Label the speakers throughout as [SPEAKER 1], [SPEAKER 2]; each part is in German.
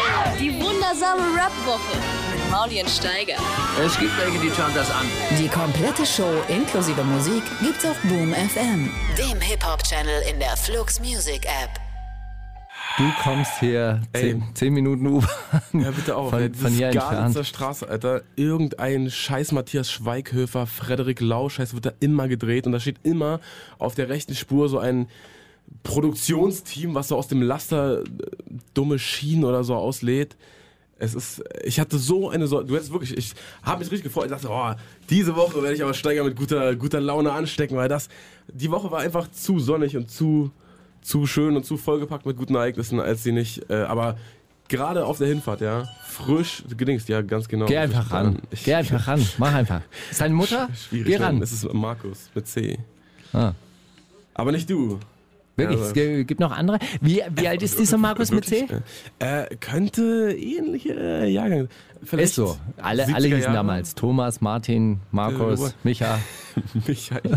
[SPEAKER 1] Aha.
[SPEAKER 2] Die wundersame Rap-Woche mit Maulien Steiger.
[SPEAKER 3] Es gibt welche, die schauen das an.
[SPEAKER 4] Die komplette Show inklusive Musik gibt's auf Boom FM.
[SPEAKER 5] dem Hip-Hop-Channel in der Flux Music App.
[SPEAKER 6] Du kommst hier
[SPEAKER 1] Ey.
[SPEAKER 6] zehn, zehn Minuten U-Bahn.
[SPEAKER 1] Ja, bitte auch.
[SPEAKER 6] Von,
[SPEAKER 1] Das
[SPEAKER 6] von
[SPEAKER 1] ist
[SPEAKER 6] hier
[SPEAKER 1] gar nicht
[SPEAKER 6] entfernt.
[SPEAKER 1] zur Straße, Alter. Irgendein scheiß Matthias Schweighöfer, Frederik Lau, scheiß wird da immer gedreht und da steht immer auf der rechten Spur so ein Produktionsteam, was so aus dem Laster äh, dumme Schienen oder so auslädt. Es ist, ich hatte so eine, so du hättest wirklich, ich habe mich richtig gefreut. Ich dachte, oh, diese Woche werde ich aber Steiger mit guter, guter Laune anstecken, weil das, die Woche war einfach zu sonnig und zu, zu schön und zu vollgepackt mit guten Ereignissen, als sie nicht, äh, aber gerade auf der Hinfahrt, ja, frisch, gedingst, ja, ganz genau.
[SPEAKER 6] Geh einfach ran.
[SPEAKER 1] Ich,
[SPEAKER 6] Geh einfach ran. Mach einfach. Ist deine Mutter?
[SPEAKER 1] schwierig,
[SPEAKER 6] Geh
[SPEAKER 1] nein,
[SPEAKER 6] ran.
[SPEAKER 1] Es ist Markus mit C.
[SPEAKER 6] Ah.
[SPEAKER 1] Aber nicht du.
[SPEAKER 6] Wirklich,
[SPEAKER 1] Ja,
[SPEAKER 6] es ge- gibt noch andere. Wie, wie alt ist dieser Markus mit C?
[SPEAKER 1] Wirklich, äh, äh, könnte ähnliche äh, Jahrgang. Vielleicht
[SPEAKER 6] Ist so. Alle,
[SPEAKER 1] 70er
[SPEAKER 6] alle hießen
[SPEAKER 1] Jahre.
[SPEAKER 6] damals Thomas, Michael. Martin,
[SPEAKER 1] Äh,
[SPEAKER 6] Markus, Micha.
[SPEAKER 1] Michael.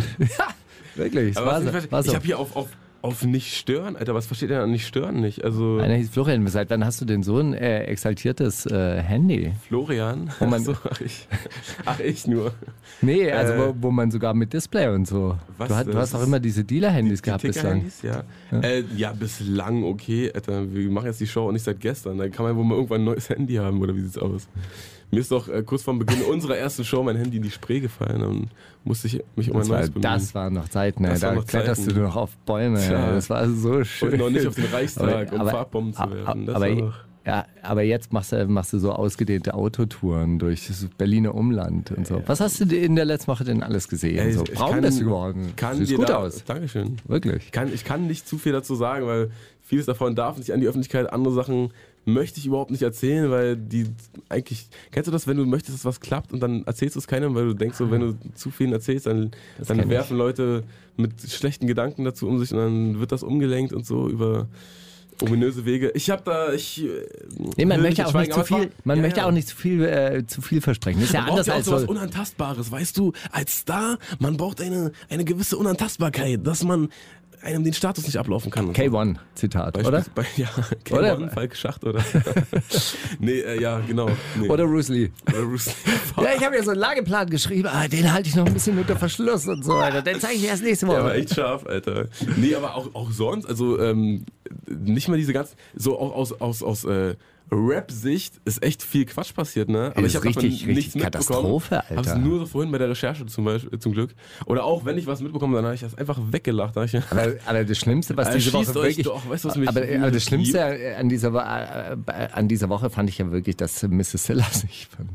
[SPEAKER 6] Wirklich, es
[SPEAKER 1] Aber
[SPEAKER 6] war
[SPEAKER 1] was ich
[SPEAKER 6] so.
[SPEAKER 1] nicht verstehe-
[SPEAKER 6] War so.
[SPEAKER 1] Ich habe hier auf, auf, auf nicht stören, Alter, was versteht er an nicht stören nicht? Also
[SPEAKER 6] Einer hieß Florian. Seit wann hast du denn so ein äh, exaltiertes äh, Handy?
[SPEAKER 1] Florian.
[SPEAKER 6] Oh mein-
[SPEAKER 1] Ach so, ach, ich, ach, ich nur.
[SPEAKER 6] Nee, also
[SPEAKER 1] Äh,
[SPEAKER 6] wo, wo man sogar mit Display und so.
[SPEAKER 1] was,
[SPEAKER 6] du, hast, du
[SPEAKER 1] das
[SPEAKER 6] hast auch
[SPEAKER 1] ist-
[SPEAKER 6] immer diese Dealer-Handys gehabt bislang.
[SPEAKER 1] Ticker-Handys, ja. Ja. Äh, ja, bislang okay, Alter. Wir machen jetzt die Show und nicht seit gestern. Dann kann man wohl mal irgendwann ein neues Handy haben, oder wie sieht's aus? Mir ist doch äh, kurz vor Beginn unserer ersten Show mein Handy in die Spree gefallen und musste ich mich um ein
[SPEAKER 6] Das, war,
[SPEAKER 1] neues bemühen.
[SPEAKER 6] das waren noch Zeiten, ey.
[SPEAKER 1] Das
[SPEAKER 6] da
[SPEAKER 1] waren noch
[SPEAKER 6] kletterst
[SPEAKER 1] Zeiten.
[SPEAKER 6] du noch auf Bäume. ey.
[SPEAKER 1] Tja.
[SPEAKER 6] Das war so schön.
[SPEAKER 1] Und noch nicht auf den Reichstag, um Farbbomben zu
[SPEAKER 6] a- a-
[SPEAKER 1] werfen. Das
[SPEAKER 6] aber,
[SPEAKER 1] war doch-
[SPEAKER 6] ja, aber jetzt machst du, machst du so ausgedehnte Autotouren durch das Berliner Umland und so. Was hast du denn in der letzten Woche denn alles gesehen?
[SPEAKER 1] Ey,
[SPEAKER 6] so,
[SPEAKER 1] ich
[SPEAKER 6] braun
[SPEAKER 1] kann-
[SPEAKER 6] bist du geworden.
[SPEAKER 1] Kann
[SPEAKER 6] Siehst
[SPEAKER 1] dir
[SPEAKER 6] gut
[SPEAKER 1] da,
[SPEAKER 6] aus.
[SPEAKER 1] Dankeschön.
[SPEAKER 6] Wirklich.
[SPEAKER 1] Ich kann, ich kann nicht zu viel dazu sagen, weil vieles davon darf nicht an die Öffentlichkeit. Andere Sachen möchte ich überhaupt nicht erzählen, weil die eigentlich. Kennst du das, wenn du möchtest, dass was klappt und dann erzählst du es keinem, weil du denkst, so, wenn du zu vielen erzählst, dann,
[SPEAKER 6] kenn
[SPEAKER 1] dann
[SPEAKER 6] ich.
[SPEAKER 1] werfen Leute mit schlechten Gedanken dazu um sich und dann wird das umgelenkt und so über ominöse Wege. Ich habe da. Ich, äh,
[SPEAKER 6] Nee, man
[SPEAKER 1] will
[SPEAKER 6] möchte auch nicht
[SPEAKER 1] schweigen,
[SPEAKER 6] zu
[SPEAKER 1] aber es war-
[SPEAKER 6] viel, man
[SPEAKER 1] Ja,
[SPEAKER 6] möchte
[SPEAKER 1] ja.
[SPEAKER 6] auch nicht zu viel, äh, zu viel versprechen. Ist ja
[SPEAKER 1] Man braucht
[SPEAKER 6] anders
[SPEAKER 1] ja auch
[SPEAKER 6] als
[SPEAKER 1] sowas
[SPEAKER 6] so,
[SPEAKER 1] Unantastbares, weißt du? Als Star, man braucht eine, eine gewisse Unantastbarkeit, dass man einem den Status nicht ablaufen kann. und so.
[SPEAKER 6] K1 Zitat,
[SPEAKER 1] Beispiel-
[SPEAKER 6] oder?
[SPEAKER 1] Bei, ja,
[SPEAKER 6] Oder?
[SPEAKER 1] Cameron, Falk Schacht oder. nee, äh, ja, genau. Nee.
[SPEAKER 6] Oder Bruce Lee.
[SPEAKER 1] Oder Bruce Lee.
[SPEAKER 6] Ja, ich habe ja so einen Lageplan geschrieben, ah, den halte ich noch ein bisschen unter Verschluss und so weiter. Den zeige ich erst nächste Woche.
[SPEAKER 1] Der war echt scharf, Alter. Nee, aber auch, auch sonst, also ähm, nicht mal diese ganzen, so auch aus, aus, aus äh, Rap-Sicht ist echt viel Quatsch passiert, ne? Aber
[SPEAKER 6] Das
[SPEAKER 1] ich
[SPEAKER 6] ist
[SPEAKER 1] habe davon
[SPEAKER 6] richtig, richtig
[SPEAKER 1] nichts
[SPEAKER 6] Katastrophe,
[SPEAKER 1] mitbekommen.
[SPEAKER 6] Alter.
[SPEAKER 1] Hab's nur so vorhin bei der Recherche zum, Beispiel, zum Glück. Oder auch, wenn ich was mitbekommen, dann habe ich das einfach weggelacht. Da hab ich,
[SPEAKER 6] Aber, aber das Schlimmste, was
[SPEAKER 1] Äh,
[SPEAKER 6] diese
[SPEAKER 1] schießt
[SPEAKER 6] Woche
[SPEAKER 1] euch
[SPEAKER 6] wirklich,
[SPEAKER 1] doch, weißt du, was mich
[SPEAKER 6] aber, aber das Schlimmste
[SPEAKER 1] liebt?
[SPEAKER 6] äh, an dieser, Wo- äh, äh, an dieser Woche fand ich ja wirklich, dass Mrs. Silla sich von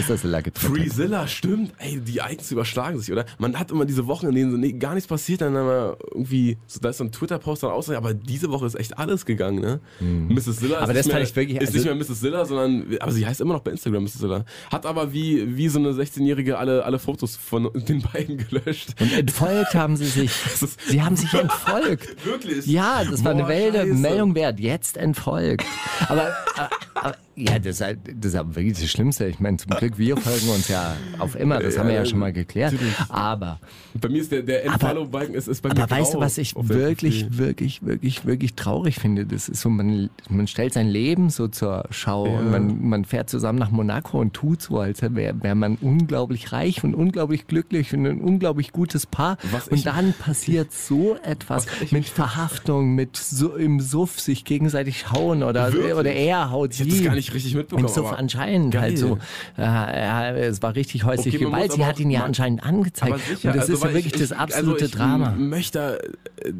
[SPEAKER 6] Mr. Silla getrennt hat.
[SPEAKER 1] Freezilla, stimmt. Ey, die Icons überschlagen sich, oder? Man hat immer diese Wochen, in denen so nee, gar nichts passiert, dann haben wir irgendwie, so, da ist so ein Twitter-Post dann aus, aber diese Woche ist echt alles gegangen, ne? Mrs. Silla
[SPEAKER 6] Mhm. Aber
[SPEAKER 1] ist,
[SPEAKER 6] das
[SPEAKER 1] nicht, mehr,
[SPEAKER 6] fand ich wirklich-
[SPEAKER 1] ist nicht
[SPEAKER 6] also-
[SPEAKER 1] mehr Mrs. Silla, sondern, aber sie heißt immer noch bei Instagram Mrs. Silla. Hat aber wie, wie so eine 16-Jährige alle, alle Fotos von den beiden gelöscht.
[SPEAKER 6] Und entfolgt haben sie sich.
[SPEAKER 1] ist-
[SPEAKER 6] Sie haben sich entfolgt.
[SPEAKER 1] Wirklich?
[SPEAKER 6] Ja, das war
[SPEAKER 1] Boah,
[SPEAKER 6] eine Welle,
[SPEAKER 1] Scheiße.
[SPEAKER 6] Meldung wert, jetzt entfolgt. Aber, aber, aber ja, das ist, halt, das ist aber wirklich das Schlimmste. Ich meine, zum Glück, wir folgen uns ja auf immer, das haben wir ja schon mal geklärt. Aber
[SPEAKER 1] Bei mir ist der, der Endfollow-Balken ist, ist bei mir
[SPEAKER 6] Aber weißt du,
[SPEAKER 1] grau
[SPEAKER 6] was ich
[SPEAKER 1] auf der
[SPEAKER 6] wirklich,
[SPEAKER 1] Profil.
[SPEAKER 6] wirklich, wirklich, wirklich traurig finde? Das ist so, man, man stellt sein Leben so zur Schau und man, man fährt zusammen nach Monaco und tut so, als wäre wär man unglaublich reich und unglaublich glücklich und ein unglaublich gutes Paar.
[SPEAKER 1] Was ich-
[SPEAKER 6] und dann passiert so etwas mit Verhaftung, mit so im Suff sich gegenseitig hauen oder,
[SPEAKER 1] Wirklich?
[SPEAKER 6] oder er haut
[SPEAKER 1] Ich hab das gar nicht richtig mitbekommen,
[SPEAKER 6] Im Suff
[SPEAKER 1] aber
[SPEAKER 6] anscheinend
[SPEAKER 1] geil.
[SPEAKER 6] halt so. Ja, ja, es war richtig häusliche
[SPEAKER 1] Okay, man muss
[SPEAKER 6] Gewalt. Sie
[SPEAKER 1] aber
[SPEAKER 6] hat
[SPEAKER 1] auch
[SPEAKER 6] ihn ja
[SPEAKER 1] mal-
[SPEAKER 6] anscheinend angezeigt.
[SPEAKER 1] Aber sicher,
[SPEAKER 6] und das
[SPEAKER 1] also,
[SPEAKER 6] ist ja
[SPEAKER 1] weil
[SPEAKER 6] wirklich
[SPEAKER 1] ich,
[SPEAKER 6] das
[SPEAKER 1] ich,
[SPEAKER 6] absolute
[SPEAKER 1] also ich
[SPEAKER 6] Drama.
[SPEAKER 1] m- möchte, äh,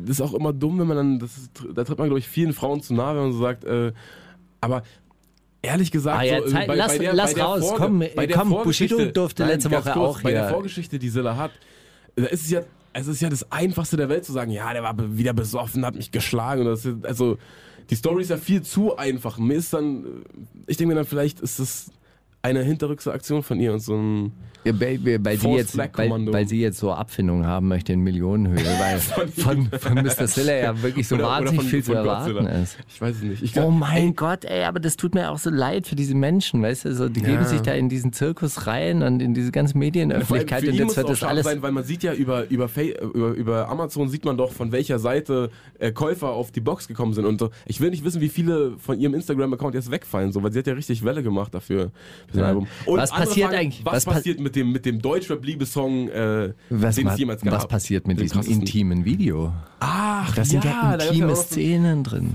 [SPEAKER 1] das ist auch immer dumm, wenn man dann, das ist, da tritt man, glaube ich, vielen Frauen zu nahe, wenn man so sagt, äh, aber ehrlich gesagt,
[SPEAKER 6] Ah ja,
[SPEAKER 1] so, äh,
[SPEAKER 6] Zeit- lass- lass raus,
[SPEAKER 1] Vorge-
[SPEAKER 6] komm,
[SPEAKER 1] bei
[SPEAKER 6] äh,
[SPEAKER 1] der
[SPEAKER 6] komm,
[SPEAKER 1] Vorgeschichte-
[SPEAKER 6] Bushido durfte letzte
[SPEAKER 1] ganz
[SPEAKER 6] Woche auch
[SPEAKER 1] Bei
[SPEAKER 6] hier-
[SPEAKER 1] der Vorgeschichte, die Silla hat, da ist es ja, es ist ja das Einfachste der Welt zu sagen, ja, der war be- wieder besoffen, hat mich geschlagen. Und das ist, äh, also, die Story ist ja viel zu einfach. Mir ist dann, ich denke mir dann, vielleicht ist es eine Hinterrücksaktion von ihr und so ein.
[SPEAKER 6] Ja, weil, weil, weil, sie
[SPEAKER 1] Force
[SPEAKER 6] jetzt,
[SPEAKER 1] Flag
[SPEAKER 6] weil,
[SPEAKER 1] Kommando.
[SPEAKER 6] weil sie jetzt so Abfindung haben möchte in Millionenhöhe, weil von, von Mr. Siller ja wirklich so
[SPEAKER 1] Oder- oder
[SPEAKER 6] wahnsinnig
[SPEAKER 1] von-
[SPEAKER 6] viel zu
[SPEAKER 1] von
[SPEAKER 6] erwarten
[SPEAKER 1] Godzilla.
[SPEAKER 6] ist.
[SPEAKER 1] Ich weiß es nicht. Ich
[SPEAKER 6] Oh
[SPEAKER 1] glaub-
[SPEAKER 6] mein Gott, ey, aber das tut mir auch so leid für diese Menschen, weißt du? So, die geben
[SPEAKER 1] Ja.
[SPEAKER 6] sich da in diesen Zirkus rein und in diese ganze
[SPEAKER 1] Vor allem
[SPEAKER 6] Medienöffentlichkeit
[SPEAKER 1] für
[SPEAKER 6] und
[SPEAKER 1] ihn
[SPEAKER 6] jetzt
[SPEAKER 1] muss
[SPEAKER 6] wird
[SPEAKER 1] auch
[SPEAKER 6] das
[SPEAKER 1] scharf
[SPEAKER 6] alles.
[SPEAKER 1] sein, weil man sieht ja über, über, Fa- über, über Amazon sieht man doch, von welcher Seite äh, Käufer auf die Box gekommen sind. Und so. ich will nicht wissen, wie viele von ihrem Instagram-Account jetzt wegfallen, so, weil sie hat ja richtig Welle gemacht dafür. Für sein
[SPEAKER 6] Ja.
[SPEAKER 1] Album.
[SPEAKER 6] Was
[SPEAKER 1] andere
[SPEAKER 6] passiert eigentlich?
[SPEAKER 1] Was,
[SPEAKER 6] Was pa-
[SPEAKER 1] passiert mit dem, mit dem Deutschrap-Liebe-Song, äh,
[SPEAKER 6] Was,
[SPEAKER 1] den
[SPEAKER 6] ma-
[SPEAKER 1] es jemals gab?
[SPEAKER 6] was passiert mit
[SPEAKER 1] Den
[SPEAKER 6] diesem
[SPEAKER 1] krassesten.
[SPEAKER 6] intimen Video?
[SPEAKER 1] Ach,
[SPEAKER 6] Da sind ja,
[SPEAKER 1] da gab's
[SPEAKER 6] intime
[SPEAKER 1] auch noch-
[SPEAKER 6] Szenen drin.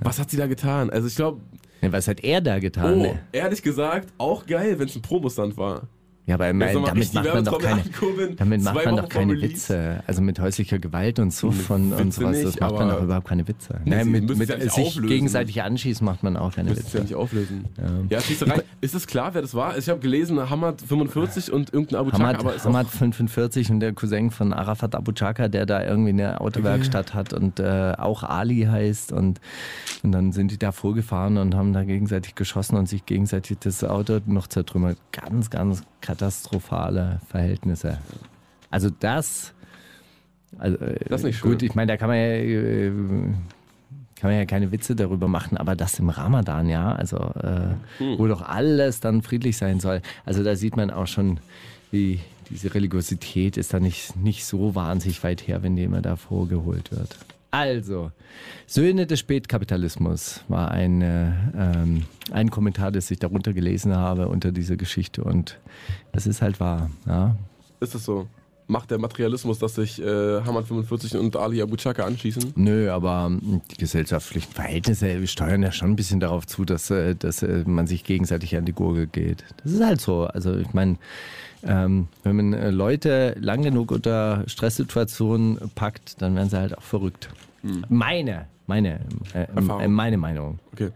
[SPEAKER 1] Was hat sie da getan? Also ich glaube,
[SPEAKER 6] Ja, was hat er da
[SPEAKER 1] oh,
[SPEAKER 6] getan? ne?
[SPEAKER 1] ehrlich gesagt, auch geil, wenn es ein Promostand war.
[SPEAKER 6] Ja, aber
[SPEAKER 1] Jetzt
[SPEAKER 6] mein,
[SPEAKER 1] nochmal
[SPEAKER 6] damit
[SPEAKER 1] richtig
[SPEAKER 6] macht man doch keine,
[SPEAKER 1] Werbetrommel ankurbeln,
[SPEAKER 6] damit
[SPEAKER 1] zwei
[SPEAKER 6] macht man doch
[SPEAKER 1] Wochen vor
[SPEAKER 6] keine
[SPEAKER 1] Release.
[SPEAKER 6] Witze. Also mit häuslicher Gewalt und Suff und, und
[SPEAKER 1] Witze
[SPEAKER 6] sowas, das
[SPEAKER 1] nicht,
[SPEAKER 6] macht man
[SPEAKER 1] aber-
[SPEAKER 6] doch überhaupt keine Witze.
[SPEAKER 1] Nee, sie
[SPEAKER 6] Nein, mit,
[SPEAKER 1] müssen
[SPEAKER 6] mit
[SPEAKER 1] ja nicht
[SPEAKER 6] sich
[SPEAKER 1] auflösen.
[SPEAKER 6] gegenseitig anschießen macht man auch keine
[SPEAKER 1] Müsstest du ja
[SPEAKER 6] Witze.
[SPEAKER 1] nicht auflösen. Ja, siehst du rein. Ist es klar, wer das war? Also, Ich habe gelesen, Hamad 45 und irgendein Abu Chaka, aber
[SPEAKER 6] Hamad,
[SPEAKER 1] ist auch
[SPEAKER 6] Hamad 45 und der Cousin von Arafat Abu Chaka, der da irgendwie eine Autowerkstatt hat und äh, auch Ali heißt. Und, und dann sind die da vorgefahren und haben da gegenseitig geschossen und sich gegenseitig das Auto noch zertrümmert. Ganz, ganz katastrophale Verhältnisse. Also das. Also, äh,
[SPEAKER 1] Das ist nicht
[SPEAKER 6] gut,
[SPEAKER 1] schön.
[SPEAKER 6] ich meine, da kann man ja. Äh, kann man ja keine Witze darüber machen, aber das im Ramadan, ja, also äh,
[SPEAKER 1] Hm.
[SPEAKER 6] wo doch alles dann friedlich sein soll. Also da sieht man auch schon, wie diese Religiosität ist da nicht, nicht so wahnsinnig weit her, wenn die immer da vorgeholt wird. Also, Söhne des Spätkapitalismus war eine, ähm, ein Kommentar, das ich darunter gelesen habe unter dieser Geschichte und es ist halt wahr. Ja?
[SPEAKER 1] Ist es so? Macht der Materialismus, dass sich äh, Hamad 45 und Ali Abu Chaka anschießen?
[SPEAKER 6] Nö, aber ähm, die gesellschaftlichen Verhältnisse äh, steuern ja schon ein bisschen darauf zu, dass, äh, dass äh, man sich gegenseitig an die Gurgel geht. Das ist halt so. Also ich meine, ähm, wenn man äh, Leute lang genug unter Stresssituationen packt, dann werden sie halt auch verrückt. Meine, meine, äh,
[SPEAKER 1] Hm. Erfahrung.
[SPEAKER 6] äh, meine Meinung.
[SPEAKER 1] Okay.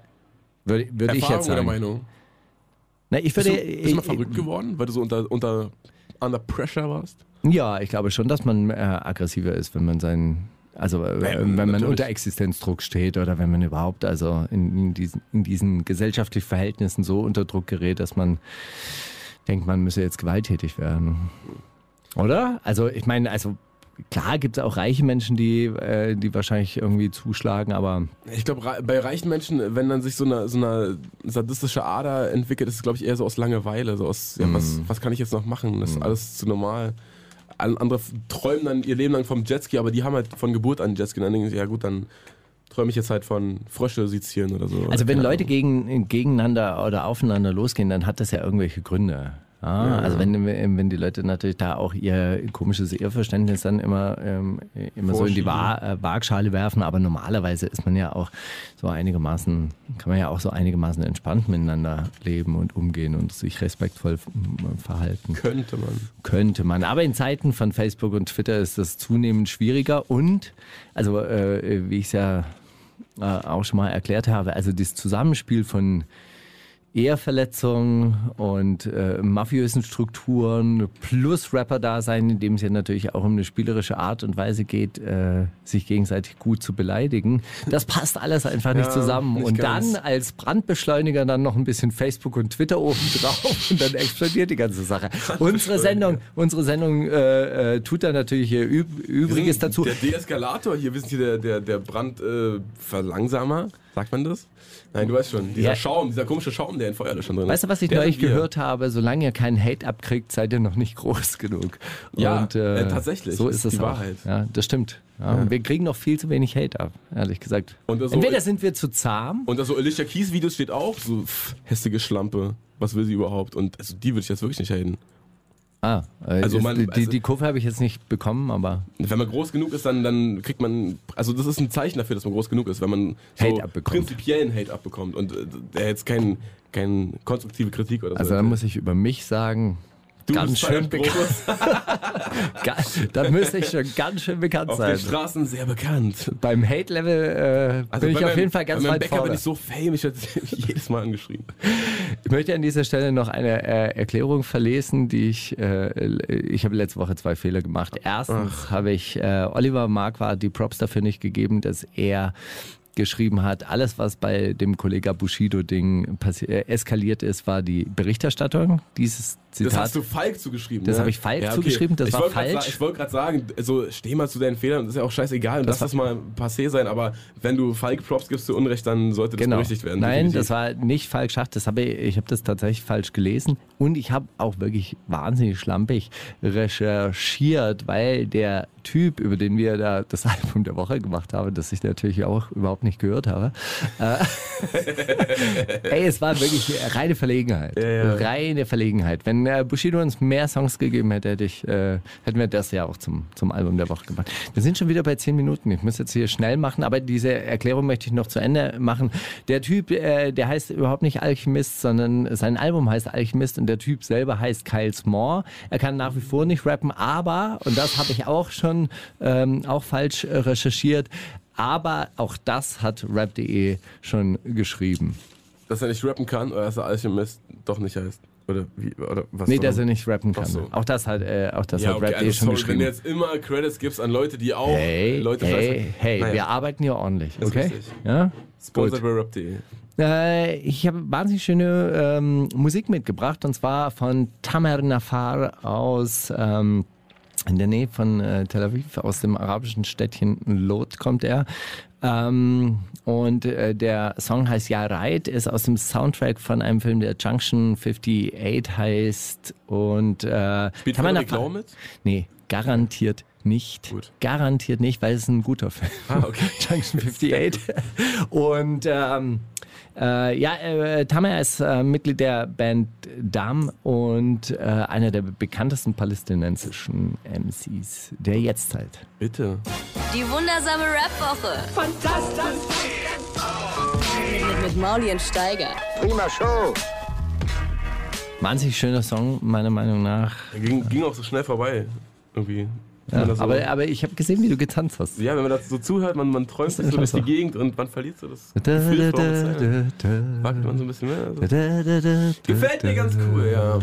[SPEAKER 6] Würde, würde ich
[SPEAKER 1] Erfahrung
[SPEAKER 6] jetzt
[SPEAKER 1] oder
[SPEAKER 6] sagen.
[SPEAKER 1] Meinung?
[SPEAKER 6] Na, ich
[SPEAKER 1] Bist
[SPEAKER 6] würde,
[SPEAKER 1] du, bist du mal
[SPEAKER 6] ich-
[SPEAKER 1] verrückt geworden, weil du so unter, unter under pressure warst?
[SPEAKER 6] Ja, ich glaube schon, dass man äh, aggressiver ist, wenn man seinen, also äh,
[SPEAKER 1] Ja,
[SPEAKER 6] wenn man
[SPEAKER 1] natürlich.
[SPEAKER 6] unter Existenzdruck steht oder wenn man überhaupt also in, in, diesen, in diesen gesellschaftlichen Verhältnissen so unter Druck gerät, dass man denkt, man müsse jetzt gewalttätig werden. Oder? Also ich meine, also klar gibt es auch reiche Menschen, die, äh, die wahrscheinlich irgendwie zuschlagen, aber
[SPEAKER 1] Ich glaube, bei reichen Menschen, wenn dann sich so eine, so eine sadistische Ader entwickelt, ist es, glaube ich, eher so aus Langeweile. So aus, ja, was, was kann ich jetzt noch machen? Das ist alles zu normal. Alle- Andere f- träumen dann ihr Leben lang vom Jetski, aber die haben halt von Geburt an Jetski. Und dann denken sie, ja gut, dann träume ich jetzt halt von Frösche sezieren oder so.
[SPEAKER 6] Also
[SPEAKER 1] Oder
[SPEAKER 6] wenn
[SPEAKER 1] keine
[SPEAKER 6] Leute
[SPEAKER 1] Ahnung.
[SPEAKER 6] gegen, gegeneinander oder aufeinander losgehen, dann hat das ja irgendwelche Gründe. Ja, also wenn, wenn die Leute natürlich da auch ihr komisches Irrverständnis dann immer, ähm, immer so in die
[SPEAKER 1] Vorschieben.
[SPEAKER 6] Wa äh, Waagschale werfen, aber normalerweise ist man ja auch so einigermaßen, kann man ja auch so einigermaßen entspannt miteinander leben und umgehen und sich respektvoll ähm, verhalten
[SPEAKER 1] Könnte man.
[SPEAKER 6] könnte man. Aber in Zeiten von Facebook und Twitter ist das zunehmend schwieriger und, also äh, wie ich es ja äh, auch schon mal erklärt habe, also das Zusammenspiel von Ehrverletzungen und äh, mafiösen Strukturen plus Rapper-Dasein, in dem es ja natürlich auch um eine spielerische Art und Weise geht, äh, sich gegenseitig gut zu beleidigen. Das passt alles einfach nicht
[SPEAKER 1] Ja,
[SPEAKER 6] zusammen.
[SPEAKER 1] nicht
[SPEAKER 6] und
[SPEAKER 1] ganz.
[SPEAKER 6] dann als Brandbeschleuniger dann noch ein bisschen Facebook und Twitter oben drauf und dann explodiert die ganze Sache. Unsere Sendung, unsere Sendung äh, äh, tut da natürlich ihr Üb Übriges
[SPEAKER 1] sind
[SPEAKER 6] dazu.
[SPEAKER 1] Der Deeskalator hier, wir sind hier der, der, der Brandverlangsamer, sagt man das? Nein, du weißt schon, dieser
[SPEAKER 6] Ja.
[SPEAKER 1] Schaum, dieser komische Schaum, der in Feuerlöschern drin ist.
[SPEAKER 6] Weißt du, was ich
[SPEAKER 1] Der
[SPEAKER 6] neulich
[SPEAKER 1] sind wir.
[SPEAKER 6] gehört habe? Solange ihr keinen Hate abkriegt, seid ihr noch nicht groß genug.
[SPEAKER 1] Ja, äh, tatsächlich,
[SPEAKER 6] So
[SPEAKER 1] ist
[SPEAKER 6] ist es
[SPEAKER 1] die
[SPEAKER 6] auch.
[SPEAKER 1] Wahrheit.
[SPEAKER 6] Ja, das stimmt. Ja, und Wir kriegen noch viel zu wenig Hate ab, ehrlich gesagt.
[SPEAKER 1] Und das Also so-
[SPEAKER 6] Entweder sind wir zu zahm.
[SPEAKER 1] Unter so Alicia Keys Videos steht auch so, pff, hässliche Schlampe, was will sie überhaupt? Und also, die würde ich jetzt wirklich nicht haten.
[SPEAKER 6] Ah, äh,
[SPEAKER 1] Also
[SPEAKER 6] das-
[SPEAKER 1] man-
[SPEAKER 6] die, die-
[SPEAKER 1] also-
[SPEAKER 6] die Kurve habe ich jetzt nicht bekommen, aber
[SPEAKER 1] Wenn man groß genug ist, dann, dann kriegt man, also das ist ein Zeichen dafür, dass man groß genug ist, wenn man so
[SPEAKER 6] Hate abbekommt.
[SPEAKER 1] prinzipiellen Hate abbekommt und äh, der jetzt kein, kein konstruktive Kritik oder so.
[SPEAKER 6] also dann muss ich über mich sagen,
[SPEAKER 1] du
[SPEAKER 6] ganz
[SPEAKER 1] bist
[SPEAKER 6] schön
[SPEAKER 1] verdammt
[SPEAKER 6] bekannt.
[SPEAKER 1] groß,
[SPEAKER 6] ga- da müsste ich schon ganz schön bekannt
[SPEAKER 1] auf
[SPEAKER 6] sein.
[SPEAKER 1] den Straßen sehr bekannt. Also
[SPEAKER 6] Beim Hate-Level äh, bin ich
[SPEAKER 1] bei
[SPEAKER 6] auf
[SPEAKER 1] meinem-
[SPEAKER 6] jeden Fall ganz
[SPEAKER 1] bei meinem
[SPEAKER 6] weit
[SPEAKER 1] Bäcker
[SPEAKER 6] vorne.
[SPEAKER 1] bin ich so fame, ich werde jedes Mal angeschrien.
[SPEAKER 6] Ich möchte an dieser Stelle noch eine äh, Erklärung verlesen, die ich, äh, ich habe letzte Woche zwei Fehler gemacht. Erstens habe ich äh, Oliver Marquardt die Props dafür nicht gegeben, dass er geschrieben hat. Alles, was bei dem Kollega Bushido-Ding passi- äh, eskaliert ist, war die Berichterstattung. Dieses
[SPEAKER 1] Das
[SPEAKER 6] Zitat.
[SPEAKER 1] hast du Falk zugeschrieben.
[SPEAKER 6] Das
[SPEAKER 1] ne?
[SPEAKER 6] habe ich Falk zugeschrieben, das
[SPEAKER 1] ich
[SPEAKER 6] war
[SPEAKER 1] wollte grad
[SPEAKER 6] falsch.
[SPEAKER 1] sa- ich wollte gerade sagen, also steh mal zu deinen Fehlern, das ist ja auch scheißegal und
[SPEAKER 6] Das
[SPEAKER 1] lass das mal passé sein, aber wenn du Falk Props gibst zu Unrecht, dann sollte das berüchtigt werden.
[SPEAKER 6] Genau. Nein,
[SPEAKER 1] definitiv.
[SPEAKER 6] das war nicht falsch Schacht. Das habe ich, ich habe das tatsächlich falsch gelesen und ich habe auch wirklich wahnsinnig schlampig recherchiert, weil der Typ, über den wir da das Album der Woche gemacht haben, das ich natürlich auch überhaupt nicht gehört habe. äh, Ey, es war wirklich reine Verlegenheit. Reine Verlegenheit. Wenn äh, Bushido uns mehr Songs gegeben hätte, hätte ich, äh, hätten wir das ja auch zum, zum Album der Woche gemacht. Wir sind schon wieder bei zehn Minuten. Ich muss jetzt hier schnell machen, aber diese Erklärung möchte ich noch zu Ende machen. Der Typ, äh, der heißt überhaupt nicht Alchemist, sondern sein Album heißt Alchemist und der Typ selber heißt Kyles Moore. Er kann nach wie vor nicht rappen, aber, und das habe ich auch schon ähm, auch falsch äh, recherchiert, aber auch das hat rap.de schon geschrieben.
[SPEAKER 1] dass er nicht rappen kann oder dass er Alchemist doch nicht heißt. Oder wie, oder was?
[SPEAKER 6] Nee,
[SPEAKER 1] auch
[SPEAKER 6] dass er
[SPEAKER 1] immer.
[SPEAKER 6] nicht rappen kann.
[SPEAKER 1] Ach so.
[SPEAKER 6] Auch das hat, äh, auch das
[SPEAKER 1] Ja,
[SPEAKER 6] hat
[SPEAKER 1] okay,
[SPEAKER 6] Rap.de
[SPEAKER 1] also
[SPEAKER 6] schon
[SPEAKER 1] sorry, wenn
[SPEAKER 6] geschrieben.
[SPEAKER 1] du jetzt immer Credits gibst an Leute, die auch
[SPEAKER 6] hey,
[SPEAKER 1] Leute
[SPEAKER 6] hey,
[SPEAKER 1] scheiße-
[SPEAKER 6] hey,
[SPEAKER 1] Naja.
[SPEAKER 6] wir arbeiten hier ordentlich,
[SPEAKER 1] Ist
[SPEAKER 6] okay?
[SPEAKER 1] richtig.
[SPEAKER 6] Ja?
[SPEAKER 1] Sponsored
[SPEAKER 6] Gut.
[SPEAKER 1] by Rap.de.
[SPEAKER 6] Äh, ich habe wahnsinnig schöne ähm, Musik mitgebracht und zwar von Tamer Nafar aus ähm, in der Nähe von äh, Tel Aviv, aus dem arabischen Städtchen Lot kommt er. Ähm, und äh, der Song heißt Ja Reit, ist aus dem Soundtrack von einem Film, der Junction 58 heißt. Und äh,
[SPEAKER 1] Spielt
[SPEAKER 6] Tamer
[SPEAKER 1] Frederik
[SPEAKER 6] Nafar-
[SPEAKER 1] Lau mit?
[SPEAKER 6] Nee, garantiert nicht.
[SPEAKER 1] Gut.
[SPEAKER 6] Garantiert nicht, weil es ist ein guter Film.
[SPEAKER 1] Ah, okay.
[SPEAKER 6] Junction 58. Und ähm, äh, ja, äh, Tamer ist äh, Mitglied der Band Dam und äh, einer der bekanntesten palästinensischen MCs der Jetztzeit.
[SPEAKER 1] Bitte.
[SPEAKER 2] Die wundersame Rap-Woche. Fantastisch. Mit, mit Maulien Steiger.
[SPEAKER 6] Wahnsinnig schöner Song, meiner Meinung nach.
[SPEAKER 1] Ging, ging auch so schnell vorbei. Irgendwie. Wenn man
[SPEAKER 6] Ja,
[SPEAKER 1] das so,
[SPEAKER 6] aber, aber ich habe gesehen, wie du getanzt hast.
[SPEAKER 1] ja, wenn man das so zuhört, man, man träumt sich so durch die Gegend und man verliert so das Gefühl vor Zeit. Wackelt man so ein bisschen mehr. Also. Gefällt mir ganz cool, ja.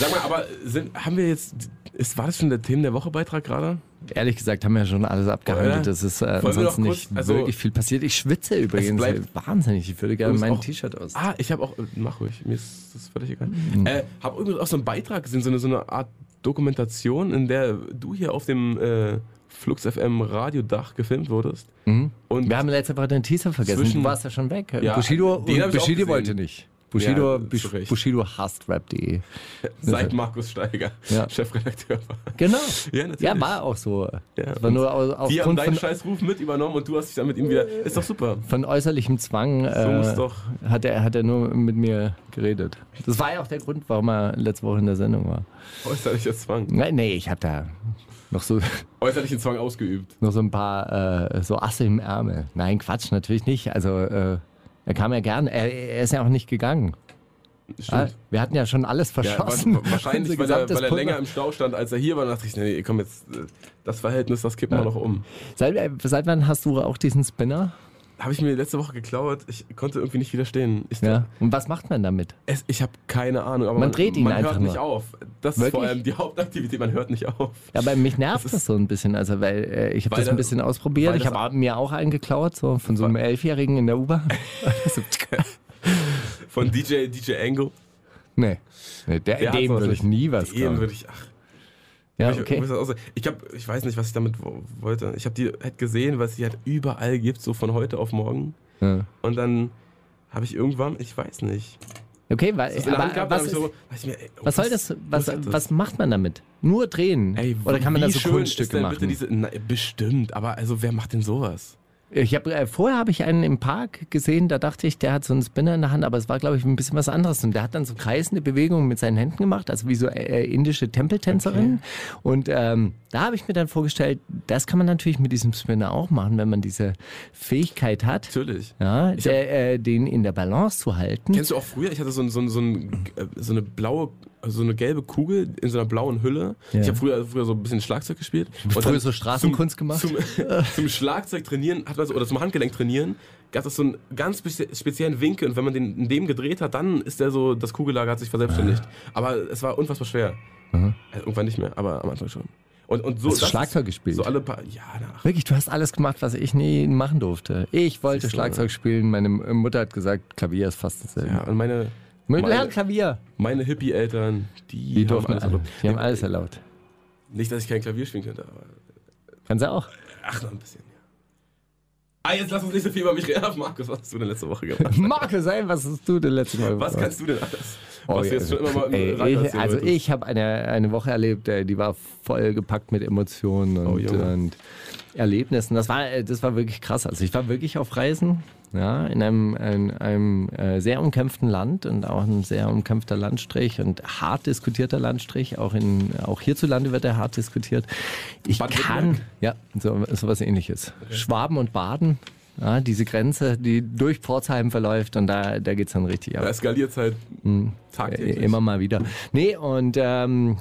[SPEAKER 1] Sag mal, aber sind, haben wir jetzt. Ist, war das schon der Themen der Woche Beitrag gerade?
[SPEAKER 6] Ehrlich gesagt haben wir schon alles
[SPEAKER 1] Oder?
[SPEAKER 6] abgehandelt. Es ist äh,
[SPEAKER 1] Wollen wir
[SPEAKER 6] ansonsten
[SPEAKER 1] noch
[SPEAKER 6] nicht
[SPEAKER 1] kurz- also-
[SPEAKER 6] wirklich viel passiert. Ich schwitze übrigens
[SPEAKER 1] bleibt-
[SPEAKER 6] wahnsinnig. Ich würde gerne
[SPEAKER 1] Übrigens
[SPEAKER 6] mein
[SPEAKER 1] auch-
[SPEAKER 6] T-Shirt aus.
[SPEAKER 1] Ah, ich habe auch. Mach ruhig, mir ist das völlig egal. Äh, hab übrigens auch so einen Beitrag gesehen, so eine, so eine Art Dokumentation, in der du hier auf dem äh, Flux FM Radiodach gefilmt wurdest. Und
[SPEAKER 6] wir haben letzte Woche den Teaser vergessen.
[SPEAKER 1] Zwischen-
[SPEAKER 6] du warst ja schon weg.
[SPEAKER 1] Ja,
[SPEAKER 6] Bushido,
[SPEAKER 1] den hab ich auch
[SPEAKER 6] und Bushido
[SPEAKER 1] gesehen.
[SPEAKER 6] wollte nicht. Bushido,
[SPEAKER 1] Ja, zu
[SPEAKER 6] Bush-
[SPEAKER 1] Recht.
[SPEAKER 6] Bushido hasst Rap.de.
[SPEAKER 1] seit Markus Steiger
[SPEAKER 6] Ja.
[SPEAKER 1] Chefredakteur war.
[SPEAKER 6] Genau.
[SPEAKER 1] Ja, natürlich.
[SPEAKER 6] Ja, war auch so. Das war
[SPEAKER 1] und
[SPEAKER 6] nur au-
[SPEAKER 1] Die haben
[SPEAKER 6] aufgrund
[SPEAKER 1] deinen
[SPEAKER 6] von,
[SPEAKER 1] scheiß Ruf mit übernommen und du hast dich dann mit ihm wieder. Ist doch super.
[SPEAKER 6] von äußerlichem Zwang
[SPEAKER 1] muss
[SPEAKER 6] äh,
[SPEAKER 1] doch-
[SPEAKER 6] hat, er, hat er nur mit mir geredet. Das war ja auch der Grund, warum er letzte Woche in der Sendung war.
[SPEAKER 1] Äußerlicher Zwang.
[SPEAKER 6] Nein, nee, ich habe da noch so
[SPEAKER 1] Äußerlichen Zwang ausgeübt.
[SPEAKER 6] noch so ein paar äh, so Asse im Ärmel. Nein, Quatsch, natürlich nicht. Also äh, er kam ja gern. Er, er ist ja auch nicht gegangen. Ah,
[SPEAKER 1] Stimmt.
[SPEAKER 6] wir hatten ja schon alles
[SPEAKER 1] Ja, wa-
[SPEAKER 6] verschossen.
[SPEAKER 1] wa- wahrscheinlich,
[SPEAKER 6] Unser
[SPEAKER 1] weil er,
[SPEAKER 6] gesamtes
[SPEAKER 1] weil er
[SPEAKER 6] Pulver.
[SPEAKER 1] länger im Stau stand, als er hier war. Da dachte ich, nee, komm jetzt, äh, das Verhältnis, das kippen wir noch um.
[SPEAKER 6] Seit, äh, seit wann hast du auch diesen Spinner?
[SPEAKER 1] Habe ich mir letzte Woche geklaut. Ich konnte irgendwie nicht widerstehen. Ich,
[SPEAKER 6] Ja. Und was macht man damit?
[SPEAKER 1] es, ich habe keine Ahnung. Aber
[SPEAKER 6] Man dreht ihn
[SPEAKER 1] man
[SPEAKER 6] einfach
[SPEAKER 1] hört nicht
[SPEAKER 6] nur.
[SPEAKER 1] auf. Das ist vor
[SPEAKER 6] Wirklich?
[SPEAKER 1] allem die Hauptaktivität. Man hört nicht auf.
[SPEAKER 6] Ja, bei mich nervt
[SPEAKER 1] Das
[SPEAKER 6] das,
[SPEAKER 1] ist-
[SPEAKER 6] so ein bisschen. Also, weil äh, ich habe
[SPEAKER 1] Weil
[SPEAKER 6] das ein
[SPEAKER 1] das-
[SPEAKER 6] bisschen
[SPEAKER 1] weil
[SPEAKER 6] ausprobiert. Ich
[SPEAKER 1] das-
[SPEAKER 6] habe mir auch einen geklaut, so von so einem Elfjährigen in der U-Bahn. Also, So,
[SPEAKER 1] Von DJ, DJ Angle.
[SPEAKER 6] nee. nee der,
[SPEAKER 1] Der hat
[SPEAKER 6] dem
[SPEAKER 1] sowas
[SPEAKER 6] würde ich
[SPEAKER 1] nicht.
[SPEAKER 6] nie was
[SPEAKER 1] Eben
[SPEAKER 6] klauen.
[SPEAKER 1] würde ich. Ach,
[SPEAKER 6] Ja,
[SPEAKER 1] Ich-
[SPEAKER 6] okay.
[SPEAKER 1] Ich, muss das auch sagen. ich, hab, ich weiß nicht, was ich damit wo- wollte. Ich habe die halt gesehen, was sie halt überall gibt, so von heute auf morgen.
[SPEAKER 6] Ja.
[SPEAKER 1] Und dann habe ich irgendwann, ich weiß nicht.
[SPEAKER 6] Okay, weil,
[SPEAKER 1] Das in der Hand
[SPEAKER 6] aber
[SPEAKER 1] gehabt,
[SPEAKER 6] Äh, was,
[SPEAKER 1] dann hab
[SPEAKER 6] ist,
[SPEAKER 1] ich so, hab ich mir, ey,
[SPEAKER 6] was soll das? Was,
[SPEAKER 1] hat das?
[SPEAKER 6] was macht man damit? Nur drehen?
[SPEAKER 1] Ey,
[SPEAKER 6] Oder kann man
[SPEAKER 1] wie
[SPEAKER 6] da so
[SPEAKER 1] schön ist
[SPEAKER 6] Kunststücke
[SPEAKER 1] denn Bitte
[SPEAKER 6] machen?
[SPEAKER 1] diese, na, bestimmt, aber also wer macht denn sowas?
[SPEAKER 6] Ich hab, äh, vorher habe ich einen im Park gesehen, da dachte ich, der hat so einen Spinner in der Hand, aber es war, glaube ich, ein bisschen was anderes. Und der hat dann so kreisende Bewegungen mit seinen Händen gemacht, also wie so äh, indische Tempeltänzerinnen. Und ähm, da habe ich mir dann vorgestellt, das kann man natürlich mit diesem Spinner auch machen, wenn man diese Fähigkeit hat,
[SPEAKER 1] Natürlich.
[SPEAKER 6] ja,
[SPEAKER 1] Ich
[SPEAKER 6] der, äh, den in der Balance zu halten.
[SPEAKER 1] Kennst du auch früher, ich hatte so, ein- so, ein- so, ein, äh, so eine blaue, so eine gelbe Kugel in so einer blauen Hülle.
[SPEAKER 6] Ja.
[SPEAKER 1] Ich habe früher, früher so ein bisschen Schlagzeug gespielt. Und
[SPEAKER 6] früher
[SPEAKER 1] dann
[SPEAKER 6] so Straßenkunst gemacht?
[SPEAKER 1] Zum, zum Schlagzeug trainieren, hat man so, oder zum Handgelenk trainieren, gab es so einen ganz spe- speziellen Winkel und wenn man den in dem gedreht hat, dann ist der so,
[SPEAKER 6] Ah.
[SPEAKER 1] Äh, das Kugellager hat sich verselbstständigt. Aber es war unfassbar schwer. Also irgendwann nicht mehr, aber am Anfang schon. Und, und so,
[SPEAKER 6] Hast du
[SPEAKER 1] das
[SPEAKER 6] Schlagzeug
[SPEAKER 1] ist,
[SPEAKER 6] gespielt? Hm.
[SPEAKER 1] So alle paar, ja, nach.
[SPEAKER 6] Wirklich, du hast alles gemacht, was ich nie machen durfte. Ich wollte
[SPEAKER 1] Siehst du, äh,
[SPEAKER 6] Schlagzeug spielen. Meine Mutter hat gesagt, Klavier ist fast dasselbe.
[SPEAKER 1] Ja, und meine,
[SPEAKER 6] Mit
[SPEAKER 1] Meine-
[SPEAKER 6] Lern Klavier.
[SPEAKER 1] meine Hippie-Eltern, die,
[SPEAKER 6] Die durften
[SPEAKER 1] alles
[SPEAKER 6] alle.
[SPEAKER 1] erlaubt.
[SPEAKER 6] Die haben alles erlaubt.
[SPEAKER 1] Nicht, dass ich kein Klavier spielen könnte, aber
[SPEAKER 6] Kannst du auch.
[SPEAKER 1] ach, noch ein bisschen, ja. Ah, jetzt lass uns nicht so viel über mich reden. Markus, was hast du denn letzte Woche gemacht?
[SPEAKER 6] Markus, ey, was hast du denn letztes Mal
[SPEAKER 1] Was
[SPEAKER 6] gemacht?
[SPEAKER 1] kannst du denn alles?
[SPEAKER 6] Oh,
[SPEAKER 1] was
[SPEAKER 6] ja,
[SPEAKER 1] du jetzt schon immer mal im
[SPEAKER 6] ey,
[SPEAKER 1] Radio
[SPEAKER 6] ich,
[SPEAKER 1] erzählen
[SPEAKER 6] Also
[SPEAKER 1] wolltest.
[SPEAKER 6] ich habe eine, eine Woche erlebt, äh, die war voll gepackt mit Emotionen
[SPEAKER 1] Oh,
[SPEAKER 6] und,
[SPEAKER 1] Junge.
[SPEAKER 6] und Erlebnissen. Das war, äh, das war wirklich krass. Also ich war wirklich auf Reisen, ja, in einem, in einem äh, sehr umkämpften Land und auch ein sehr umkämpfter Landstrich und hart diskutierter Landstrich. Auch, in, auch hierzulande wird er hart diskutiert. Ich
[SPEAKER 1] Baden-Württemberg?
[SPEAKER 6] kann, ja, so, so was ähnliches. Schwaben und Baden. Ja, diese Grenze, die durch Pforzheim verläuft und da, da geht's dann richtig ab.
[SPEAKER 1] Da eskaliert's halt
[SPEAKER 6] Äh,
[SPEAKER 1] tagtäglich.
[SPEAKER 6] Immer mal wieder. Nee, und ähm,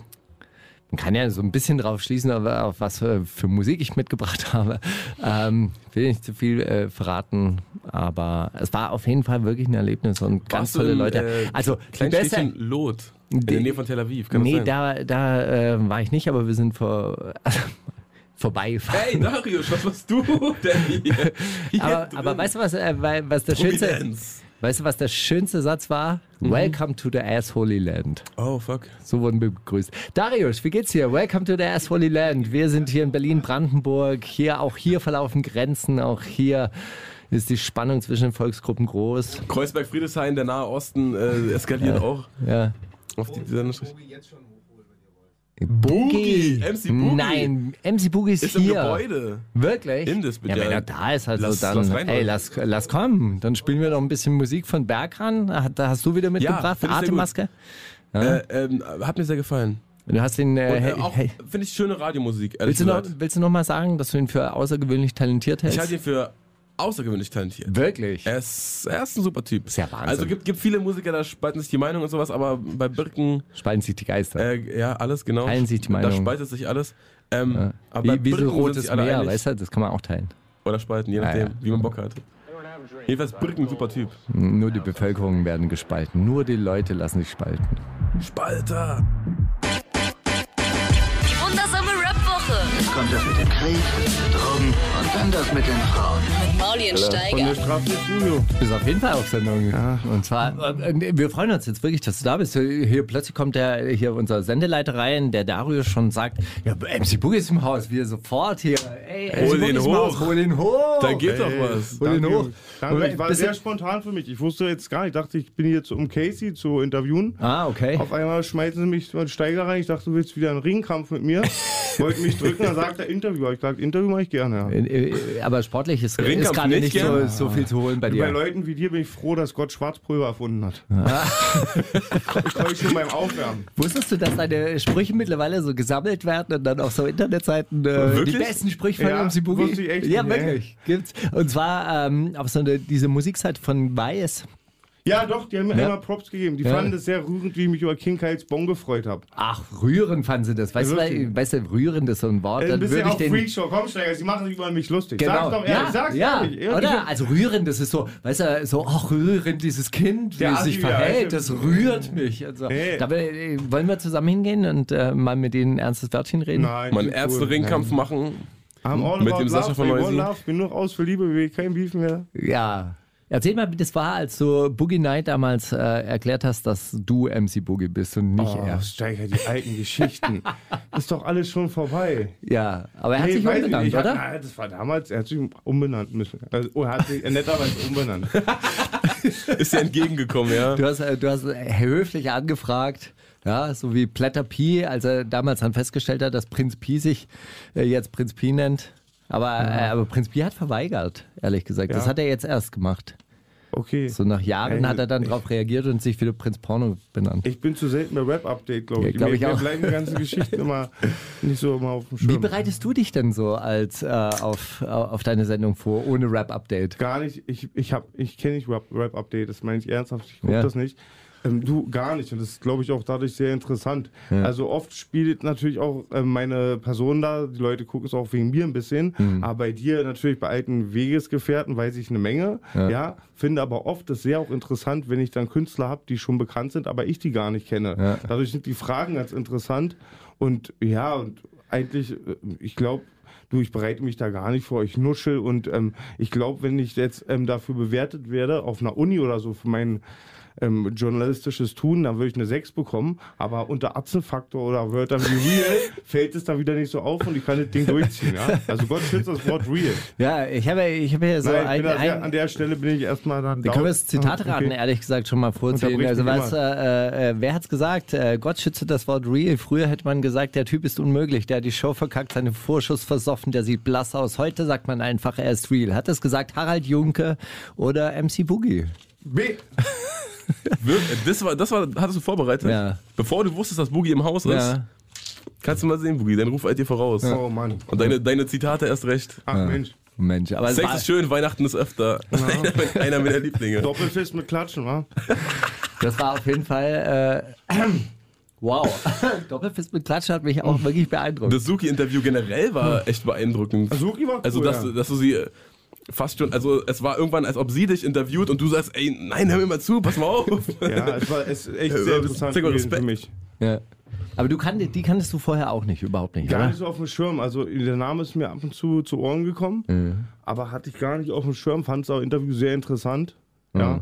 [SPEAKER 6] man kann ja so ein bisschen drauf schließen, aber auf was für, für Musik ich mitgebracht habe. Ähm, will nicht zu viel äh, verraten, aber es war auf jeden Fall wirklich ein Erlebnis und ganz
[SPEAKER 1] Warst du
[SPEAKER 6] tolle
[SPEAKER 1] im,
[SPEAKER 6] Leute.
[SPEAKER 1] äh,
[SPEAKER 6] also die
[SPEAKER 1] Kleines
[SPEAKER 6] beste.
[SPEAKER 1] Städtchen Lot in der
[SPEAKER 6] Die-
[SPEAKER 1] Nähe von Tel Aviv, kann
[SPEAKER 6] Nee,
[SPEAKER 1] das sein?
[SPEAKER 6] da, da äh, war ich nicht, aber wir sind vor, vorbeigefahren.
[SPEAKER 1] Hey, Darius, was machst du denn hier? hier
[SPEAKER 6] aber, aber weißt du, was, äh, weil- was der schönste,
[SPEAKER 1] Providenz.
[SPEAKER 6] weißt du, was der schönste Satz war?
[SPEAKER 1] Mhm.
[SPEAKER 6] Welcome to the Ass Holy Land.
[SPEAKER 1] Oh, fuck.
[SPEAKER 6] So wurden wir begrüßt. Darius, wie geht's dir? Welcome to the Ass Holy Land. Wir sind hier in Berlin-Brandenburg. Hier, auch hier verlaufen Grenzen. Auch hier ist die Spannung zwischen den Volksgruppen groß.
[SPEAKER 1] Kreuzberg, Friedrichshain, der Nahe Osten äh, eskalieren auch.
[SPEAKER 6] Ja.
[SPEAKER 1] Auf die, dieser
[SPEAKER 6] Boogie!
[SPEAKER 1] MC Boogie.
[SPEAKER 6] Nein, MC Boogie ist,
[SPEAKER 1] Ist im
[SPEAKER 6] hier.
[SPEAKER 1] Gebäude.
[SPEAKER 6] Wirklich?
[SPEAKER 1] In das bitte.
[SPEAKER 6] ja, wenn er da ist, halt
[SPEAKER 1] Lass-
[SPEAKER 6] so dann.
[SPEAKER 1] lass rein,
[SPEAKER 6] ey,
[SPEAKER 1] Leute.
[SPEAKER 6] lass, lass kommen. Dann spielen wir noch ein bisschen Musik von Bergran. Ah, Da hast du wieder mitgebracht.
[SPEAKER 1] find ich sehr gut.
[SPEAKER 6] Atemmaske.
[SPEAKER 1] Äh, ähm, hat mir sehr gefallen.
[SPEAKER 6] Du hast den. Äh,
[SPEAKER 1] Und, äh,
[SPEAKER 6] hey,
[SPEAKER 1] auch
[SPEAKER 6] hey.
[SPEAKER 1] finde ich schöne Radiomusik, ehrlich
[SPEAKER 6] Willst, du noch,
[SPEAKER 1] gesagt.
[SPEAKER 6] willst du noch mal sagen, dass du ihn für außergewöhnlich talentiert hältst?
[SPEAKER 1] Ich halte ihn für außergewöhnlich talentiert.
[SPEAKER 6] Wirklich?
[SPEAKER 1] Er ist, er ist ein super Typ.
[SPEAKER 6] Ist ja Wahnsinn.
[SPEAKER 1] Also gibt, gibt viele Musiker, da spalten sich die Meinung und sowas, aber bei Birken,
[SPEAKER 6] Spalten sich die Geister.
[SPEAKER 1] äh, ja, alles, genau.
[SPEAKER 6] Teilen sich die
[SPEAKER 1] Da
[SPEAKER 6] Meinung.
[SPEAKER 1] spaltet sich alles. Ähm, aber bei
[SPEAKER 6] Wie, wie so
[SPEAKER 1] Birken sind
[SPEAKER 6] rotes
[SPEAKER 1] sich alle
[SPEAKER 6] Meer,
[SPEAKER 1] einig.
[SPEAKER 6] weißt du, das kann man auch teilen.
[SPEAKER 1] Oder spalten, je nachdem,
[SPEAKER 6] Ja, ja.
[SPEAKER 1] wie man Bock hat. Jedenfalls Birken, super Typ.
[SPEAKER 6] Nur die Bevölkerung werden gespalten, nur die Leute lassen sich spalten.
[SPEAKER 1] Spalter!
[SPEAKER 2] Die wundersame Rap-Woche
[SPEAKER 3] Kommt das mit dem Krieg, mit den Drogen und dann das mit den Frauen.
[SPEAKER 2] mit Maulien
[SPEAKER 1] Und
[SPEAKER 2] Steiger.
[SPEAKER 1] wir strafen das Studio.
[SPEAKER 6] Du bist auf jeden Fall auf Sendung. Und zwar, äh, wir freuen uns jetzt wirklich, dass du da bist. Hier plötzlich kommt der, hier unser Sendeleiter rein, der Darius schon sagt, ja, MC Boogie ist im Haus, wir sofort hier. Ey, MC
[SPEAKER 1] Hol
[SPEAKER 6] Boogie
[SPEAKER 1] ihn
[SPEAKER 6] ist im Haus,
[SPEAKER 1] hoch.
[SPEAKER 6] Hol ihn hoch.
[SPEAKER 1] Da geht doch was.
[SPEAKER 6] Hol ihn
[SPEAKER 7] Danke,
[SPEAKER 6] hoch.
[SPEAKER 7] Danke, ich war
[SPEAKER 6] Bist du-
[SPEAKER 7] sehr spontan für mich. Ich wusste jetzt gar nicht. Ich dachte, ich bin hier, zu, um Casey zu interviewen.
[SPEAKER 6] Ah, okay.
[SPEAKER 7] Auf einmal schmeißen sie mich so einen Steiger rein. Ich dachte, du willst wieder einen Ringkampf mit mir. Wollten mich drücken, dann sagt er Interview. Ich sage, Interview mache ich gerne. Ja.
[SPEAKER 6] Äh, äh, Aber sportlich ist, ist
[SPEAKER 1] Ringkampf
[SPEAKER 6] gerade
[SPEAKER 1] nicht,
[SPEAKER 6] nicht, so,
[SPEAKER 1] gell?
[SPEAKER 6] so viel zu holen bei dir.
[SPEAKER 7] Bei Leuten wie dir bin ich froh, dass Gott Schwarzpulver erfunden hat. ich freue mich schon beim Aufwärmen.
[SPEAKER 6] Wusstest du, dass deine Sprüche mittlerweile so gesammelt werden und dann auf so Internetseiten äh, die
[SPEAKER 1] Wirklich?
[SPEAKER 6] besten Sprüche von
[SPEAKER 7] Ja,
[SPEAKER 6] MC Boogie?
[SPEAKER 7] wusste ich echt
[SPEAKER 6] ja,
[SPEAKER 7] nicht,
[SPEAKER 6] wirklich. Gibt's. Und zwar ähm, auf so eine, diese Musikseite von Bias.
[SPEAKER 7] Ja, doch, die haben mir
[SPEAKER 6] Ja.
[SPEAKER 7] einmal Props gegeben. Die
[SPEAKER 6] Ja. Ah,
[SPEAKER 7] fanden es sehr rührend, wie ich mich über King Kiles Bon gefreut habe.
[SPEAKER 6] Ach, rührend fanden sie das. Weißt, du,
[SPEAKER 7] Wirklich? Äh,
[SPEAKER 6] weil- weißt du, rührend ist so ein Wort.
[SPEAKER 7] Ein
[SPEAKER 6] Dann
[SPEAKER 7] bisschen
[SPEAKER 6] würde ich
[SPEAKER 7] auch
[SPEAKER 6] den.
[SPEAKER 7] Freakshow. Komm, Steiger, sie machen sich über mich lustig. Sag's
[SPEAKER 6] Genau.
[SPEAKER 7] doch
[SPEAKER 6] ja,
[SPEAKER 7] ehrlich, sag's
[SPEAKER 6] ja,
[SPEAKER 7] ehrlich. Ehrlich.
[SPEAKER 6] Oder? Also rührend, das ist so, weißt du, so, ach, rührend, dieses Kind, wie
[SPEAKER 7] Der
[SPEAKER 6] es sich
[SPEAKER 7] Assi wieder,
[SPEAKER 6] verhält, das
[SPEAKER 7] weißt du?
[SPEAKER 6] rührt mich. Also,
[SPEAKER 7] Nee.
[SPEAKER 6] da will- äh, wollen wir zusammen hingehen und äh, mal mit denen ein ernstes Wörtchen reden?
[SPEAKER 7] Nein,
[SPEAKER 1] Mal einen
[SPEAKER 7] ist cool.
[SPEAKER 1] Ärzte-Ringkampf machen.
[SPEAKER 7] Haben all
[SPEAKER 1] Mit
[SPEAKER 7] about
[SPEAKER 1] dem Sascha
[SPEAKER 7] love,
[SPEAKER 1] von
[SPEAKER 7] they want
[SPEAKER 1] Neusiedl.
[SPEAKER 7] love. Bin nur aus für Liebe, wir kein Beef mehr.
[SPEAKER 6] Ja. Erzähl mal, wie das war, als du Boogie Night damals äh, erklärt hast, dass du MC Boogie bist und
[SPEAKER 7] Oh.
[SPEAKER 6] nicht er.
[SPEAKER 7] Steiger, halt die alten Geschichten. ist doch alles schon vorbei.
[SPEAKER 6] Ja, aber er hat
[SPEAKER 7] Nee,
[SPEAKER 6] sich
[SPEAKER 7] weiß ich
[SPEAKER 6] umbenannt,
[SPEAKER 7] nicht.
[SPEAKER 6] oder?
[SPEAKER 7] Hat, ah, das war damals, er hat sich umbenannt müssen. Also, oh, er hat sich netterweise umbenannt.
[SPEAKER 1] Ist dir entgegengekommen, ja.
[SPEAKER 6] Du hast, äh, du hast äh, höflich angefragt, ja, so wie Platter Pi, als er damals dann festgestellt hat, dass Prinz Pi sich äh, jetzt Prinz Pi nennt. Aber, äh, aber Prinz Pi hat verweigert, ehrlich gesagt. Das
[SPEAKER 7] Ja.
[SPEAKER 6] hat er jetzt erst gemacht.
[SPEAKER 7] Okay.
[SPEAKER 6] So nach Jahren
[SPEAKER 7] Ey,
[SPEAKER 6] hat er dann darauf reagiert und sich wieder Prinz Porno benannt.
[SPEAKER 7] Ich bin zu selten bei Rap-Update, glaube
[SPEAKER 6] Ja,
[SPEAKER 7] ich.
[SPEAKER 6] glaub
[SPEAKER 7] mir,
[SPEAKER 6] ich auch.
[SPEAKER 7] mir bleiben die ganzen Geschichten immer nicht so immer auf dem
[SPEAKER 6] Wie
[SPEAKER 7] Schirm.
[SPEAKER 6] bereitest du dich denn so als äh, auf, auf deine Sendung vor, ohne Rap-Update?
[SPEAKER 7] Gar nicht. Ich, ich, hab- ich kenne nicht Rap- Rap-Update, das meine ich ernsthaft. Ich gucke
[SPEAKER 6] Ja.
[SPEAKER 7] das nicht. Ähm, du gar nicht. Und das ist, glaube ich, auch dadurch sehr interessant. Also oft spielt natürlich auch ähm, meine Person da. Die Leute gucken es auch wegen mir ein bisschen. Aber bei dir natürlich bei alten Wegesgefährten weiß ich eine Menge. Ja. Finde aber oft das sehr auch interessant, wenn ich dann Künstler habe, die schon bekannt sind, aber ich die gar nicht kenne. Dadurch sind die Fragen ganz interessant. Und ja, und eigentlich, äh, ich glaube, du, ich bereite mich da gar nicht vor, ich nuschel und ähm, ich glaube, wenn ich jetzt ähm, dafür bewertet werde, auf einer Uni oder so, für mein ähm, journalistisches Tun, dann würde ich eine 6 bekommen, aber unter Atzenfaktor oder Wörtern wie real fällt es dann wieder nicht so auf und ich kann das Ding durchziehen. Ja? Also Gott schützt das Wort real.
[SPEAKER 6] Ja, ich habe ich habe hier so
[SPEAKER 7] Nein, ich
[SPEAKER 6] ein,
[SPEAKER 7] bin an, der,
[SPEAKER 6] ein
[SPEAKER 7] an der Stelle bin ich erstmal dann.
[SPEAKER 6] wir
[SPEAKER 7] down.
[SPEAKER 6] können wir das Zitat
[SPEAKER 7] Ah, okay.
[SPEAKER 6] raten, ehrlich gesagt, schon mal vorziehen.
[SPEAKER 7] Unterbrich
[SPEAKER 6] Also
[SPEAKER 7] mich
[SPEAKER 6] was, äh, äh, wer hat's gesagt? Äh, Gott schütze das Wort real. Früher hätte man gesagt, der Typ ist unmöglich, der hat die Show verkackt, seine Vorschuss versoffen, der sieht blass aus. Heute sagt man einfach, er ist real. Hat es gesagt Harald Junke oder MC Boogie?
[SPEAKER 7] B.
[SPEAKER 1] Wirklich? Das war, das war, hattest du vorbereitet?
[SPEAKER 6] Ja.
[SPEAKER 1] Bevor du wusstest, dass Boogie im Haus ist, kannst du mal sehen, Boogie, dein Ruf eilt dir voraus.
[SPEAKER 7] Oh Mann.
[SPEAKER 1] Und deine, deine Zitate erst recht.
[SPEAKER 7] Ach Mensch.
[SPEAKER 6] Mensch, aber es
[SPEAKER 1] Sex
[SPEAKER 6] war,
[SPEAKER 1] ist schön, Weihnachten ist öfter. Einer, mit- einer meiner Lieblinge.
[SPEAKER 7] Doppelfist mit Klatschen, wa?
[SPEAKER 6] das war auf jeden Fall. Äh, wow. Doppelfist mit Klatschen hat mich auch wirklich beeindruckt.
[SPEAKER 1] Das Suki-Interview generell
[SPEAKER 7] Hm.
[SPEAKER 1] war echt beeindruckend.
[SPEAKER 7] Suki war cool,
[SPEAKER 1] Also, dass,
[SPEAKER 7] oh ja.
[SPEAKER 1] du- dass du sie äh, fast schon, also es war irgendwann, als ob sie dich interviewt und du sagst, ey, nein, hör mir mal zu, pass mal auf.
[SPEAKER 7] Ja, es war es ist echt
[SPEAKER 1] Ja,
[SPEAKER 7] sehr interessant
[SPEAKER 1] zeig mal
[SPEAKER 7] gewesen für
[SPEAKER 1] Respekt.
[SPEAKER 7] mich.
[SPEAKER 6] ja. Aber du kanntest, die kanntest du vorher auch nicht, überhaupt nicht.
[SPEAKER 7] Gar
[SPEAKER 6] oder?
[SPEAKER 7] nicht so auf dem Schirm. Also der Name ist mir ab und zu zu Ohren gekommen,
[SPEAKER 6] Mhm.
[SPEAKER 7] aber hatte ich gar nicht auf dem Schirm. Fand das Interview sehr interessant.
[SPEAKER 6] Mhm.
[SPEAKER 7] Ja.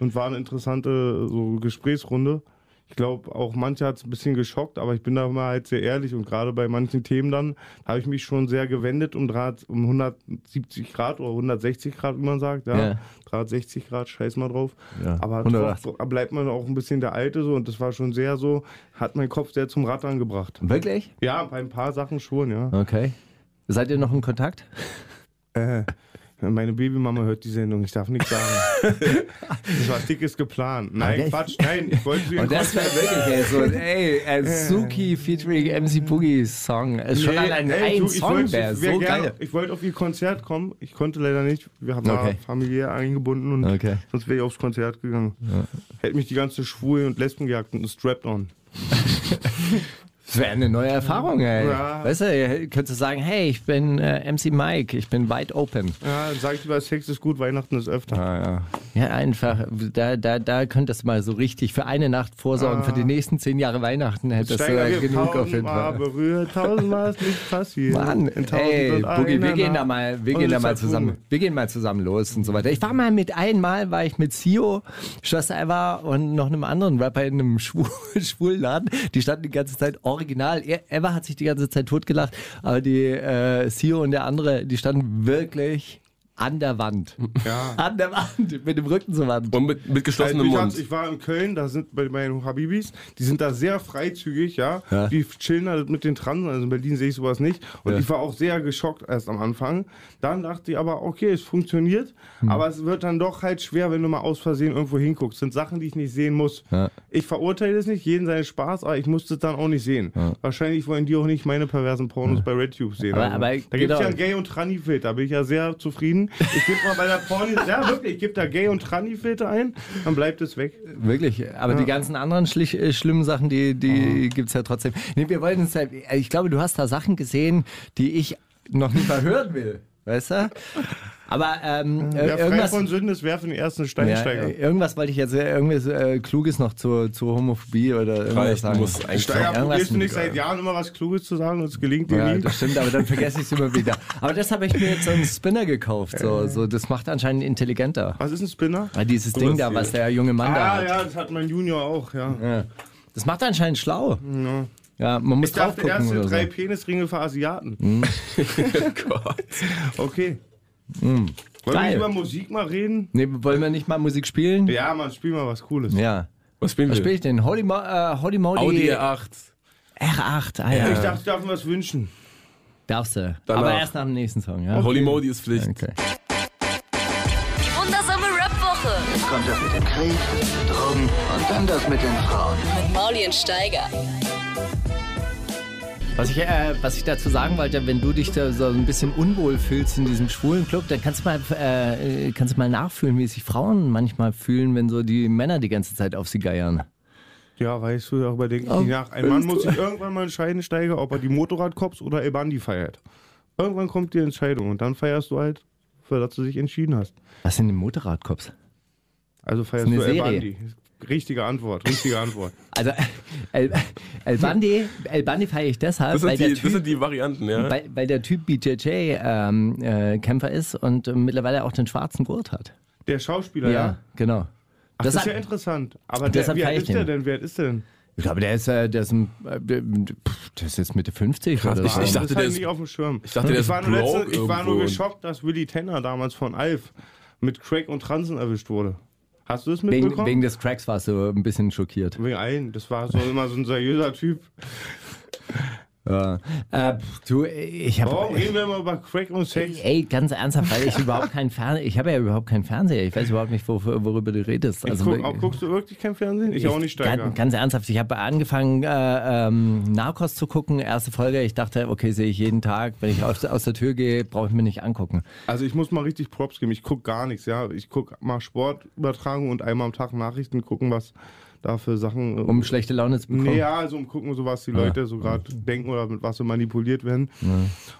[SPEAKER 7] Und war eine interessante so Gesprächsrunde. Ich glaube, auch manche hat es ein bisschen geschockt, aber ich bin da mal halt sehr ehrlich und gerade bei manchen Themen dann habe ich mich schon sehr gewendet um, Draht, um 170 Grad oder 160 Grad, wie man sagt. Ja.
[SPEAKER 6] Ja.
[SPEAKER 7] 360 Grad, scheiß mal drauf.
[SPEAKER 6] Ja,
[SPEAKER 7] Aber
[SPEAKER 6] 180.
[SPEAKER 7] drauf bleibt man auch ein bisschen der Alte so und das war schon sehr so, hat meinen Kopf sehr zum Rattern gebracht.
[SPEAKER 6] Wirklich?
[SPEAKER 7] Ja, bei ein paar Sachen schon, ja.
[SPEAKER 6] Okay. Seid ihr noch in Kontakt?
[SPEAKER 7] Meine Babymama hört die Sendung, ich darf nichts sagen. das war dickes geplant. Nein,
[SPEAKER 6] der-
[SPEAKER 7] Quatsch, nein, ich wollte sie
[SPEAKER 6] Und das war wirklich ey, so ein, ey, ein Suki featuring MC Boogie Song. Äh, Schon allein
[SPEAKER 7] ey,
[SPEAKER 6] ein
[SPEAKER 7] du, ich
[SPEAKER 6] Song
[SPEAKER 7] wollte-
[SPEAKER 6] wäre
[SPEAKER 7] ich wär
[SPEAKER 6] so
[SPEAKER 7] gerne-
[SPEAKER 6] geil.
[SPEAKER 7] Ich wollte auf ihr Konzert kommen, ich konnte leider nicht. Wir haben
[SPEAKER 6] Okay.
[SPEAKER 7] okay. familiär eingebunden und
[SPEAKER 6] Okay.
[SPEAKER 7] sonst wäre ich aufs Konzert gegangen. Hätte mich die ganze Schwulen und Lesben gejagt und ein Strap-on.
[SPEAKER 6] Das wäre eine neue Erfahrung, ey.
[SPEAKER 7] Ja.
[SPEAKER 6] Weißt du, ihr könntest sagen, hey, ich bin äh, MC Mike, ich bin wide open.
[SPEAKER 7] Ja, dann sag ich lieber, Sex ist gut, Weihnachten ist öfter.
[SPEAKER 6] Ah, Ja, einfach, da, da, da könntest du mal so richtig für eine Nacht vorsorgen. Für die nächsten zehn Jahre Weihnachten hättest
[SPEAKER 7] Ah.
[SPEAKER 6] du
[SPEAKER 7] Steiger,
[SPEAKER 6] äh,
[SPEAKER 7] wir
[SPEAKER 6] genug auf jeden
[SPEAKER 7] tausendmal
[SPEAKER 6] Fall.
[SPEAKER 7] berührt, tausendmal ist nichts passiert.
[SPEAKER 6] Mann,
[SPEAKER 7] In tausend
[SPEAKER 6] ey,
[SPEAKER 7] und
[SPEAKER 6] Boogie, wir
[SPEAKER 7] einer
[SPEAKER 6] gehen da
[SPEAKER 7] Nacht.
[SPEAKER 6] mal, wir
[SPEAKER 7] Und halt
[SPEAKER 6] gehen da
[SPEAKER 7] es
[SPEAKER 6] mal
[SPEAKER 7] hat
[SPEAKER 6] zusammen, wir gehen mal zusammen los und so weiter. Ich war mal mit einmal, war ich mit Sio, Schwester Eva und noch einem anderen Rapper in einem Schwul Schwulladen. Die standen die ganze Zeit original. E- Eva hat sich die ganze Zeit totgelacht, aber die äh, Sio und der andere, die standen wirklich an der Wand.
[SPEAKER 7] Ja.
[SPEAKER 6] An der Wand, mit dem Rücken zur Wand.
[SPEAKER 1] Und mit, mit
[SPEAKER 7] Also
[SPEAKER 1] geschlossenem
[SPEAKER 7] ich, hab's-
[SPEAKER 1] Mund.
[SPEAKER 7] ich war in Köln, da sind bei meinen Habibis, die sind da sehr freizügig, ja. Die chillen da mit den Transen, also in Berlin sehe ich sowas nicht. Und ich war auch sehr geschockt erst am Anfang. Dann dachte ich aber, okay, es funktioniert, aber es wird dann doch halt schwer, wenn du mal aus Versehen irgendwo hinguckst. sind Sachen, die ich nicht sehen muss. Ich verurteile es nicht, jeden seinen Spaß, aber ich musste es dann auch nicht sehen. Wahrscheinlich wollen die auch nicht meine perversen Pornos bei RedTube sehen.
[SPEAKER 6] Aber-
[SPEAKER 7] also. da
[SPEAKER 6] aber genau. geht
[SPEAKER 7] gibt es ja
[SPEAKER 6] auch.
[SPEAKER 7] einen Gay- und Tranny-Filter, bin ich ja sehr zufrieden. Ich gebe mal bei der Porni, ja wirklich, ich gebe da Gay- und Tranny-Filter ein, dann bleibt es weg.
[SPEAKER 6] Wirklich, aber die ganzen anderen schlich, äh, schlimmen Sachen, die, die gibt's ja trotzdem. Nee, wir wollten es halt, ich glaube, du hast da Sachen gesehen, die ich noch nicht mal hören will, weißt du? Aber ähm, äh,
[SPEAKER 7] Wer frei
[SPEAKER 6] irgendwas,
[SPEAKER 7] von Sünden ist, werfe den ersten
[SPEAKER 6] ja,
[SPEAKER 7] Steinsteiger.
[SPEAKER 6] äh, irgendwas wollte ich jetzt, äh, irgendwas äh, Kluges noch zur, zur Homophobie oder irgendwas
[SPEAKER 1] Reicht,
[SPEAKER 6] sagen.
[SPEAKER 1] muss eigentlich
[SPEAKER 7] Steiger,
[SPEAKER 6] irgendwas
[SPEAKER 7] probierst du
[SPEAKER 6] mit-
[SPEAKER 7] nicht seit Jahren immer was Kluges zu sagen und es gelingt dir
[SPEAKER 6] Ja,
[SPEAKER 7] nie?
[SPEAKER 6] das stimmt, aber dann vergesse ich es immer wieder. Aber das habe ich mir jetzt so einen Spinner gekauft. So,
[SPEAKER 7] Äh.
[SPEAKER 6] so, das macht anscheinend intelligenter.
[SPEAKER 7] Was ist ein Spinner?
[SPEAKER 6] Weil Dieses Ding da, was der junge Mann da halt.
[SPEAKER 7] Ah
[SPEAKER 6] hat.
[SPEAKER 7] ja, das hat mein Junior auch, ja.
[SPEAKER 6] Das macht anscheinend schlau. Ja, man muss
[SPEAKER 7] Ich
[SPEAKER 6] drauf
[SPEAKER 7] dachte
[SPEAKER 6] gucken
[SPEAKER 7] erst
[SPEAKER 6] oder so. Hm. Oh
[SPEAKER 7] drei Penisringe für Asiaten.
[SPEAKER 1] Gott.
[SPEAKER 7] Okay. Wollen
[SPEAKER 6] Hm. Geil.
[SPEAKER 7] wir über Musik mal reden?
[SPEAKER 6] Nee, wollen wir nicht mal Musik spielen?
[SPEAKER 7] Ja, man, spiel mal was Cooles.
[SPEAKER 6] Ja.
[SPEAKER 1] Was spielen
[SPEAKER 6] Was
[SPEAKER 1] wir?
[SPEAKER 6] spiele ich denn? Holy, Mo äh, Holy Moly
[SPEAKER 1] Audi R8.
[SPEAKER 6] R8. Ah, ja.
[SPEAKER 7] Ich dachte, ich darf mir was wünschen.
[SPEAKER 6] Darfst du.
[SPEAKER 1] Danach.
[SPEAKER 6] Aber erst nach dem nächsten Song, ja?
[SPEAKER 1] Holy Modi ist Pflicht.
[SPEAKER 6] Okay.
[SPEAKER 2] Die wundersame Rap-Woche
[SPEAKER 8] Kommt das mit dem Krieg, Drogen und dann das mit den Frauen.
[SPEAKER 2] mit Mauli und Steiger.
[SPEAKER 6] Was ich, äh, was ich dazu sagen wollte, wenn du dich da so ein bisschen unwohl fühlst in diesem schwulen Club, dann kannst du mal, äh, äh, kannst du mal nachfühlen, wie sich Frauen manchmal fühlen, wenn so die Männer die ganze Zeit auf sie geiern.
[SPEAKER 7] Ja, weißt du, darüber denke ich nicht nach. Ein Mann muss sich irgendwann mal entscheiden, Steiger, ob er die Motorradcops oder El Bandi feiert. Irgendwann kommt die Entscheidung und dann feierst du halt, für das du dich entschieden hast.
[SPEAKER 6] Was sind denn Motorradcops?
[SPEAKER 7] Also feierst
[SPEAKER 6] Ist
[SPEAKER 7] du
[SPEAKER 6] eine
[SPEAKER 7] El
[SPEAKER 6] Serie.
[SPEAKER 7] Bandi. Richtige Antwort, richtige Antwort.
[SPEAKER 6] Also, El, El Bandi, El Bandi feiere ich deshalb,
[SPEAKER 1] Das
[SPEAKER 6] weil
[SPEAKER 1] sind,
[SPEAKER 6] der
[SPEAKER 1] die,
[SPEAKER 6] Typ
[SPEAKER 1] das sind die Varianten, ja.
[SPEAKER 6] Weil, weil der Typ BJJ-Kämpfer ähm, ist und äh, mittlerweile auch den schwarzen Gurt hat.
[SPEAKER 7] Der Schauspieler, ja.
[SPEAKER 6] genau.
[SPEAKER 7] Ach, das,
[SPEAKER 6] Das
[SPEAKER 7] ist
[SPEAKER 6] hat-
[SPEAKER 7] ja interessant. Aber der,
[SPEAKER 6] deshalb
[SPEAKER 7] wie alt
[SPEAKER 6] feier ich
[SPEAKER 7] ist der
[SPEAKER 6] den.
[SPEAKER 7] denn? Wer ist der denn?
[SPEAKER 6] Ich glaube, der ist, äh, der ist, ein, äh, pf, der ist jetzt Mitte 50
[SPEAKER 1] Krass,
[SPEAKER 6] oder so.
[SPEAKER 1] Ich dachte,
[SPEAKER 7] Also das
[SPEAKER 1] der
[SPEAKER 7] hab
[SPEAKER 1] ist-
[SPEAKER 7] nicht auf dem Schirm.
[SPEAKER 1] ich dachte, der ist
[SPEAKER 7] war nur,
[SPEAKER 1] broke
[SPEAKER 7] letzte, ich war nur
[SPEAKER 1] irgendwo.
[SPEAKER 7] geschockt, dass Willy Tanner damals von Alf mit Craig und Transen erwischt wurde. Hast du das
[SPEAKER 6] wegen,
[SPEAKER 7] mitbekommen?
[SPEAKER 6] wegen des Cracks warst du ein bisschen schockiert.
[SPEAKER 7] Wegen allen. Das war so immer so ein seriöser Typ.
[SPEAKER 6] Ja. Äh, pf, du, ich habe...
[SPEAKER 7] Warum reden wir immer über Craig und Sex?
[SPEAKER 6] Ey, ganz ernsthaft, weil ich überhaupt keinen Fernseher, ich habe ja überhaupt keinen Fernseher. Ich weiß überhaupt nicht, wo, worüber du redest. Also
[SPEAKER 7] Ich guck, auch, guckst du wirklich kein Fernsehen? Ich, auch nicht steiger.
[SPEAKER 6] Ganz, ganz ernsthaft, ich habe angefangen, äh, ähm, Narcos zu gucken, erste Folge. Ich dachte, okay, sehe ich jeden Tag. Wenn ich aus, aus der Tür gehe, brauche ich mir nicht angucken.
[SPEAKER 7] Also ich muss mal richtig Props geben. Ich guck gar nichts, ja. Ich guck mal Sportübertragung und einmal am Tag Nachrichten gucken, was da für Sachen. äh,
[SPEAKER 6] Um schlechte Laune zu bekommen.
[SPEAKER 7] Nee, ja, also um gucken, so was die Leute so gerade denken oder mit was sie manipuliert werden.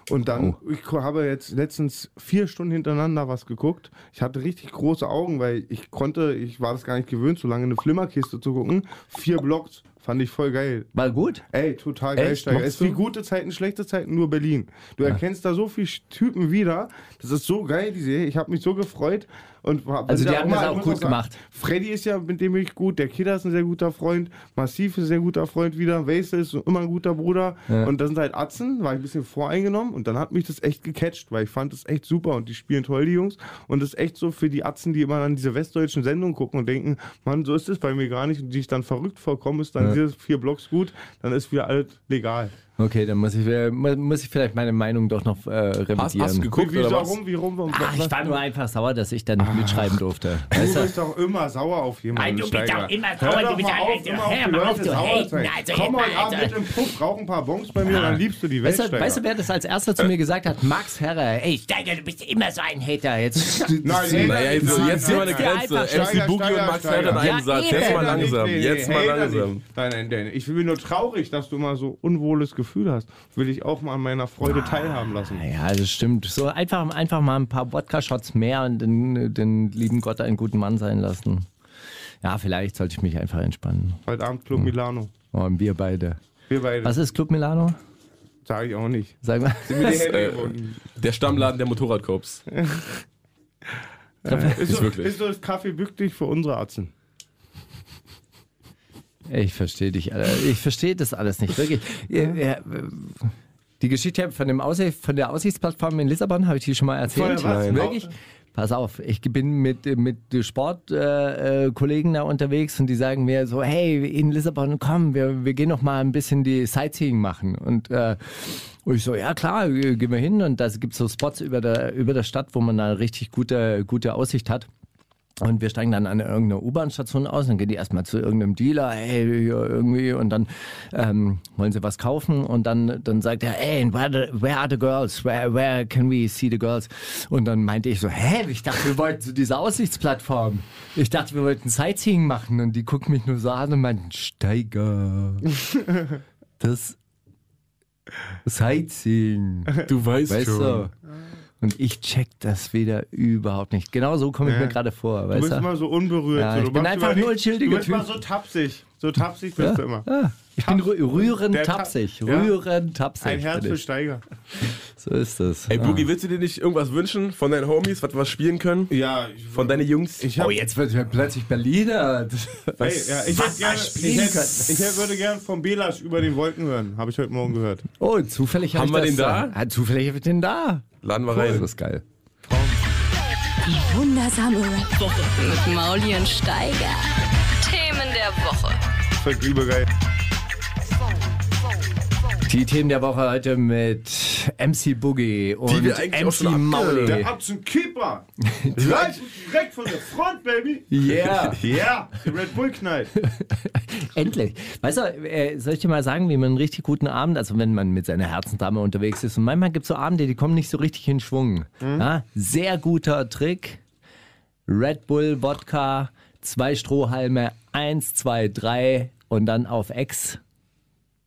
[SPEAKER 7] Und dann, ich ko- habe jetzt letztens vier Stunden hintereinander was geguckt. Ich hatte richtig große Augen, weil ich konnte, ich war das gar nicht gewöhnt, so lange eine Flimmerkiste zu gucken. Vier Blocks fand ich voll geil.
[SPEAKER 6] War gut.
[SPEAKER 7] Ey, total geil,
[SPEAKER 6] Echt?
[SPEAKER 7] Steiger.
[SPEAKER 6] Mochtest
[SPEAKER 7] Es ist wie
[SPEAKER 6] du?
[SPEAKER 7] gute Zeiten, schlechte Zeiten, nur Berlin. Du erkennst da so viele Typen wieder. Das ist so geil, die Serie. Ich habe mich so gefreut. Und war,
[SPEAKER 6] Also die
[SPEAKER 7] da
[SPEAKER 6] haben
[SPEAKER 7] mal-
[SPEAKER 6] das
[SPEAKER 7] ich
[SPEAKER 6] auch
[SPEAKER 7] muss
[SPEAKER 6] gut
[SPEAKER 7] sagen,
[SPEAKER 6] gemacht.
[SPEAKER 7] Freddy ist ja mit dem ich gut. Der Kidder ist ein sehr guter Freund. Massiv ist ein sehr guter Freund wieder. Weisel ist immer ein guter Bruder. Und das sind halt Atzen. War ich ein bisschen voreingenommen. Und dann hat mich das echt gecatcht, weil ich fand das echt super. Und die spielen toll, die Jungs. Und das ist echt so für die Atzen, die immer an diese westdeutschen Sendungen gucken und denken, Mann, so ist es bei mir gar nicht. Und die sich dann verrückt vorkommen, ist dann diese vier Blocks gut. Dann ist wieder alles legal.
[SPEAKER 6] Okay, dann muss ich, äh, mu- muss ich vielleicht meine Meinung doch noch äh,
[SPEAKER 1] hast, hast du
[SPEAKER 6] revidieren.
[SPEAKER 1] geguckt
[SPEAKER 7] wie, wie,
[SPEAKER 1] oder was?
[SPEAKER 7] warum, wie rum, warum,
[SPEAKER 6] Ach, ich war nur einfach sauer, dass ich da
[SPEAKER 7] Ah.
[SPEAKER 6] nicht mitschreiben durfte.
[SPEAKER 7] Du bist doch immer sauer auf jemanden.
[SPEAKER 9] Nein, du bist
[SPEAKER 7] Steiger.
[SPEAKER 9] doch immer
[SPEAKER 7] Hör
[SPEAKER 9] sauer,
[SPEAKER 7] Doch
[SPEAKER 9] du bist
[SPEAKER 7] mal
[SPEAKER 9] doch-
[SPEAKER 7] auf, immer
[SPEAKER 9] hör
[SPEAKER 7] auf die
[SPEAKER 9] mal auf
[SPEAKER 7] Leute
[SPEAKER 9] zu
[SPEAKER 7] sauer
[SPEAKER 9] haten,
[SPEAKER 7] zu sein.
[SPEAKER 9] also
[SPEAKER 7] Komm
[SPEAKER 9] jetzt
[SPEAKER 7] mal
[SPEAKER 9] mal,
[SPEAKER 7] abend mit
[SPEAKER 9] also-
[SPEAKER 7] im Puff, rauch ein paar Bongs bei mir und dann liebst du die Welt.
[SPEAKER 6] Weißt du,
[SPEAKER 7] Steiger.
[SPEAKER 6] weißt du, wer das als erster
[SPEAKER 7] Äh.
[SPEAKER 6] zu mir gesagt hat? Max Herrer. Ey,
[SPEAKER 9] Steiger, du bist immer so ein Hater.
[SPEAKER 6] Hater, jetzt.
[SPEAKER 7] Nein,
[SPEAKER 1] Naja, jetzt,
[SPEAKER 7] nein,
[SPEAKER 1] jetzt
[SPEAKER 7] nein,
[SPEAKER 1] hier mal eine
[SPEAKER 7] nein.
[SPEAKER 1] Grenze.
[SPEAKER 7] Steiger,
[SPEAKER 1] MC Boogie
[SPEAKER 7] Steiger,
[SPEAKER 1] und Max
[SPEAKER 7] Steiger.
[SPEAKER 1] Herr in
[SPEAKER 7] Ja,
[SPEAKER 1] einem Satz. Jetzt mal
[SPEAKER 7] Hater nicht,
[SPEAKER 1] langsam.
[SPEAKER 7] nee, nee,
[SPEAKER 1] Jetzt mal
[SPEAKER 7] Hater
[SPEAKER 1] langsam.
[SPEAKER 7] nicht. Nein, nein, nein. Ich bin nur traurig, dass du mal so unwohles Gefühl hast. Will ich auch mal an meiner Freude teilhaben lassen.
[SPEAKER 6] Ja, das stimmt. So einfach, einfach mal ein paar Wodka-Shots mehr und den, den lieben Gott einen guten Mann sein lassen. Ja, vielleicht sollte ich mich einfach entspannen.
[SPEAKER 7] Heute Abend Club Milano.
[SPEAKER 6] Oh, und wir beide.
[SPEAKER 7] Wir beide.
[SPEAKER 6] Was ist Club Milano?
[SPEAKER 7] Sag ich auch nicht.
[SPEAKER 6] Sag mal.
[SPEAKER 7] Sind mir die Hände geworden.
[SPEAKER 1] Äh, Der Stammladen der Motorradkorps.
[SPEAKER 7] Ist so,
[SPEAKER 1] wirklich.
[SPEAKER 7] ist so das Kaffee wirklich für unsere Atzen.
[SPEAKER 6] Ich verstehe dich, Alter. Ich verstehe das alles nicht, wirklich. Ja, ja, Die Geschichte von, dem Aussicht, von der Aussichtsplattform in Lissabon habe ich dir schon mal
[SPEAKER 7] Von
[SPEAKER 6] erzählt.
[SPEAKER 7] der was? Nein.
[SPEAKER 6] Wirklich? Pass auf, ich bin mit, mit Sportkollegen äh, Kollegen da unterwegs und die sagen mir so, hey, in Lissabon, komm, wir, wir gehen noch mal ein bisschen die Sightseeing machen. Und äh, und ich so, ja klar, äh, gehen wir hin. Und da gibt es so Spots über der, über der Stadt, wo man da richtig gute, gute Aussicht hat. Und wir steigen dann an irgendeiner U-Bahn-Station aus, dann gehen die erstmal zu irgendeinem Dealer, hey, hier irgendwie, und dann ähm, wollen sie was kaufen und dann, dann sagt er, hey, and where, the, where are the girls? Where, where can we see the girls? Und dann meinte ich so, hä, ich dachte, wir wollten zu dieser Aussichtsplattform. Ich dachte, wir wollten Sightseeing machen und die gucken mich nur so an und meinten, Steiger, das Sightseeing.
[SPEAKER 1] Du weißt,
[SPEAKER 6] Weißt du? Und ich check das wieder überhaupt nicht. Genau so komme ich
[SPEAKER 7] Ja.
[SPEAKER 6] mir gerade vor,
[SPEAKER 7] Du
[SPEAKER 6] weißt
[SPEAKER 7] bist
[SPEAKER 6] du?
[SPEAKER 7] immer so unberührt.
[SPEAKER 6] Ja,
[SPEAKER 7] so. Du
[SPEAKER 6] ich bin
[SPEAKER 7] machst
[SPEAKER 6] einfach
[SPEAKER 7] überhaupt
[SPEAKER 6] nur ein
[SPEAKER 7] nicht-
[SPEAKER 6] schildiger
[SPEAKER 7] Du bist immer
[SPEAKER 6] Typ.
[SPEAKER 7] so tapsig. So tapsig bist du immer.
[SPEAKER 6] Ah, ich bin rü rührend
[SPEAKER 7] Der Ta-
[SPEAKER 6] tapsig.
[SPEAKER 7] Ja.
[SPEAKER 6] Rührend tapsig.
[SPEAKER 7] Ein Herz
[SPEAKER 6] bin
[SPEAKER 7] für
[SPEAKER 6] ich.
[SPEAKER 7] Steiger.
[SPEAKER 6] So ist das.
[SPEAKER 1] Ey, Boogie, willst du dir nicht irgendwas wünschen von deinen Homies, was wir spielen können?
[SPEAKER 7] Ja, ich,
[SPEAKER 1] Von deinen Jungs?
[SPEAKER 7] ich hab,
[SPEAKER 6] Oh, jetzt wird mir plötzlich Berliner.
[SPEAKER 7] ey, ja, ich, hätte gerne, ich, hätte, ich hätte, würde gern von Belasch über den Wolken hören. Habe ich heute Morgen gehört.
[SPEAKER 6] Oh, zufällig hab
[SPEAKER 1] Haben
[SPEAKER 6] ich
[SPEAKER 1] wir
[SPEAKER 6] das
[SPEAKER 1] den da?
[SPEAKER 6] Ah, zufällig habe ich den da. Oh,
[SPEAKER 1] Laden wir
[SPEAKER 6] Das
[SPEAKER 1] rein.
[SPEAKER 6] ist geil.
[SPEAKER 2] Wundersame Rap-Woche mit Mauli und Steiger. Themen der Woche.
[SPEAKER 7] Völlig übergeil.
[SPEAKER 6] Die Themen der Woche heute mit MC Boogie und
[SPEAKER 1] wir eigentlich auch
[SPEAKER 6] MC
[SPEAKER 1] schon
[SPEAKER 6] Mauli.
[SPEAKER 7] Der Abzun-Keeper. Gleich direkt von der Front, Baby.
[SPEAKER 6] Yeah.
[SPEAKER 7] Ja, der Red Bull knallt.
[SPEAKER 6] Endlich. Weißt du, äh, soll ich dir mal sagen, wie man einen richtig guten Abend, also wenn man mit seiner Herzensdame unterwegs ist, und manchmal gibt es so Abende, die kommen nicht so richtig in Schwung.
[SPEAKER 7] Mhm.
[SPEAKER 6] Ja, sehr guter Trick. Red Bull, Wodka, zwei
[SPEAKER 7] Mhm.
[SPEAKER 6] Strohhalme, eins, zwei, drei und dann auf Ex.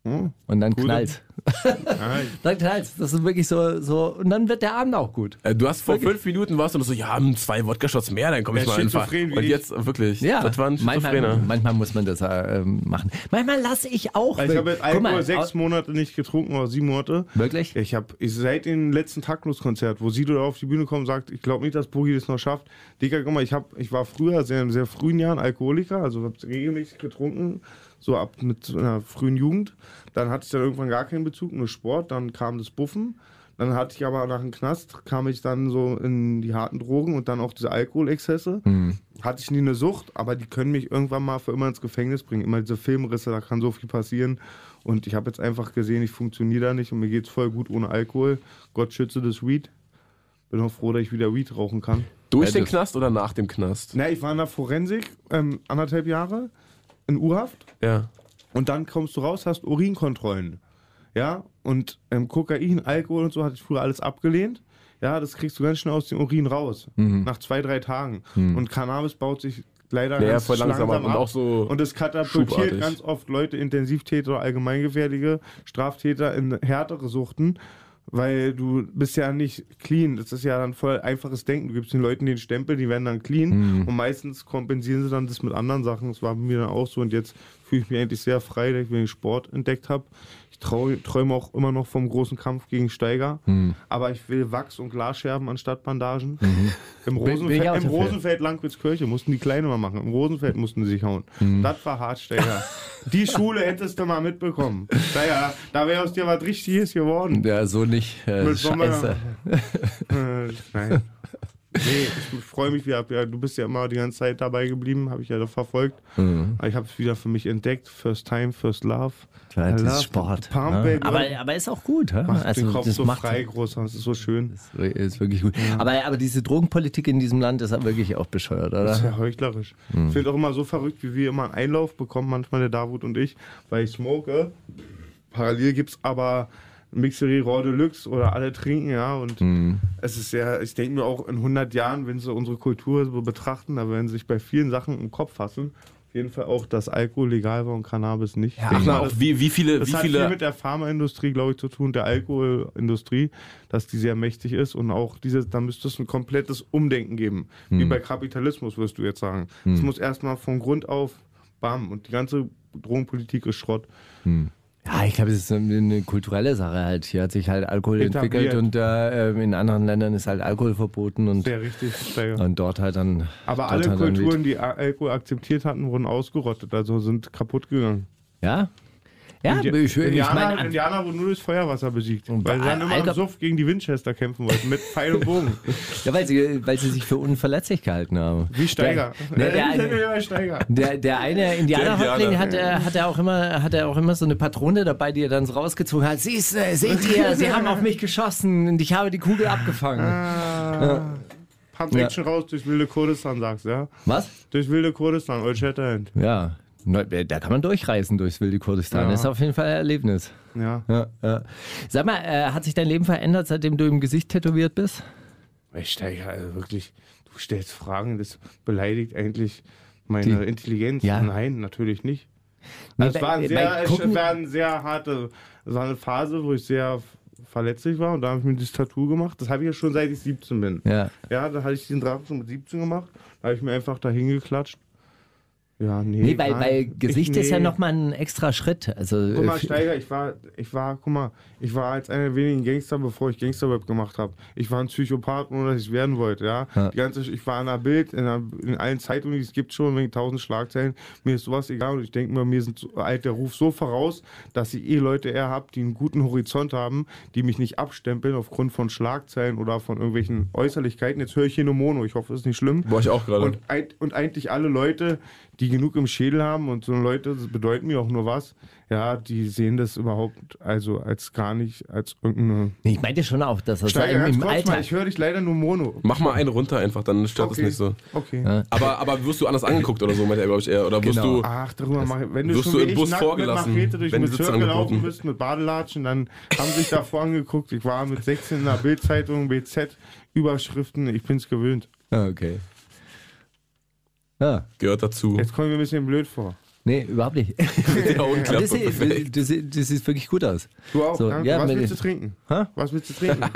[SPEAKER 6] Und dann knallt.
[SPEAKER 7] Nein.
[SPEAKER 6] Direkt Hals. Das ist wirklich so, so. Und dann wird der Abend auch gut.
[SPEAKER 1] Äh, Du hast vor fünf Minuten warst und so, ja, hm, zwei Wodka-Shots mehr, dann komme ich
[SPEAKER 7] Ja,
[SPEAKER 1] mal einfach.
[SPEAKER 7] schizophren wie
[SPEAKER 1] Und
[SPEAKER 7] ich.
[SPEAKER 1] jetzt äh, wirklich, das war ein
[SPEAKER 6] manchmal,
[SPEAKER 1] Schizophrener.
[SPEAKER 6] manchmal muss man das äh, ähm, machen. Manchmal lasse ich auch.
[SPEAKER 7] Ich habe jetzt
[SPEAKER 6] Guck mal,
[SPEAKER 7] Alkohol sechs
[SPEAKER 6] au-
[SPEAKER 7] Monate nicht getrunken oder sieben Monate.
[SPEAKER 6] Wirklich?
[SPEAKER 7] Ich habe ich, seit dem letzten Taktlos-Konzert, wo Sido da auf die Bühne kommt und sagt, ich glaube nicht, dass Boogie das noch schafft. Digga, guck mal, ich, hab, ich war früher sehr, in sehr frühen Jahren Alkoholiker, also habe regelmäßig getrunken, so ab mit einer frühen Jugend. Dann hatte ich dann irgendwann gar keinen Bezug, nur Sport, dann kam das Buffen. Dann hatte ich aber nach dem Knast, kam ich dann so in die harten Drogen und dann auch diese Alkoholexzesse. Hatte ich nie eine Sucht, aber die können mich irgendwann mal für immer ins Gefängnis bringen. Immer diese Filmrisse, da kann so viel passieren. Und ich habe jetzt einfach gesehen, ich funktioniere da nicht und mir geht's voll gut ohne Alkohol. Gott schütze das Weed. Bin auch froh, dass ich wieder Weed rauchen kann.
[SPEAKER 1] Durch
[SPEAKER 6] Ja,
[SPEAKER 1] den
[SPEAKER 6] das-
[SPEAKER 1] Knast oder nach dem Knast?
[SPEAKER 7] Na, ich war in der Forensik ähm, anderthalb Jahre in U-Haft.
[SPEAKER 1] Ja.
[SPEAKER 7] Und dann kommst du raus, hast Urinkontrollen. Ja, und ähm, Kokain, Alkohol und so hatte ich früher alles abgelehnt. Ja, das kriegst du ganz schnell aus dem Urin raus.
[SPEAKER 1] Mhm.
[SPEAKER 7] Nach zwei, drei Tagen. Und Cannabis baut sich leider
[SPEAKER 1] Ja,
[SPEAKER 7] ganz
[SPEAKER 1] voll Mhm. langsam ab und
[SPEAKER 7] ab.
[SPEAKER 1] auch so
[SPEAKER 7] Und das katapultiert
[SPEAKER 1] schubartig.
[SPEAKER 7] ganz oft Leute, Intensivtäter oder allgemeingefährliche Straftäter in härtere Suchten. Weil du bist ja nicht clean. Das ist ja dann voll einfaches Denken. Du gibst den Leuten den Stempel, die werden dann clean. Und meistens kompensieren sie dann das mit anderen Sachen. Das war bei mir dann auch so. Und jetzt fühle ich mich eigentlich sehr frei, dass ich mir den Sport entdeckt habe. Ich trau- träume auch immer noch vom großen Kampf gegen Steiger. Aber ich will Wachs und Glasscherben anstatt Bandagen. Im,
[SPEAKER 6] Bin- bin ich
[SPEAKER 7] Rosenfeld, im
[SPEAKER 6] auch dafür.
[SPEAKER 7] Rosenfeld Langwitzkirche mussten die Kleine mal machen. Im Rosenfeld mussten sie sich hauen.
[SPEAKER 6] Mhm.
[SPEAKER 7] Das war hart, Steiger. die Schule hättest du mal mitbekommen. Steiger, da wäre aus dir was Richtiges geworden.
[SPEAKER 6] Ja, so nicht. Äh,
[SPEAKER 7] Mit Sommer-
[SPEAKER 6] scheiße.
[SPEAKER 7] Äh, nein. Nee, ich freue mich wieder. Ja, Du bist ja immer die ganze Zeit dabei geblieben, habe ich ja doch verfolgt.
[SPEAKER 6] Mhm.
[SPEAKER 7] Aber Ich habe es wieder für mich entdeckt. First time, first love.
[SPEAKER 6] Ja,
[SPEAKER 7] I
[SPEAKER 6] das
[SPEAKER 7] love
[SPEAKER 6] ist Sport.
[SPEAKER 7] Pump,
[SPEAKER 6] ja.
[SPEAKER 7] baby.
[SPEAKER 6] aber, aber ist auch gut. Ja?
[SPEAKER 7] Macht den Kopf
[SPEAKER 6] das
[SPEAKER 7] so
[SPEAKER 6] macht-
[SPEAKER 7] frei, groß. Das ist so schön.
[SPEAKER 6] Das ist wirklich gut. Aber, aber diese Drogenpolitik in diesem Land ist ja wirklich auch bescheuert,
[SPEAKER 7] Das ist
[SPEAKER 6] oder?
[SPEAKER 7] ja heuchlerisch. Ich finde auch immer so verrückt, wie wir immer einen Einlauf bekommen, manchmal der Davut und ich, weil ich smoke. Parallel gibt es aber Mixerie Raw Deluxe oder alle trinken, ja. Und es ist ja, ich denke mir auch in 100 Jahren, wenn sie unsere Kultur so betrachten, da werden sie sich bei vielen Sachen im Kopf fassen. Auf jeden Fall auch, dass Alkohol legal war und Cannabis nicht.
[SPEAKER 1] Ach, na, auch
[SPEAKER 7] das
[SPEAKER 1] wie, wie viele,
[SPEAKER 7] das
[SPEAKER 1] wie
[SPEAKER 7] hat viel
[SPEAKER 1] viele
[SPEAKER 7] mit der Pharmaindustrie, glaube ich, zu tun, der Alkoholindustrie, dass die sehr mächtig ist und auch dieses, da müsste es ein komplettes Umdenken geben.
[SPEAKER 6] Hm.
[SPEAKER 7] Wie bei Kapitalismus, wirst du jetzt sagen. Es muss erstmal von Grund auf, bam, und die ganze Drogenpolitik ist Schrott.
[SPEAKER 6] Ja, ich glaube, es ist eine, eine kulturelle Sache halt. Hier hat sich halt Alkohol entwickelt
[SPEAKER 7] Etabliert.
[SPEAKER 6] und äh, ähm, in anderen Ländern ist halt Alkohol verboten und,
[SPEAKER 7] Sehr richtig, Steiger.
[SPEAKER 6] und dort halt dann.
[SPEAKER 7] Aber
[SPEAKER 6] dort
[SPEAKER 7] alle
[SPEAKER 6] halt dann
[SPEAKER 7] Kulturen, die Al- Alkohol akzeptiert hatten, wurden ausgerottet, also sind kaputt gegangen.
[SPEAKER 6] Ja? Ja,
[SPEAKER 7] Die-
[SPEAKER 6] ich, ich
[SPEAKER 7] Indianer,
[SPEAKER 6] meine,
[SPEAKER 7] Indianer wurden nur durch Feuerwasser besiegt, weil sie
[SPEAKER 6] bei
[SPEAKER 7] dann immer
[SPEAKER 6] Alko-
[SPEAKER 7] im Suff gegen die Winchester kämpfen wollten, mit Pfeil und Bogen.
[SPEAKER 6] ja, weil, sie, weil sie sich für unverletzlich gehalten haben.
[SPEAKER 7] Wie Steiger.
[SPEAKER 6] Der, der,
[SPEAKER 7] Äh,
[SPEAKER 6] eine-
[SPEAKER 7] wie Steiger.
[SPEAKER 6] der, der eine Indianerhäuptling
[SPEAKER 1] Indianer.
[SPEAKER 6] hat, äh, hat er auch immer, hat er auch immer so eine Patrone dabei, die er dann so rausgezogen hat. Siehst, du, seht ihr, sie haben auf mich geschossen und ich habe die Kugel
[SPEAKER 7] Ah.
[SPEAKER 6] abgefangen.
[SPEAKER 7] Pump Action raus durch wilde Kurdistan, sagst du, ja?
[SPEAKER 6] Was?
[SPEAKER 7] Durch wilde Kurdistan, Old Shatterhand.
[SPEAKER 6] Ja, ne- da kann man durchreisen durchs wilde Kurdistan.
[SPEAKER 7] Ja.
[SPEAKER 6] Das ist auf jeden Fall ein Erlebnis.
[SPEAKER 7] Ja.
[SPEAKER 6] Ja, ja. Sag mal, äh, hat sich dein Leben verändert, seitdem du im Gesicht tätowiert bist?
[SPEAKER 7] Ich steige also wirklich, du stellst Fragen, das beleidigt eigentlich meine
[SPEAKER 6] Die-
[SPEAKER 7] Intelligenz.
[SPEAKER 6] Ja.
[SPEAKER 7] Nein, natürlich nicht. Also es
[SPEAKER 6] bei-
[SPEAKER 7] war, ein
[SPEAKER 6] bei
[SPEAKER 7] sehr,
[SPEAKER 6] Gucken-
[SPEAKER 7] es war eine sehr harte, es war eine Phase, wo ich sehr verletzlich war und da habe ich mir das Tattoo gemacht. Das habe ich ja schon seit ich 17 bin.
[SPEAKER 6] Ja.
[SPEAKER 7] Ja, da hatte ich den Drachen schon mit 17 gemacht. Da habe ich mir einfach da hingeklatscht. Ja, nee.
[SPEAKER 6] Nee, weil,
[SPEAKER 7] nein,
[SPEAKER 6] weil
[SPEAKER 7] ich-
[SPEAKER 6] Gesicht ist ja
[SPEAKER 7] nee.
[SPEAKER 6] nochmal ein extra Schritt. Also,
[SPEAKER 7] Guck mal,
[SPEAKER 6] äh,
[SPEAKER 7] Steiger, ich war, ich war, guck mal, ich war als einer der wenigen Gangster, bevor ich Gangsterrap gemacht habe. Ich war ein Psychopath, ohne dass ich es werden wollte, ja. Die ganze, ich war in der Bild, in, der, in allen Zeitungen, die es gibt schon, wegen tausend Schlagzeilen. Mir ist sowas egal und ich denke mir, mir sind so, alt der Ruf so voraus, dass ich eh Leute eher habe, die einen guten Horizont haben, die mich nicht abstempeln aufgrund von Schlagzeilen oder von irgendwelchen Äußerlichkeiten. Jetzt höre ich hier nur Mono, ich hoffe, es ist nicht schlimm.
[SPEAKER 1] Boah, ich auch gerade.
[SPEAKER 7] Und, ein- und eigentlich alle Leute, die genug im Schädel haben und so Leute, das bedeuten mir auch nur was, ja, die sehen das überhaupt also als gar nicht, als irgendeine.
[SPEAKER 6] nee, ich meinte schon auch, dass das
[SPEAKER 7] Steiger,
[SPEAKER 6] im,
[SPEAKER 7] ganz
[SPEAKER 6] im
[SPEAKER 7] kurz mal,
[SPEAKER 6] Alltag.
[SPEAKER 7] ich höre dich leider nur Mono.
[SPEAKER 1] Mach mal einen runter einfach, dann stört es nicht so.
[SPEAKER 7] Okay.
[SPEAKER 1] Aber, aber wirst du anders angeguckt oder so, meint er, glaube ich, eher. Oder wirst
[SPEAKER 6] Genau.
[SPEAKER 1] du.
[SPEAKER 7] Ach, darüber mache ich. Wenn du
[SPEAKER 1] wirst
[SPEAKER 7] schon
[SPEAKER 1] du
[SPEAKER 7] wie
[SPEAKER 1] im
[SPEAKER 7] ich
[SPEAKER 1] Bus
[SPEAKER 7] nackt
[SPEAKER 1] vorgelassen,
[SPEAKER 7] mit Machete durch
[SPEAKER 1] wenn
[SPEAKER 7] den
[SPEAKER 1] Sitz
[SPEAKER 7] Bezirk gelaufen
[SPEAKER 1] angeboten.
[SPEAKER 7] bist, mit Badelatschen, dann haben sich davor angeguckt. Ich war mit 16 in der Bildzeitung, BZ, Überschriften, ich bin's gewöhnt.
[SPEAKER 6] Ah, okay. Ja.
[SPEAKER 1] Gehört dazu.
[SPEAKER 7] Jetzt kommen wir ein bisschen blöd vor.
[SPEAKER 6] Nee, überhaupt nicht.
[SPEAKER 1] Mit der
[SPEAKER 6] Aber
[SPEAKER 1] Augenklappe
[SPEAKER 6] das, sieht, das, sieht, das sieht wirklich gut aus.
[SPEAKER 7] Du auch,
[SPEAKER 6] So,
[SPEAKER 7] danke.
[SPEAKER 6] ja,
[SPEAKER 7] Was
[SPEAKER 6] mit-
[SPEAKER 7] willst du trinken?
[SPEAKER 6] Hä?
[SPEAKER 7] Was willst du trinken?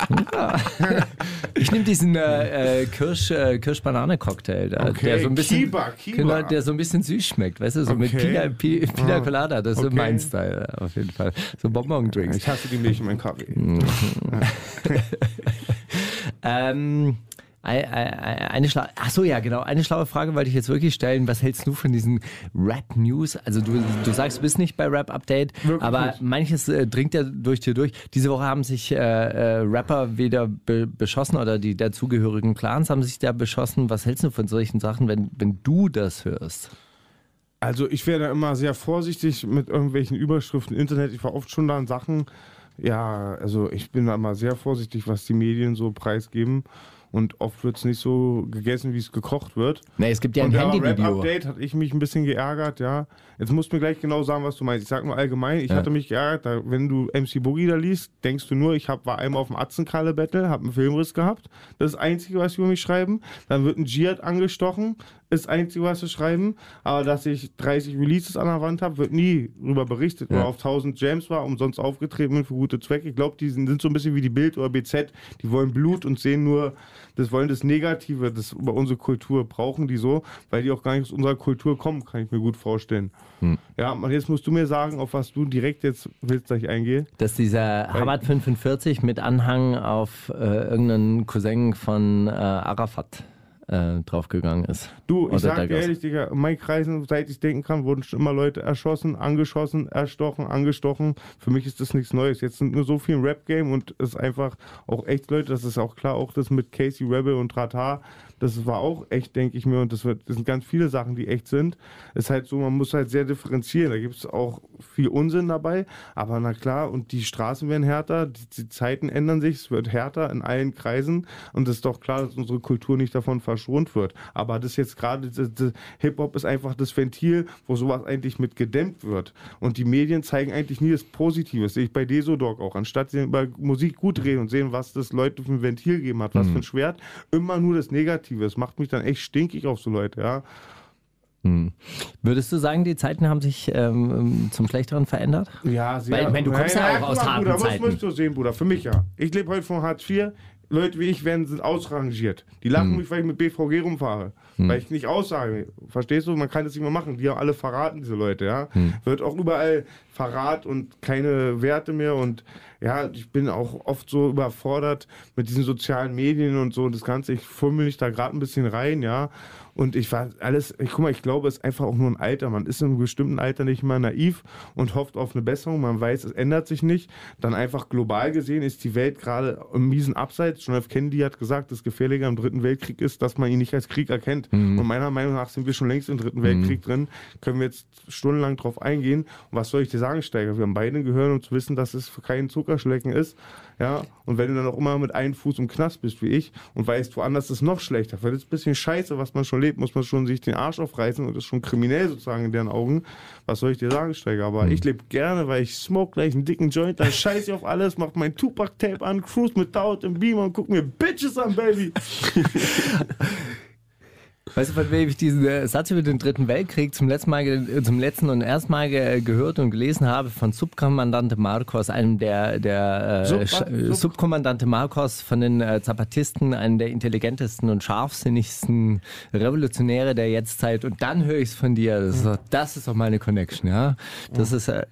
[SPEAKER 6] Ich nehme diesen äh, äh, Kirsch, äh, Kirsch-Banane-Cocktail, da,
[SPEAKER 7] Okay,
[SPEAKER 6] der so ein bisschen,
[SPEAKER 7] Kiba, Kiba.
[SPEAKER 6] Genau, der so ein bisschen süß schmeckt, weißt du, so mit
[SPEAKER 7] Okay.
[SPEAKER 6] Pina, Pi, Pina
[SPEAKER 7] Ah,
[SPEAKER 6] Colada, das ist
[SPEAKER 7] okay.
[SPEAKER 6] so mein Style auf jeden Fall. So Bonbon-Drinks.
[SPEAKER 7] ich hasse die Milch in meinem Kaffee.
[SPEAKER 6] Ähm, ei- ei- ei- eine schlaue, ach so, ja, genau. Eine schlaue Frage wollte ich jetzt wirklich stellen. Was hältst du von diesen Rap-News? Also, du, du sagst, du bist nicht bei Rap-Update,
[SPEAKER 7] Wirklich
[SPEAKER 6] aber
[SPEAKER 7] nicht.
[SPEAKER 6] manches äh, dringt ja durch dir durch. Diese Woche haben sich äh, äh, Rapper weder be beschossen oder die dazugehörigen Clans haben sich da beschossen. Was hältst du von solchen Sachen, wenn, wenn du das hörst?
[SPEAKER 7] Also ich wäre da immer sehr vorsichtig mit irgendwelchen Überschriften im Internet. Ich war oft schon da an Sachen. Ja, also ich bin da immer sehr vorsichtig, was die Medien so preisgeben. Und oft wird es nicht so gegessen, wie es gekocht wird.
[SPEAKER 6] Nee, es gibt ja ein
[SPEAKER 7] Und ja, aber
[SPEAKER 6] Handyvideo.
[SPEAKER 7] Rap-Update hat ich mich ein bisschen geärgert, ja. Jetzt musst du mir gleich genau sagen, was du meinst. Ich sag nur allgemein, ich hatte mich geärgert, da, wenn du MC Boogie da liest, denkst du nur, ich hab, war einmal auf dem Atzenkalle-Battle, hab einen Filmriss gehabt. Das ist das Einzige, was sie über mich schreiben. Dann wird ein Jihad angestochen, ist das Einzige, was sie schreiben. Aber dass ich 30 Releases an der Wand habe, wird nie drüber berichtet. Oder auf 1000 Jams war, umsonst aufgetreten bin für gute Zwecke. Ich glaube, die sind sind so ein bisschen wie die Bild oder BZ. Die wollen Blut und sehen nur, das wollen das Negative, das über unsere Kultur brauchen die so, weil die auch gar nicht aus unserer Kultur kommen, kann ich mir gut vorstellen. Ja, und jetzt musst du mir sagen, auf was du direkt jetzt willst, dass ich eingehe.
[SPEAKER 6] Dass dieser Hamad 45 mit Anhang auf äh, irgendeinen Cousin von äh, Arafat äh, draufgegangen ist.
[SPEAKER 7] Du,
[SPEAKER 6] Oder
[SPEAKER 7] ich sag dir
[SPEAKER 6] Dagas.
[SPEAKER 7] ehrlich, Digga, in meinen Kreisen, seit ich denken kann, wurden schon immer Leute erschossen, angeschossen, erstochen, angestochen. Für mich ist das nichts Neues. Jetzt sind nur so viel im Rap-Game und es ist einfach auch echt Leute, das ist auch klar, auch das mit Casey Rebel und Rata, das war auch echt, denke ich mir, und das, wird, das sind ganz viele Sachen, die echt sind. Es ist halt so, man muss halt sehr differenzieren. Da gibt es auch viel Unsinn dabei, aber na klar, und die Straßen werden härter, die, die Zeiten ändern sich, es wird härter in allen Kreisen und es ist doch klar, dass unsere Kultur nicht davon verschont wird. Aber das jetzt gerade, das- das- Hip-Hop ist einfach das Ventil, wo sowas eigentlich mit gedämmt wird. Und die Medien zeigen eigentlich nie das Positive. Das sehe ich bei Desodog auch. Anstatt sie über Musik gut reden und sehen, was das Leute für ein Ventil gegeben hat, was für ein Schwert, immer nur das Negative. Das macht mich dann echt stinkig auf so Leute, ja.
[SPEAKER 6] Würdest du sagen, die Zeiten haben sich ähm, zum Schlechteren verändert?
[SPEAKER 7] Ja, sehr.
[SPEAKER 6] Weil ich meine, du kommst ja auch
[SPEAKER 7] guck
[SPEAKER 6] aus
[SPEAKER 7] mal,
[SPEAKER 6] harten
[SPEAKER 7] Bruder,
[SPEAKER 6] Zeiten.
[SPEAKER 7] Was musst du sehen, Bruder? Für mich ja. Ich lebe heute von Hartz IV. Leute wie ich werden sind ausrangiert. Die lachen mich, weil ich mit BVG rumfahre. Weil ich nicht aussage. Verstehst du? Man kann das nicht mehr machen. Die haben alle verraten, diese Leute, ja. Wird auch überall Verrat und keine Werte mehr. Und ja, ich bin auch oft so überfordert mit diesen sozialen Medien und so und das Ganze. Ich fummel mich da gerade ein bisschen rein, ja. Und ich war alles, ich guck mal, ich glaube, es ist einfach auch nur ein Alter. Man ist in einem bestimmten Alter nicht mehr naiv und hofft auf eine Besserung. Man weiß, es ändert sich nicht. Dann einfach global gesehen ist die Welt gerade im miesen Abseits. John F. Kennedy hat gesagt, das Gefährliche am Dritten Weltkrieg ist, dass man ihn nicht als Krieg erkennt. Und meiner Meinung nach sind wir schon längst im Dritten Weltkrieg drin. Können wir jetzt stundenlang drauf eingehen. Und was soll ich dir sagen, Steiger? Wir haben beide gehört, um zu wissen, dass es für keinen Zuckerschlecken ist. Ja, und wenn du dann auch immer mit einem Fuß im Knast bist wie ich und weißt, woanders ist noch schlechter, weil das ist ein bisschen scheiße, was man schon lebt, muss man schon sich den Arsch aufreißen und ist schon kriminell sozusagen in deren Augen. Was soll ich dir sagen, Steiger? Aber ich lebe gerne, weil ich smoke gleich einen dicken Joint, dann scheiße ich auf alles, mach mein Tupac-Tape an, cruise mit Taut im Beamer und guck mir Bitches an, Baby.
[SPEAKER 6] Weißt du, von wem ich diesen äh, Satz über den Dritten Weltkrieg zum letzten, Mal, ge- äh, zum letzten und ersten Mal ge gehört und gelesen habe von Subkommandante Marcos, einem der, der äh,
[SPEAKER 7] Sub-
[SPEAKER 6] Sch-
[SPEAKER 7] was?
[SPEAKER 6] äh,
[SPEAKER 7] Sub-
[SPEAKER 6] Subkommandante Marcos von den äh, Zapatisten, einem der intelligentesten und scharfsinnigsten Revolutionäre der Jetztzeit. Und dann höre ich es von dir. Das ist, doch, das ist doch meine Connection, ja. Das ist äh,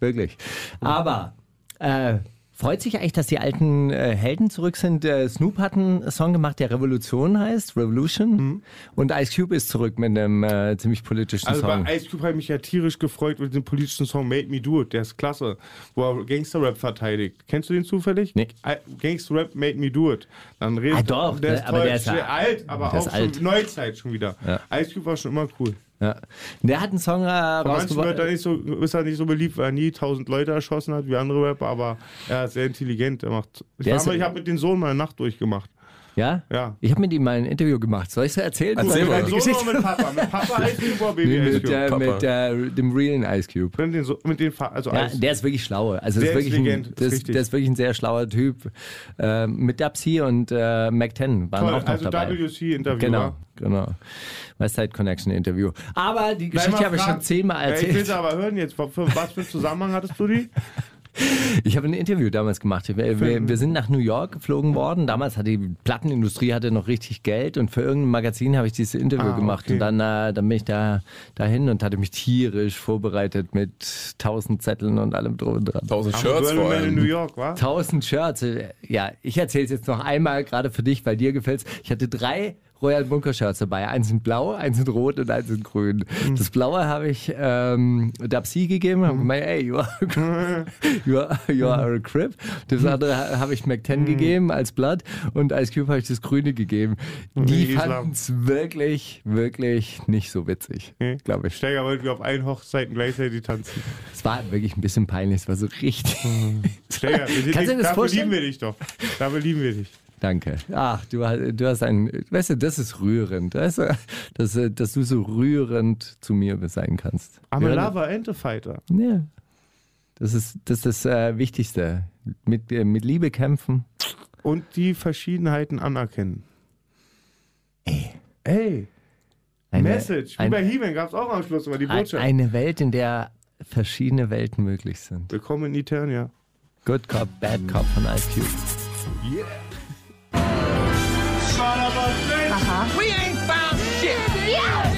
[SPEAKER 6] wirklich. Aber äh, freut sich eigentlich, dass die alten äh, Helden zurück sind. Äh, Snoop hat einen Song gemacht, der Revolution heißt, Revolution. Und Ice Cube ist zurück mit einem äh, ziemlich politischen
[SPEAKER 7] Mhm. Also
[SPEAKER 6] Song.
[SPEAKER 7] bei Ice Cube habe ich mich ja tierisch gefreut mit dem politischen Song Made Me Do It, der ist klasse, wo er Gangster-Rap verteidigt. Kennst du den zufällig?
[SPEAKER 6] Nee.
[SPEAKER 7] I- Gangster-Rap Made Me Do It. Dann redet
[SPEAKER 6] Ah, doch,
[SPEAKER 7] der ist
[SPEAKER 6] aber
[SPEAKER 7] toll,
[SPEAKER 6] der ist ja-
[SPEAKER 7] alt, aber
[SPEAKER 6] der
[SPEAKER 7] auch
[SPEAKER 6] ist
[SPEAKER 7] schon
[SPEAKER 6] alt.
[SPEAKER 7] Neuzeit schon wieder. Ice Cube war schon immer cool.
[SPEAKER 6] ja. Der hat einen Song äh,
[SPEAKER 7] Bei manchen
[SPEAKER 6] rausgebracht.
[SPEAKER 7] Leuten er nicht so, ist er nicht so beliebt, weil er nie tausend Leute erschossen hat wie andere Rapper, aber er ist sehr intelligent. Er macht, ich
[SPEAKER 6] Der
[SPEAKER 7] war
[SPEAKER 6] ist-
[SPEAKER 7] mal- ich habe mit dem Sohn mal eine Nacht durchgemacht.
[SPEAKER 6] Ja?
[SPEAKER 7] Ja.
[SPEAKER 6] Ich habe mit ihm mal ein Interview gemacht. Soll ich es erzählen?
[SPEAKER 1] Erzähl
[SPEAKER 6] Oder
[SPEAKER 1] mal.
[SPEAKER 6] die
[SPEAKER 7] So
[SPEAKER 6] Geschichte?
[SPEAKER 7] nur mit Papa. Mit Papa Ice Cube oder Baby
[SPEAKER 6] Nee,
[SPEAKER 7] Ice
[SPEAKER 6] mit,
[SPEAKER 7] Cube?
[SPEAKER 6] äh, mit äh, dem realen Ice Cube.
[SPEAKER 7] Mit den, so- mit den, Fa- also
[SPEAKER 6] Ja,
[SPEAKER 7] Ice-
[SPEAKER 6] der ist wirklich schlau. Also
[SPEAKER 7] Sehr
[SPEAKER 6] ist wirklich ein,
[SPEAKER 7] intelligent, ist
[SPEAKER 6] das, ist
[SPEAKER 7] richtig.
[SPEAKER 6] der ist wirklich ein sehr schlauer Typ. Ähm, mit Dapsi und äh, Mac 10 waren
[SPEAKER 7] Toll,
[SPEAKER 6] auch noch
[SPEAKER 7] also
[SPEAKER 6] dabei.
[SPEAKER 7] WC-Interview.
[SPEAKER 6] Genau, genau. Westside Connection Interview. Aber die
[SPEAKER 7] Bleib mal
[SPEAKER 6] Geschichte habe ich
[SPEAKER 7] fragen.
[SPEAKER 6] schon zehnmal
[SPEAKER 7] Ja, Ich will
[SPEAKER 6] erzählt.
[SPEAKER 7] sie aber hören jetzt. Für- für- Was für einen Zusammenhang hattest du die?
[SPEAKER 6] Ich habe ein Interview damals gemacht. Wir, wir, wir sind nach New York geflogen worden. Damals hatte die Plattenindustrie hatte noch richtig Geld und für irgendein Magazin habe ich dieses Interview
[SPEAKER 7] Ah,
[SPEAKER 6] gemacht.
[SPEAKER 7] okay.
[SPEAKER 6] Und dann, äh, dann bin ich da dahin und hatte mich tierisch vorbereitet mit tausend Zetteln und allem drum und dran.
[SPEAKER 1] Tausend Shirts
[SPEAKER 7] Burning
[SPEAKER 1] vor
[SPEAKER 7] Man in New
[SPEAKER 1] allem.
[SPEAKER 7] York, wa?
[SPEAKER 6] 1000 Shirts. Ja, ich erzähle es jetzt noch einmal, gerade für dich, weil dir gefällt's. Ich hatte drei Royal Bunker Shirts dabei. Eins sind blau, eins sind rot und eins sind grün.
[SPEAKER 7] Mhm.
[SPEAKER 6] Das blaue habe ich ähm, Dapsi gegeben, habe gemeint, ey, you are, you are, you are a Crip.
[SPEAKER 7] Mhm.
[SPEAKER 6] Das andere ha- habe ich Mac 10 gegeben als Blatt und Ice Cube habe ich das grüne gegeben. Die
[SPEAKER 7] Die Islam.
[SPEAKER 6] fanden's wirklich, wirklich nicht so witzig, glaube ich.
[SPEAKER 7] Steiger wollten wir auf allen Hochzeiten gleichzeitig tanzen.
[SPEAKER 6] Es war wirklich ein bisschen peinlich, es war so richtig.
[SPEAKER 7] Mhm. Steiger, wir sind
[SPEAKER 6] Kannst du dir
[SPEAKER 7] nicht,
[SPEAKER 6] das
[SPEAKER 7] dafür
[SPEAKER 6] vorstellen?
[SPEAKER 7] lieben wir dich doch. Dafür lieben wir dich.
[SPEAKER 6] Danke. Ach, du, hast- du hast ein, weißt du, das ist rührend, weißt du, dass, äh, dass du so rührend zu mir sein kannst.
[SPEAKER 7] I'm a
[SPEAKER 6] Ja,
[SPEAKER 7] lover and a fighter.
[SPEAKER 6] Ja. Das ist das, ist das äh, Wichtigste. Mit, äh, mit Liebe kämpfen.
[SPEAKER 7] Und die Verschiedenheiten anerkennen. Ey.
[SPEAKER 6] Eine,
[SPEAKER 7] Message. Wie
[SPEAKER 6] ein,
[SPEAKER 7] bei He-Man gab es auch am Schluss immer die
[SPEAKER 6] ein,
[SPEAKER 7] Botschaft.
[SPEAKER 6] eine Welt, in der verschiedene Welten möglich sind.
[SPEAKER 7] Willkommen in Eternia.
[SPEAKER 6] Good Cop, Bad Cop von Ice Cube.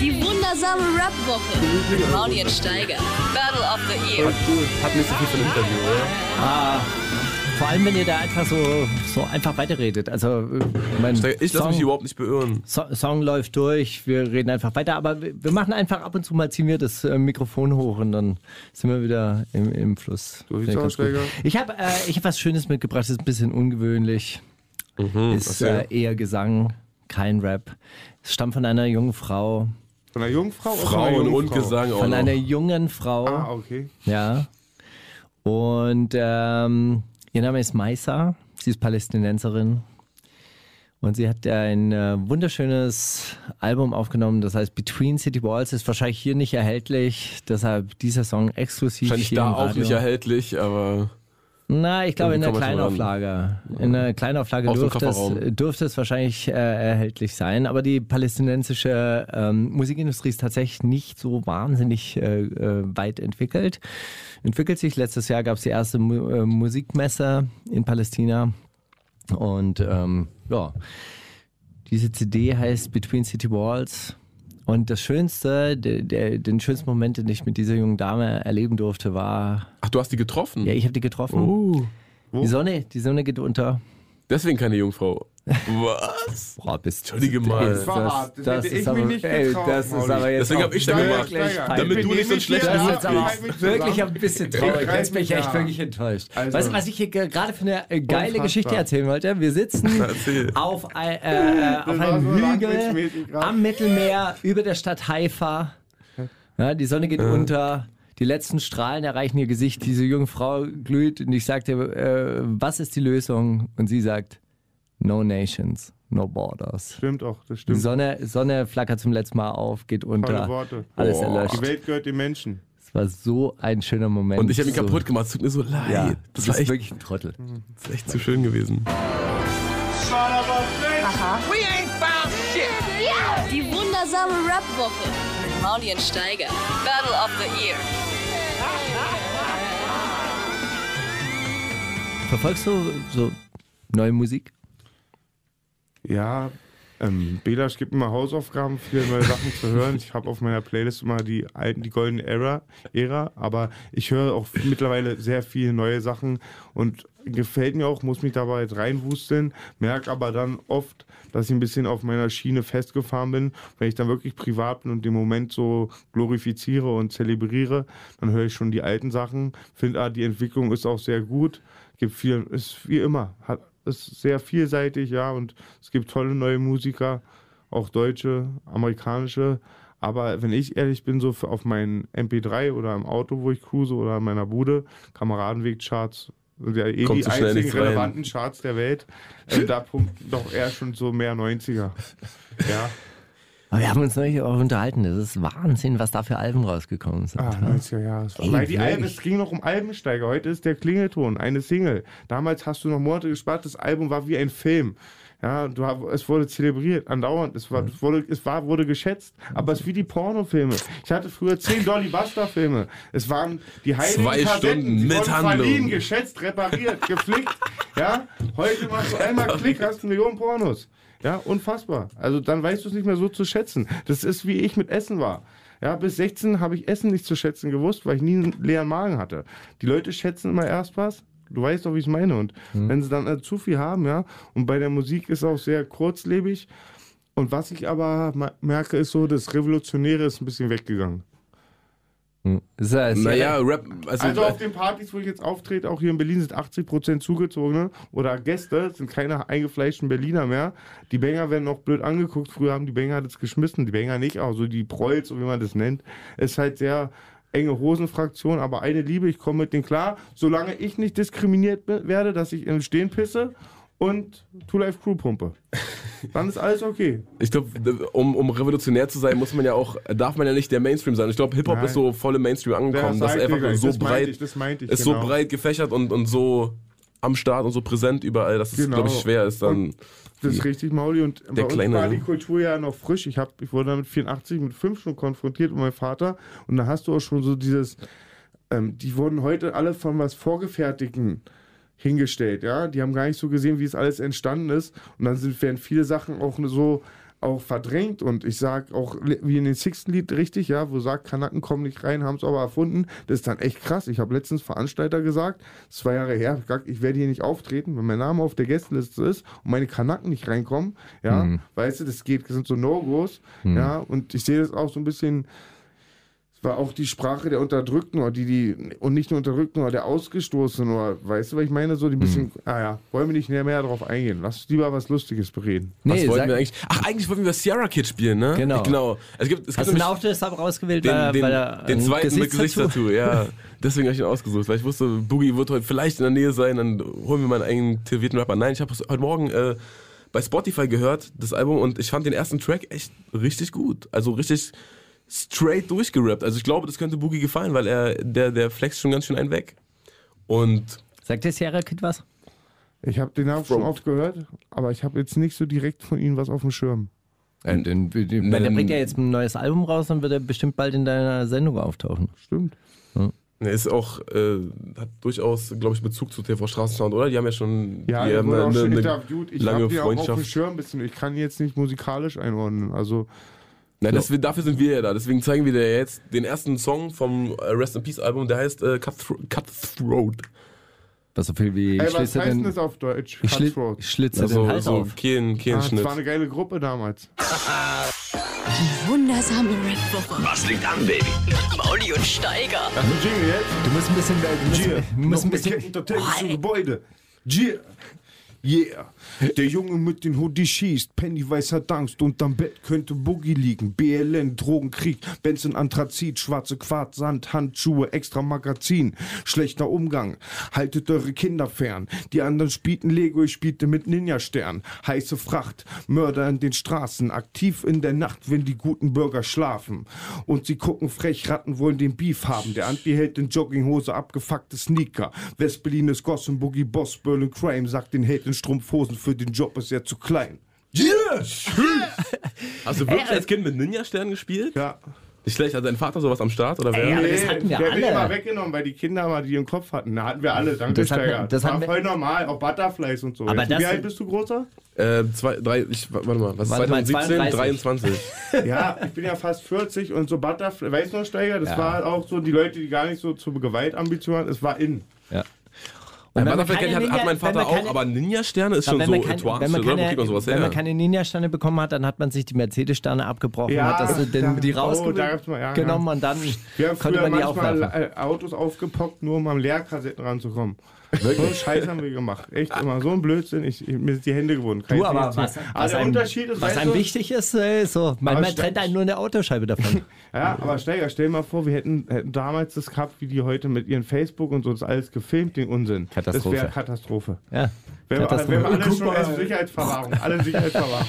[SPEAKER 2] Die wundersame Rap-Woche. Mit Mauli und Steiger. Battle of the Year.
[SPEAKER 1] Hat nicht so viel für ein Interview, oder?
[SPEAKER 6] Vor allem, wenn ihr da einfach so, so einfach weiterredet. Also, äh, mein
[SPEAKER 1] Steiger, Ich lasse mich
[SPEAKER 6] Song-
[SPEAKER 1] hier überhaupt nicht beirren.
[SPEAKER 6] So Song läuft durch, wir reden einfach weiter, aber wir wir machen einfach ab und zu mal ziehen wir das äh, Mikrofon hoch und dann sind wir wieder im, im Fluss.
[SPEAKER 7] So sieht's
[SPEAKER 6] Sehr
[SPEAKER 7] aus,
[SPEAKER 6] ganz gut.
[SPEAKER 7] Steiger.
[SPEAKER 6] Ich habe äh, ich hab was Schönes mitgebracht, das ist ein bisschen ungewöhnlich. ist äh, eher Gesang, kein Rap. Es stammt von einer jungen Frau.
[SPEAKER 7] Von einer Jungfrau? oder von einer
[SPEAKER 1] Frauen und
[SPEAKER 7] Jungfrau?
[SPEAKER 1] Gesang auch
[SPEAKER 6] Von
[SPEAKER 1] noch.
[SPEAKER 6] einer jungen Frau.
[SPEAKER 7] Ah, okay.
[SPEAKER 6] Ja. Und ähm, ihr Name ist Maisa. Sie ist Palästinenserin. Und sie hat ein äh, wunderschönes Album aufgenommen, das heißt Between City Walls. Ist wahrscheinlich hier nicht erhältlich, deshalb dieser Song exklusiv.
[SPEAKER 1] Wahrscheinlich
[SPEAKER 6] hier
[SPEAKER 1] da
[SPEAKER 6] im
[SPEAKER 1] auch
[SPEAKER 6] Radio.
[SPEAKER 1] nicht erhältlich, aber
[SPEAKER 6] Na, ich glaube in
[SPEAKER 1] Irgendwie
[SPEAKER 6] der
[SPEAKER 1] kann man schon
[SPEAKER 6] Kleinauflage. In der Kleinauflage
[SPEAKER 1] Aus dem
[SPEAKER 6] dürfte es,
[SPEAKER 1] Kofferraum.
[SPEAKER 6] dürfte es wahrscheinlich äh, erhältlich sein. Aber die palästinensische ähm, Musikindustrie ist tatsächlich nicht so wahnsinnig äh, äh, weit entwickelt. Entwickelt sich. Letztes Jahr gab es die erste Mu äh, Musikmesse in Palästina. Und ähm, ja, diese CD heißt Between City Walls. Und das Schönste, der, der, den schönsten Moment, den ich mit dieser jungen Dame erleben durfte, war,
[SPEAKER 1] ach, du hast die getroffen?
[SPEAKER 6] ja, ich habe die getroffen.
[SPEAKER 1] Uh,
[SPEAKER 6] Die Sonne, die Sonne geht unter.
[SPEAKER 1] deswegen keine Jungfrau. Was?
[SPEAKER 6] Boah, bist
[SPEAKER 1] Entschuldige mal.
[SPEAKER 7] Verrat, das hätte ich mich nicht
[SPEAKER 6] ey,
[SPEAKER 7] getraut,
[SPEAKER 6] das ist
[SPEAKER 7] Mauli.
[SPEAKER 6] aber jetzt
[SPEAKER 1] Deswegen
[SPEAKER 6] auch
[SPEAKER 1] hab ich da
[SPEAKER 6] wirklich
[SPEAKER 1] gemacht.
[SPEAKER 6] peinlich.
[SPEAKER 1] Damit du nicht so schlecht
[SPEAKER 6] das ist
[SPEAKER 1] Ja,
[SPEAKER 6] jetzt aber
[SPEAKER 1] ich
[SPEAKER 6] auch wirklich ein bisschen traurig. Jetzt bin ich echt wirklich enttäuscht.
[SPEAKER 7] Also-
[SPEAKER 6] Weißt du, was ich hier ge- gerade für eine äh, geile
[SPEAKER 7] Unfassbar.
[SPEAKER 6] Geschichte erzählen wollte? Wir sitzen
[SPEAKER 1] erzähl.
[SPEAKER 6] auf, ein, äh, äh, auf
[SPEAKER 7] war so
[SPEAKER 6] einem Hügel
[SPEAKER 7] langwitzmäßig gerade.
[SPEAKER 6] am Mittelmeer über der Stadt Haifa. Ja, die Sonne geht unter. Die letzten Strahlen erreichen ihr Gesicht. Diese junge Frau glüht und ich sagte, äh, was ist die Lösung? Und sie sagt, no nations, no borders.
[SPEAKER 7] Stimmt auch, das
[SPEAKER 6] Die
[SPEAKER 7] stimmt.
[SPEAKER 6] Sonne, Sonne flackert zum letzten Mal auf, geht
[SPEAKER 7] Tolle
[SPEAKER 6] unter.
[SPEAKER 7] Worte.
[SPEAKER 6] Alles
[SPEAKER 7] Die
[SPEAKER 6] erlöscht.
[SPEAKER 7] Welt gehört den Menschen.
[SPEAKER 6] Es war so ein schöner Moment.
[SPEAKER 1] Und ich habe ihn
[SPEAKER 6] so,
[SPEAKER 1] kaputt gemacht, es tut mir so leid.
[SPEAKER 6] Ja,
[SPEAKER 1] das
[SPEAKER 6] das
[SPEAKER 1] war
[SPEAKER 6] ist
[SPEAKER 1] echt,
[SPEAKER 6] wirklich ein Trottel.
[SPEAKER 1] das ist echt zu schön gewesen.
[SPEAKER 2] Die wundersame Rap-Woche. Mit Mauli und Steiger. Battle of the Year.
[SPEAKER 6] Verfolgst du so neue Musik?
[SPEAKER 7] Ja, ähm, Belasch gibt mir mal Hausaufgaben, viele neue Sachen zu hören. Ich habe auf meiner Playlist immer die alten, die Golden Era, Ära, aber ich höre auch mittlerweile sehr viele neue Sachen und gefällt mir auch, muss mich dabei jetzt reinwusteln, merke aber dann oft, dass ich ein bisschen auf meiner Schiene festgefahren bin. Wenn ich dann wirklich privat bin und den Moment so glorifiziere und zelebriere, dann höre ich schon die alten Sachen, finde, ah, die Entwicklung ist auch sehr gut, gibt viel, ist wie immer, hat, ist sehr vielseitig, ja, und es gibt tolle neue Musiker, auch deutsche, amerikanische. Aber wenn ich ehrlich bin, so für- auf meinen MP3 oder im Auto, wo ich cruise oder in meiner Bude, Kameradenweg-Charts Und ja, eh
[SPEAKER 1] Kommt
[SPEAKER 7] die
[SPEAKER 1] so schnell
[SPEAKER 7] einzigen
[SPEAKER 1] nicht rein.
[SPEAKER 7] relevanten Charts der Welt. Äh, da punkten doch eher schon so mehr 90er. Ja,
[SPEAKER 6] Aber wir haben uns neulich auch unterhalten. Das ist Wahnsinn, was da für Alben rausgekommen sind.
[SPEAKER 7] ah, 90er Jahre.
[SPEAKER 6] ne? Ey,
[SPEAKER 7] Weil die Alben,
[SPEAKER 6] wirklich?
[SPEAKER 7] es ging noch um Albensteiger. Heute ist der Klingelton eine Single. Damals hast du noch Monate gespart. Das Album war wie ein Film. Ja, du, hab- es wurde zelebriert, andauernd. Es,
[SPEAKER 6] Mhm.
[SPEAKER 7] war, es, wurde, es war, wurde geschätzt. Aber es ist wie die Pornofilme. Ich hatte früher zehn Dolly Buster-Filme. Es waren die heiligen
[SPEAKER 1] Zwei
[SPEAKER 7] Kassetten,
[SPEAKER 1] Stunden
[SPEAKER 7] die
[SPEAKER 1] mit
[SPEAKER 7] wurden
[SPEAKER 1] Handlung.
[SPEAKER 7] verliehen, geschätzt, repariert, geflickt. Ja, heute machst du einmal Klick, hast eine Million Pornos. Ja, unfassbar. Also dann weißt du es nicht mehr so zu schätzen. Das ist wie ich mit Essen war. Ja, bis 16 habe ich Essen nicht zu schätzen gewusst, weil ich nie einen leeren Magen hatte. Die Leute schätzen immer erst was. Du weißt doch, wie ich es meine. Und
[SPEAKER 1] Hm.
[SPEAKER 7] wenn sie dann äh, zu viel haben, ja, und bei der Musik ist auch sehr kurzlebig. Und was ich aber ma- merke, ist so, das Revolutionäre ist ein bisschen weggegangen.
[SPEAKER 6] Das ist ja-
[SPEAKER 1] Naja, Rap, also,
[SPEAKER 7] Also auf den Partys, wo ich jetzt auftrete, auch hier in Berlin, sind 80% zugezogene oder Gäste, sind keine eingefleischten Berliner mehr. Die Banger werden noch blöd angeguckt. Früher haben die Banger das geschmissen, die Banger nicht, auch so die Prolls, so wie man das nennt. Ist halt sehr enge Hosenfraktion, aber eine Liebe, ich komme mit denen klar, solange ich nicht diskriminiert be- werde, dass ich im Stehen pisse und Two Life Crew pumpe. Dann ist alles okay.
[SPEAKER 1] ich glaube, um, um revolutionär zu sein, muss man ja auch, darf man ja nicht der Mainstream sein. Ich glaube, Hip-Hop
[SPEAKER 7] Nein.
[SPEAKER 1] ist so voll im Mainstream angekommen.
[SPEAKER 7] Ja,
[SPEAKER 1] Das ist
[SPEAKER 7] sag ich dir
[SPEAKER 1] einfach
[SPEAKER 7] gleich,
[SPEAKER 1] so
[SPEAKER 7] das meinte
[SPEAKER 1] breit,
[SPEAKER 7] ich, das meinte ich,
[SPEAKER 1] ist
[SPEAKER 7] genau.
[SPEAKER 1] so breit gefächert und, und so am Start und so präsent überall, dass es,
[SPEAKER 7] Genau.
[SPEAKER 1] glaube ich, schwer ist, dann.
[SPEAKER 7] Das ist richtig, Mauli. Und bei uns
[SPEAKER 1] Kleine,
[SPEAKER 7] war
[SPEAKER 1] ne?
[SPEAKER 7] die Kultur ja noch frisch. Ich, hab, ich wurde damit 84 mit 5 schon konfrontiert und mein Vater. Und da hast du auch schon so dieses, ähm, die wurden heute alle von was Vorgefertigten hingestellt, ja. Die haben gar nicht so gesehen, wie es alles entstanden ist. Und dann sind, werden viele Sachen auch so auch verdrängt und ich sag auch wie in den Sixten Lied richtig, ja, wo sagt, Kanaken kommen nicht rein, haben es aber erfunden. Das ist dann echt krass. Ich habe letztens Veranstalter gesagt, zwei Jahre her, hab ich gesagt, ich werde hier nicht auftreten, wenn mein Name auf der Gästeliste ist und meine Kanaken nicht reinkommen, ja, weißt du, das geht, das sind so No-Gos, ja, und ich sehe das auch so ein bisschen war auch die Sprache der Unterdrückten oder die, die und nicht nur Unterdrückten oder der Ausgestoßenen oder weißt du, was ich meine? So die bisschen, ah ja, wollen wir nicht mehr, mehr darauf eingehen. Lass uns lieber was Lustiges bereden.
[SPEAKER 1] Was
[SPEAKER 6] Nee,
[SPEAKER 1] wollten
[SPEAKER 6] sag-
[SPEAKER 1] wir eigentlich? Ach, eigentlich wollten wir über Sierra Kid spielen, ne?
[SPEAKER 6] Genau.
[SPEAKER 1] genau. Es gibt,
[SPEAKER 6] Hast
[SPEAKER 1] es gibt
[SPEAKER 6] du den
[SPEAKER 1] nämlich
[SPEAKER 6] auch deshalb rausgewählt? weil, er-
[SPEAKER 1] den, den,
[SPEAKER 6] weil er
[SPEAKER 1] den
[SPEAKER 6] ein
[SPEAKER 1] zweiten mit
[SPEAKER 6] Gesichtstattoo-
[SPEAKER 1] Gesichtstattoo, ja. Deswegen habe ich ihn ausgesucht, weil ich wusste, Boogie wird heute vielleicht in der Nähe sein, dann holen wir mal einen eigenen tätowierten Rapper. Nein, ich habe es heute Morgen äh, bei Spotify gehört, das Album, und ich fand den ersten Track echt richtig gut. Also richtig straight durchgerappt. Also ich glaube, das könnte Boogie gefallen, weil er, der, der flext schon ganz schön einen weg. Und
[SPEAKER 6] Sagt der Sierra Kid was?
[SPEAKER 7] Ich habe den Namen schon
[SPEAKER 1] Throat.
[SPEAKER 7] oft gehört, aber ich habe jetzt nicht so direkt von ihnen was auf dem Schirm.
[SPEAKER 6] Weil der
[SPEAKER 1] Ähm,
[SPEAKER 6] bringt ja jetzt ein neues Album raus, dann wird er bestimmt bald in deiner Sendung auftauchen.
[SPEAKER 7] Stimmt.
[SPEAKER 1] er ist auch, äh, hat durchaus, glaube ich, Bezug zu TV Straßensound, oder? Die haben ja schon,
[SPEAKER 7] Ja,
[SPEAKER 1] die
[SPEAKER 7] ich
[SPEAKER 1] haben
[SPEAKER 7] wurde auch
[SPEAKER 1] eine-
[SPEAKER 7] schon
[SPEAKER 1] eine
[SPEAKER 7] interviewt. Ich
[SPEAKER 1] lange
[SPEAKER 7] habe den auch auf dem
[SPEAKER 1] Freundschaft.
[SPEAKER 7] Schirm ein bisschen. Ich kann ihn jetzt nicht musikalisch einordnen. Also
[SPEAKER 1] Na, das, dafür sind wir ja da. Deswegen zeigen wir dir jetzt den ersten Song vom äh, Rest in Peace Album. Der heißt äh, Cutthro Cutthroat.
[SPEAKER 6] Was so viel wie
[SPEAKER 7] Ey,
[SPEAKER 6] ich
[SPEAKER 7] was
[SPEAKER 6] schlitze
[SPEAKER 7] heißt denn
[SPEAKER 6] den,
[SPEAKER 7] das auf Deutsch?
[SPEAKER 6] ich schli
[SPEAKER 7] Cutthroat.
[SPEAKER 6] ich schlitze den
[SPEAKER 1] Also
[SPEAKER 6] Hals
[SPEAKER 1] so
[SPEAKER 6] auf.
[SPEAKER 1] Kehlen,
[SPEAKER 7] Ah, das
[SPEAKER 1] Kehlenschnitt.
[SPEAKER 7] war eine geile Gruppe damals.
[SPEAKER 2] Wundersame Red Woche.
[SPEAKER 9] Was liegt an, Baby?
[SPEAKER 2] Mit Mauli und Steiger.
[SPEAKER 7] Das ist ein Jingle jetzt.
[SPEAKER 6] Du musst ein bisschen, du musst,
[SPEAKER 7] Yeah,
[SPEAKER 6] du musst
[SPEAKER 7] noch
[SPEAKER 6] ein
[SPEAKER 7] mit
[SPEAKER 6] bisschen
[SPEAKER 7] Kettenverteidigung zum Gebäude. Yeah. Yeah. Der Junge mit den Hoodie schießt, Pennywise hat Angst, unterm Bett könnte Boogie liegen. BLN, Drogenkrieg, Benson, Anthrazit, schwarze Quarz, Sand, Handschuhe, extra Magazin. Schlechter Umgang, haltet eure Kinder fern. Die anderen spielten Lego, ich spielte mit Ninja-Stern. Heiße Fracht, Mörder in den Straßen, aktiv in der Nacht, wenn die guten Bürger schlafen. Und sie gucken frech, Ratten wollen den Beef haben. Der Anti hält in Jogginghose abgefuckte Sneaker. West-Berlin ist Gossen, Boogie Boss, Berlin Crime. Sagt den Held in Strumpfhosen, für den Job ist er zu klein.
[SPEAKER 1] Yeah! Hast du
[SPEAKER 6] Äh,
[SPEAKER 1] wirklich als Kind mit Ninja-Stern gespielt?
[SPEAKER 7] Ja.
[SPEAKER 1] Nicht schlecht. Hat dein Vater sowas am Start? Oder wer?
[SPEAKER 6] aber das hatten wir
[SPEAKER 7] der wird
[SPEAKER 6] alle.
[SPEAKER 7] immer weggenommen, weil die Kinder mal die im Kopf hatten. Da hatten wir alle, danke
[SPEAKER 6] Das hatten wir-
[SPEAKER 7] Steiger.
[SPEAKER 6] das
[SPEAKER 7] war
[SPEAKER 6] hatten wir-
[SPEAKER 7] voll normal, auch Butterflies und so.
[SPEAKER 6] Aber
[SPEAKER 7] Jetzt,
[SPEAKER 6] das-
[SPEAKER 7] wie alt bist du, Großer?
[SPEAKER 1] Äh, zwei, drei, ich, warte mal, was Äh, ist
[SPEAKER 6] Warte mal,
[SPEAKER 1] 2017?
[SPEAKER 6] 32.
[SPEAKER 1] 23.
[SPEAKER 7] Ja, ich bin ja fast 40 und so Butterfly, weißt du noch, Steiger, das war auch so, die Leute, die gar nicht so zu Gewaltambition hatten, es war in.
[SPEAKER 1] Ein
[SPEAKER 6] wenn man
[SPEAKER 1] Butterfly
[SPEAKER 6] keine
[SPEAKER 1] hat, hat mein
[SPEAKER 6] Ninja- wenn
[SPEAKER 1] Vater
[SPEAKER 6] man
[SPEAKER 1] auch,
[SPEAKER 6] keine-
[SPEAKER 1] aber Ninja-Sterne ist schon
[SPEAKER 6] wenn
[SPEAKER 1] so
[SPEAKER 6] man, kein,
[SPEAKER 1] Etoile,
[SPEAKER 6] wenn, man
[SPEAKER 1] oder? Wo kriegt man
[SPEAKER 6] keine,
[SPEAKER 1] sowas
[SPEAKER 6] wenn man
[SPEAKER 1] her?
[SPEAKER 6] keine Ninja-Sterne bekommen hat, dann hat man sich die Mercedes-Sterne abgebrochen,
[SPEAKER 7] Ja,
[SPEAKER 6] hat das,
[SPEAKER 7] da-
[SPEAKER 6] den, die
[SPEAKER 7] oh, da
[SPEAKER 6] rausgenommen
[SPEAKER 7] gab's mal Ärger.
[SPEAKER 6] und dann
[SPEAKER 7] Wir haben
[SPEAKER 6] konnte
[SPEAKER 7] früher
[SPEAKER 6] man die
[SPEAKER 7] manchmal
[SPEAKER 6] aufwerfen.
[SPEAKER 7] äh, Autos aufgepockt, nur um am Leerkassetten ranzukommen. So einen Scheiß haben wir gemacht. Echt immer. So ein Blödsinn. Ich, ich, mir sind die Hände gewunden. Kann
[SPEAKER 6] Du
[SPEAKER 7] ich
[SPEAKER 6] aber,
[SPEAKER 7] nichts mehr.
[SPEAKER 6] was,
[SPEAKER 7] aber
[SPEAKER 6] was,
[SPEAKER 7] der
[SPEAKER 6] einem,
[SPEAKER 7] Unterschied ist,
[SPEAKER 6] was
[SPEAKER 7] weißt
[SPEAKER 6] einem
[SPEAKER 7] du,
[SPEAKER 6] wichtig ist, äh, so,
[SPEAKER 7] Aber
[SPEAKER 6] manchmal
[SPEAKER 7] stimmt.
[SPEAKER 6] trennt einen nur eine Autoscheibe davon.
[SPEAKER 7] Ja, aber Steiger, stell mal vor, wir hätten, hätten damals das gehabt, wie die heute mit ihren Facebook und so das alles gefilmt, den Unsinn.
[SPEAKER 6] Katastrophe.
[SPEAKER 7] Das wäre Katastrophe.
[SPEAKER 6] ja.
[SPEAKER 7] Wenn wir,
[SPEAKER 6] Katastrophe.
[SPEAKER 7] wenn wir alle
[SPEAKER 6] Guck
[SPEAKER 7] schon
[SPEAKER 6] mal.
[SPEAKER 7] als Sicherheitsverwahrung, alle Sicherheitsverwahrung.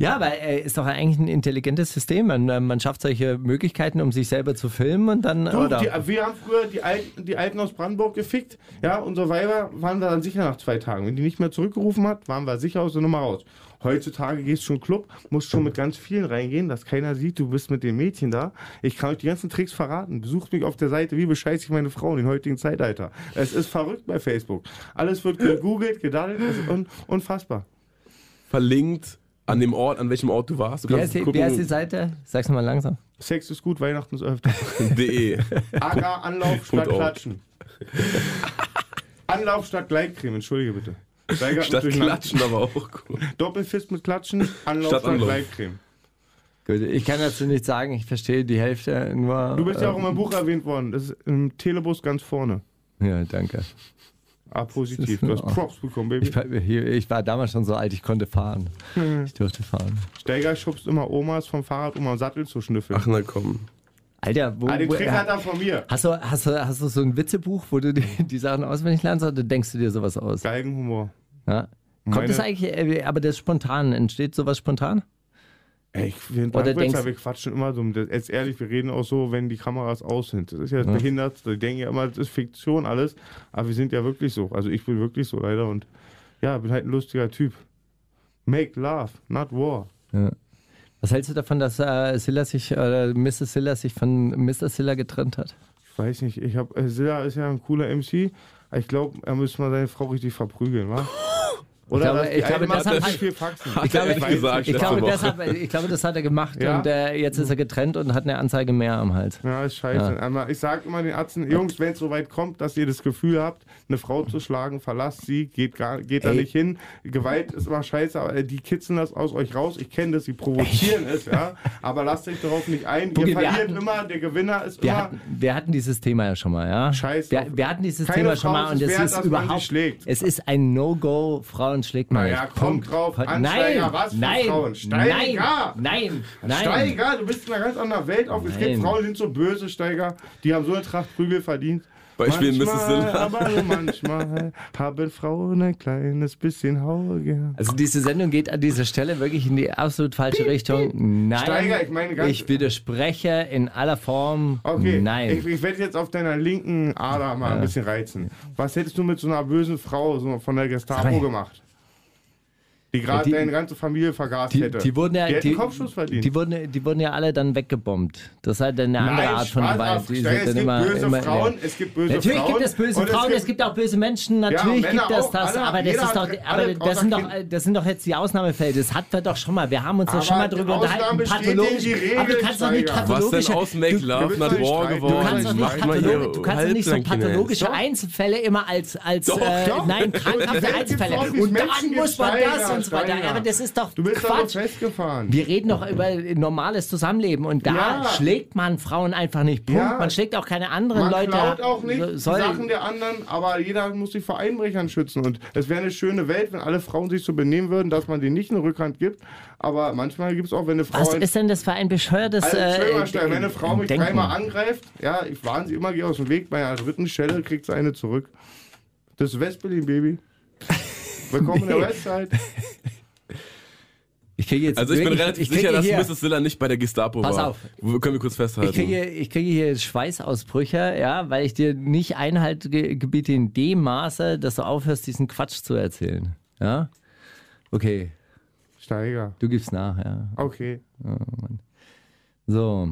[SPEAKER 6] ja, aber äh, ist doch eigentlich ein intelligentes System. Man, äh, man schafft solche Möglichkeiten, um sich selber zu filmen und dann.
[SPEAKER 7] Du,
[SPEAKER 6] oder,
[SPEAKER 7] die, wir haben früher die Alten, die Alten aus Brandenburg gefickt. Ja, unsere Weiber waren wir dann sicher nach zwei Tagen. Wenn die nicht mehr zurückgerufen hat, waren wir sicher aus der Nummer raus. Heutzutage gehst du in den Club, musst schon mit ganz vielen reingehen, dass keiner sieht, du bist mit den Mädchen da. Ich kann euch die ganzen Tricks verraten. Besucht mich auf der Seite, wie bescheiße ich meine Frau in den heutigen Zeitalter. Es ist verrückt bei Facebook. Alles wird gegoogelt, gedaddelt, es ist un unfassbar.
[SPEAKER 1] Verlinkt an dem Ort, an welchem Ort du warst. Du
[SPEAKER 6] wer, ist die,
[SPEAKER 1] gucken,
[SPEAKER 6] wer ist die Seite? Sag's nochmal langsam.
[SPEAKER 7] Sex ist gut, Weihnachten ist öfter.
[SPEAKER 1] De.
[SPEAKER 7] Aga, Anlauf statt
[SPEAKER 1] Punkt auch.
[SPEAKER 7] Klatschen. Anlauf statt Gleitcreme, entschuldige bitte. Steiger
[SPEAKER 1] Statt
[SPEAKER 7] durcheinander.
[SPEAKER 1] klatschen aber auch gut.
[SPEAKER 7] Doppelfist mit Klatschen, Anlauf
[SPEAKER 1] Statt
[SPEAKER 7] statt,
[SPEAKER 1] Anlauf.
[SPEAKER 7] Gleitcreme.
[SPEAKER 6] Gut, ich kann dazu nichts sagen, ich verstehe die Hälfte nur.
[SPEAKER 7] Du bist ja auch in meinem Buch erwähnt worden. Das ist im Telebus ganz vorne.
[SPEAKER 6] Ja, danke.
[SPEAKER 7] Ah, positiv.
[SPEAKER 6] ist-
[SPEAKER 7] Du hast
[SPEAKER 6] oh.
[SPEAKER 7] Props bekommen, Baby.
[SPEAKER 6] Ich, war- hier- ich war damals schon so alt, ich konnte fahren. Ich durfte fahren.
[SPEAKER 7] Steiger schubst immer Omas vom Fahrrad, um am Sattel zu schnüffeln.
[SPEAKER 1] Ach na komm.
[SPEAKER 6] Alter, wo.
[SPEAKER 7] ah, den
[SPEAKER 6] wo äh,
[SPEAKER 7] Trick hat er von mir.
[SPEAKER 6] hast, du, hast, du, hast du so ein Witzebuch, wo du die, die Sachen auswendig lernst oder denkst du dir sowas aus?
[SPEAKER 7] Galgenhumor.
[SPEAKER 6] Ja. Kommt
[SPEAKER 7] Meine-
[SPEAKER 6] das eigentlich, äh, aber das spontan, entsteht sowas spontan?
[SPEAKER 7] Ey, ich bin
[SPEAKER 6] Oder
[SPEAKER 7] Bankwitzer,
[SPEAKER 6] denkst-
[SPEAKER 7] wir quatschen immer so. Das- Jetzt ehrlich, wir reden auch so, wenn die Kameras aus sind. Das ist ja, das behindert. Die denken ja immer, das ist Fiktion alles. Aber wir sind ja wirklich so. Also ich bin wirklich so leider und ja, bin halt ein lustiger Typ. Make love, not war.
[SPEAKER 6] Was hältst du davon, dass äh, Silla sich, oder Mrs. Silla sich von Mr. Silla getrennt hat?
[SPEAKER 7] Ich weiß nicht, ich hab, äh, Silla ist ja ein cooler MC. aber Ich glaube, er müsste mal seine Frau richtig verprügeln, wa? Oder
[SPEAKER 6] glaube,
[SPEAKER 7] dass die
[SPEAKER 6] ich glaube,
[SPEAKER 7] eine
[SPEAKER 6] das
[SPEAKER 7] macht
[SPEAKER 6] hat-
[SPEAKER 7] richtig viel Faxen.
[SPEAKER 1] Hat er ehrlich
[SPEAKER 7] weiß
[SPEAKER 1] gesagt.
[SPEAKER 7] nicht.
[SPEAKER 6] Ich
[SPEAKER 1] letzte
[SPEAKER 6] glaube,
[SPEAKER 1] Woche.
[SPEAKER 6] das hat, ich glaube, das hat er gemacht
[SPEAKER 7] Ja.
[SPEAKER 6] und äh, jetzt ist er getrennt und hat eine Anzeige mehr am Hals.
[SPEAKER 7] Ja, ist scheiße. Aber ich sage immer den Ärzten, Jungs, wenn es so weit kommt, dass ihr das Gefühl habt, eine Frau zu schlagen, verlasst sie, geht, gar, geht da
[SPEAKER 6] Ey.
[SPEAKER 7] nicht hin. Gewalt ist immer scheiße, aber äh, die kitzeln das aus euch raus. Ich kenne das, sie provozieren es, ja. Aber lasst euch darauf nicht ein.
[SPEAKER 6] Boogie,
[SPEAKER 7] ihr
[SPEAKER 6] wir
[SPEAKER 7] verliert
[SPEAKER 6] hatten-
[SPEAKER 7] immer, der Gewinner ist
[SPEAKER 6] Wir
[SPEAKER 7] immer.
[SPEAKER 6] hatten, wir hatten dieses Thema ja schon mal, ja?
[SPEAKER 7] Scheiß
[SPEAKER 6] Wir,
[SPEAKER 7] drauf.
[SPEAKER 6] wir hatten dieses
[SPEAKER 7] Keine
[SPEAKER 6] Thema
[SPEAKER 7] Frau
[SPEAKER 6] schon mal und
[SPEAKER 7] ist
[SPEAKER 6] es
[SPEAKER 7] wert, dass
[SPEAKER 6] ist
[SPEAKER 7] man sie
[SPEAKER 6] überhaupt,
[SPEAKER 7] schlägt.
[SPEAKER 6] es ist ein No-Go, Frauen schlägt man
[SPEAKER 7] Naja,
[SPEAKER 6] nicht.
[SPEAKER 7] komm
[SPEAKER 6] Punkt.
[SPEAKER 7] drauf,
[SPEAKER 6] Punkt.
[SPEAKER 7] Ansteiger,
[SPEAKER 6] nein,
[SPEAKER 7] was für
[SPEAKER 6] nein,
[SPEAKER 7] Frauen? Steiger!
[SPEAKER 6] nein, nein, nein.
[SPEAKER 7] Steiger, du bist in einer ganz anderen Welt auf. Es gibt
[SPEAKER 6] Nein.
[SPEAKER 7] Frauen, die sind so böse, Steiger. Die haben so eine Tracht Prügel verdient.
[SPEAKER 1] Beispiel Mrs.
[SPEAKER 7] manchmal,
[SPEAKER 1] Silla.
[SPEAKER 7] aber nur manchmal haben Frauen ein kleines bisschen Hauge.
[SPEAKER 6] Also diese Sendung geht an dieser Stelle wirklich in die absolut falsche Richtung. Nein,
[SPEAKER 7] Steiger, ich meine ganz-
[SPEAKER 6] ich widerspreche in aller Form.
[SPEAKER 7] Okay,
[SPEAKER 6] Nein.
[SPEAKER 7] ich, ich werde jetzt auf deiner linken Ader mal ein bisschen reizen. Was hättest du mit so einer bösen Frau so von der Gestapo
[SPEAKER 6] Zwei.
[SPEAKER 7] gemacht? Die gerade
[SPEAKER 6] Die-
[SPEAKER 7] deine ganze Familie vergast
[SPEAKER 6] die,
[SPEAKER 7] hätte.
[SPEAKER 6] die wurden ja,
[SPEAKER 7] die hätten
[SPEAKER 6] die,
[SPEAKER 7] Kopfschuss verdient.
[SPEAKER 6] die wurden, die wurden ja alle dann weggebombt. Das ist halt eine andere Art von
[SPEAKER 7] Spaß
[SPEAKER 6] Gewalt.
[SPEAKER 7] auf.
[SPEAKER 6] Die
[SPEAKER 7] Steiger,
[SPEAKER 6] sind
[SPEAKER 7] es
[SPEAKER 6] dann
[SPEAKER 7] gibt
[SPEAKER 6] immer-
[SPEAKER 7] böse
[SPEAKER 6] immer-
[SPEAKER 7] Frauen, es gibt böse
[SPEAKER 6] Natürlich
[SPEAKER 7] Frauen.
[SPEAKER 6] gibt es böse
[SPEAKER 7] und
[SPEAKER 6] Frauen, es gibt auch böse Menschen, natürlich
[SPEAKER 7] Männer
[SPEAKER 6] gibt es
[SPEAKER 7] auch,
[SPEAKER 6] das,
[SPEAKER 7] alle
[SPEAKER 6] aber
[SPEAKER 7] hat-
[SPEAKER 6] das
[SPEAKER 7] jeder
[SPEAKER 6] ist
[SPEAKER 7] hat-
[SPEAKER 6] doch,
[SPEAKER 7] alle
[SPEAKER 6] aber
[SPEAKER 7] hat
[SPEAKER 6] das sind
[SPEAKER 7] außer
[SPEAKER 6] doch, das sind doch jetzt die Ausnahmefälle, das hatten wir doch schon mal, wir haben uns doch
[SPEAKER 7] Aber
[SPEAKER 6] schon mal drüber
[SPEAKER 7] Ausnahmen
[SPEAKER 6] unterhalten,
[SPEAKER 7] bestätigen die Regel,
[SPEAKER 6] aber du kannst doch nicht
[SPEAKER 7] Steiger.
[SPEAKER 1] Was denn
[SPEAKER 6] pathologische,
[SPEAKER 1] aus Make
[SPEAKER 6] du,
[SPEAKER 1] Love
[SPEAKER 7] willst
[SPEAKER 1] Not
[SPEAKER 7] doch nicht
[SPEAKER 1] War
[SPEAKER 7] streiten.
[SPEAKER 6] du
[SPEAKER 1] geworden?
[SPEAKER 6] kannst doch nicht,
[SPEAKER 1] Mach mal
[SPEAKER 6] pathologi
[SPEAKER 1] hier
[SPEAKER 6] du kannst doch nicht so
[SPEAKER 1] Halbsang, Kinder.
[SPEAKER 6] pathologische
[SPEAKER 7] Doch.
[SPEAKER 6] Einzelfälle immer als, als
[SPEAKER 1] Doch,
[SPEAKER 6] äh,
[SPEAKER 7] doch.
[SPEAKER 6] nein,
[SPEAKER 7] Die
[SPEAKER 6] krankhafte
[SPEAKER 7] Welt
[SPEAKER 6] Einzelfälle
[SPEAKER 7] gibt's doch, wie
[SPEAKER 6] und
[SPEAKER 7] Menschen
[SPEAKER 6] dann
[SPEAKER 7] gibt's
[SPEAKER 6] muss man das
[SPEAKER 7] Steiger,
[SPEAKER 6] und so weiter,
[SPEAKER 7] Steiger.
[SPEAKER 6] aber das ist doch
[SPEAKER 7] Du bist da doch
[SPEAKER 6] Quatsch.
[SPEAKER 7] festgefahren.
[SPEAKER 6] Wir reden doch über normales Zusammenleben und da
[SPEAKER 7] Ja.
[SPEAKER 6] schlägt man Frauen einfach nicht. Punkt.
[SPEAKER 7] Ja.
[SPEAKER 6] Man schlägt auch keine anderen
[SPEAKER 7] Man
[SPEAKER 6] Leute.
[SPEAKER 7] klaut auch nicht
[SPEAKER 6] So-
[SPEAKER 7] die Sachen der anderen, aber jeder muss sich vor Einbrechern schützen. Und es wäre eine schöne Welt, wenn alle Frauen sich so benehmen würden, dass man denen nicht eine Rückhand gibt. Aber manchmal gibt es auch, wenn eine Frau...
[SPEAKER 6] was ist denn das für ein bescheuertes
[SPEAKER 7] also,
[SPEAKER 6] äh,
[SPEAKER 7] Entschuldigung, Stein, wenn eine Frau mich
[SPEAKER 6] Denken?
[SPEAKER 7] dreimal angreift, ja, ich warne sie immer, geh aus dem Weg. Bei einer dritten Stelle kriegt sie eine zurück. Das ist Westberlin, Baby. Willkommen in der Westside.
[SPEAKER 6] Ich kriege jetzt
[SPEAKER 1] Also ich bin
[SPEAKER 6] wirklich-
[SPEAKER 1] relativ
[SPEAKER 6] ich kriege
[SPEAKER 1] sicher, dass
[SPEAKER 6] hier,
[SPEAKER 1] Mrs. Silla nicht bei der Gestapo
[SPEAKER 6] Pass
[SPEAKER 1] war.
[SPEAKER 6] auf.
[SPEAKER 1] Wo- Können wir kurz festhalten.
[SPEAKER 6] ich kriege, ich kriege hier Schweißausbrüche, ja, weil ich dir nicht Einhalt ge gebiete in dem Maße, dass du aufhörst, diesen Quatsch zu erzählen. Ja? Okay,
[SPEAKER 7] Steiger.
[SPEAKER 6] du gibst nach, ja.
[SPEAKER 7] Okay.
[SPEAKER 6] So.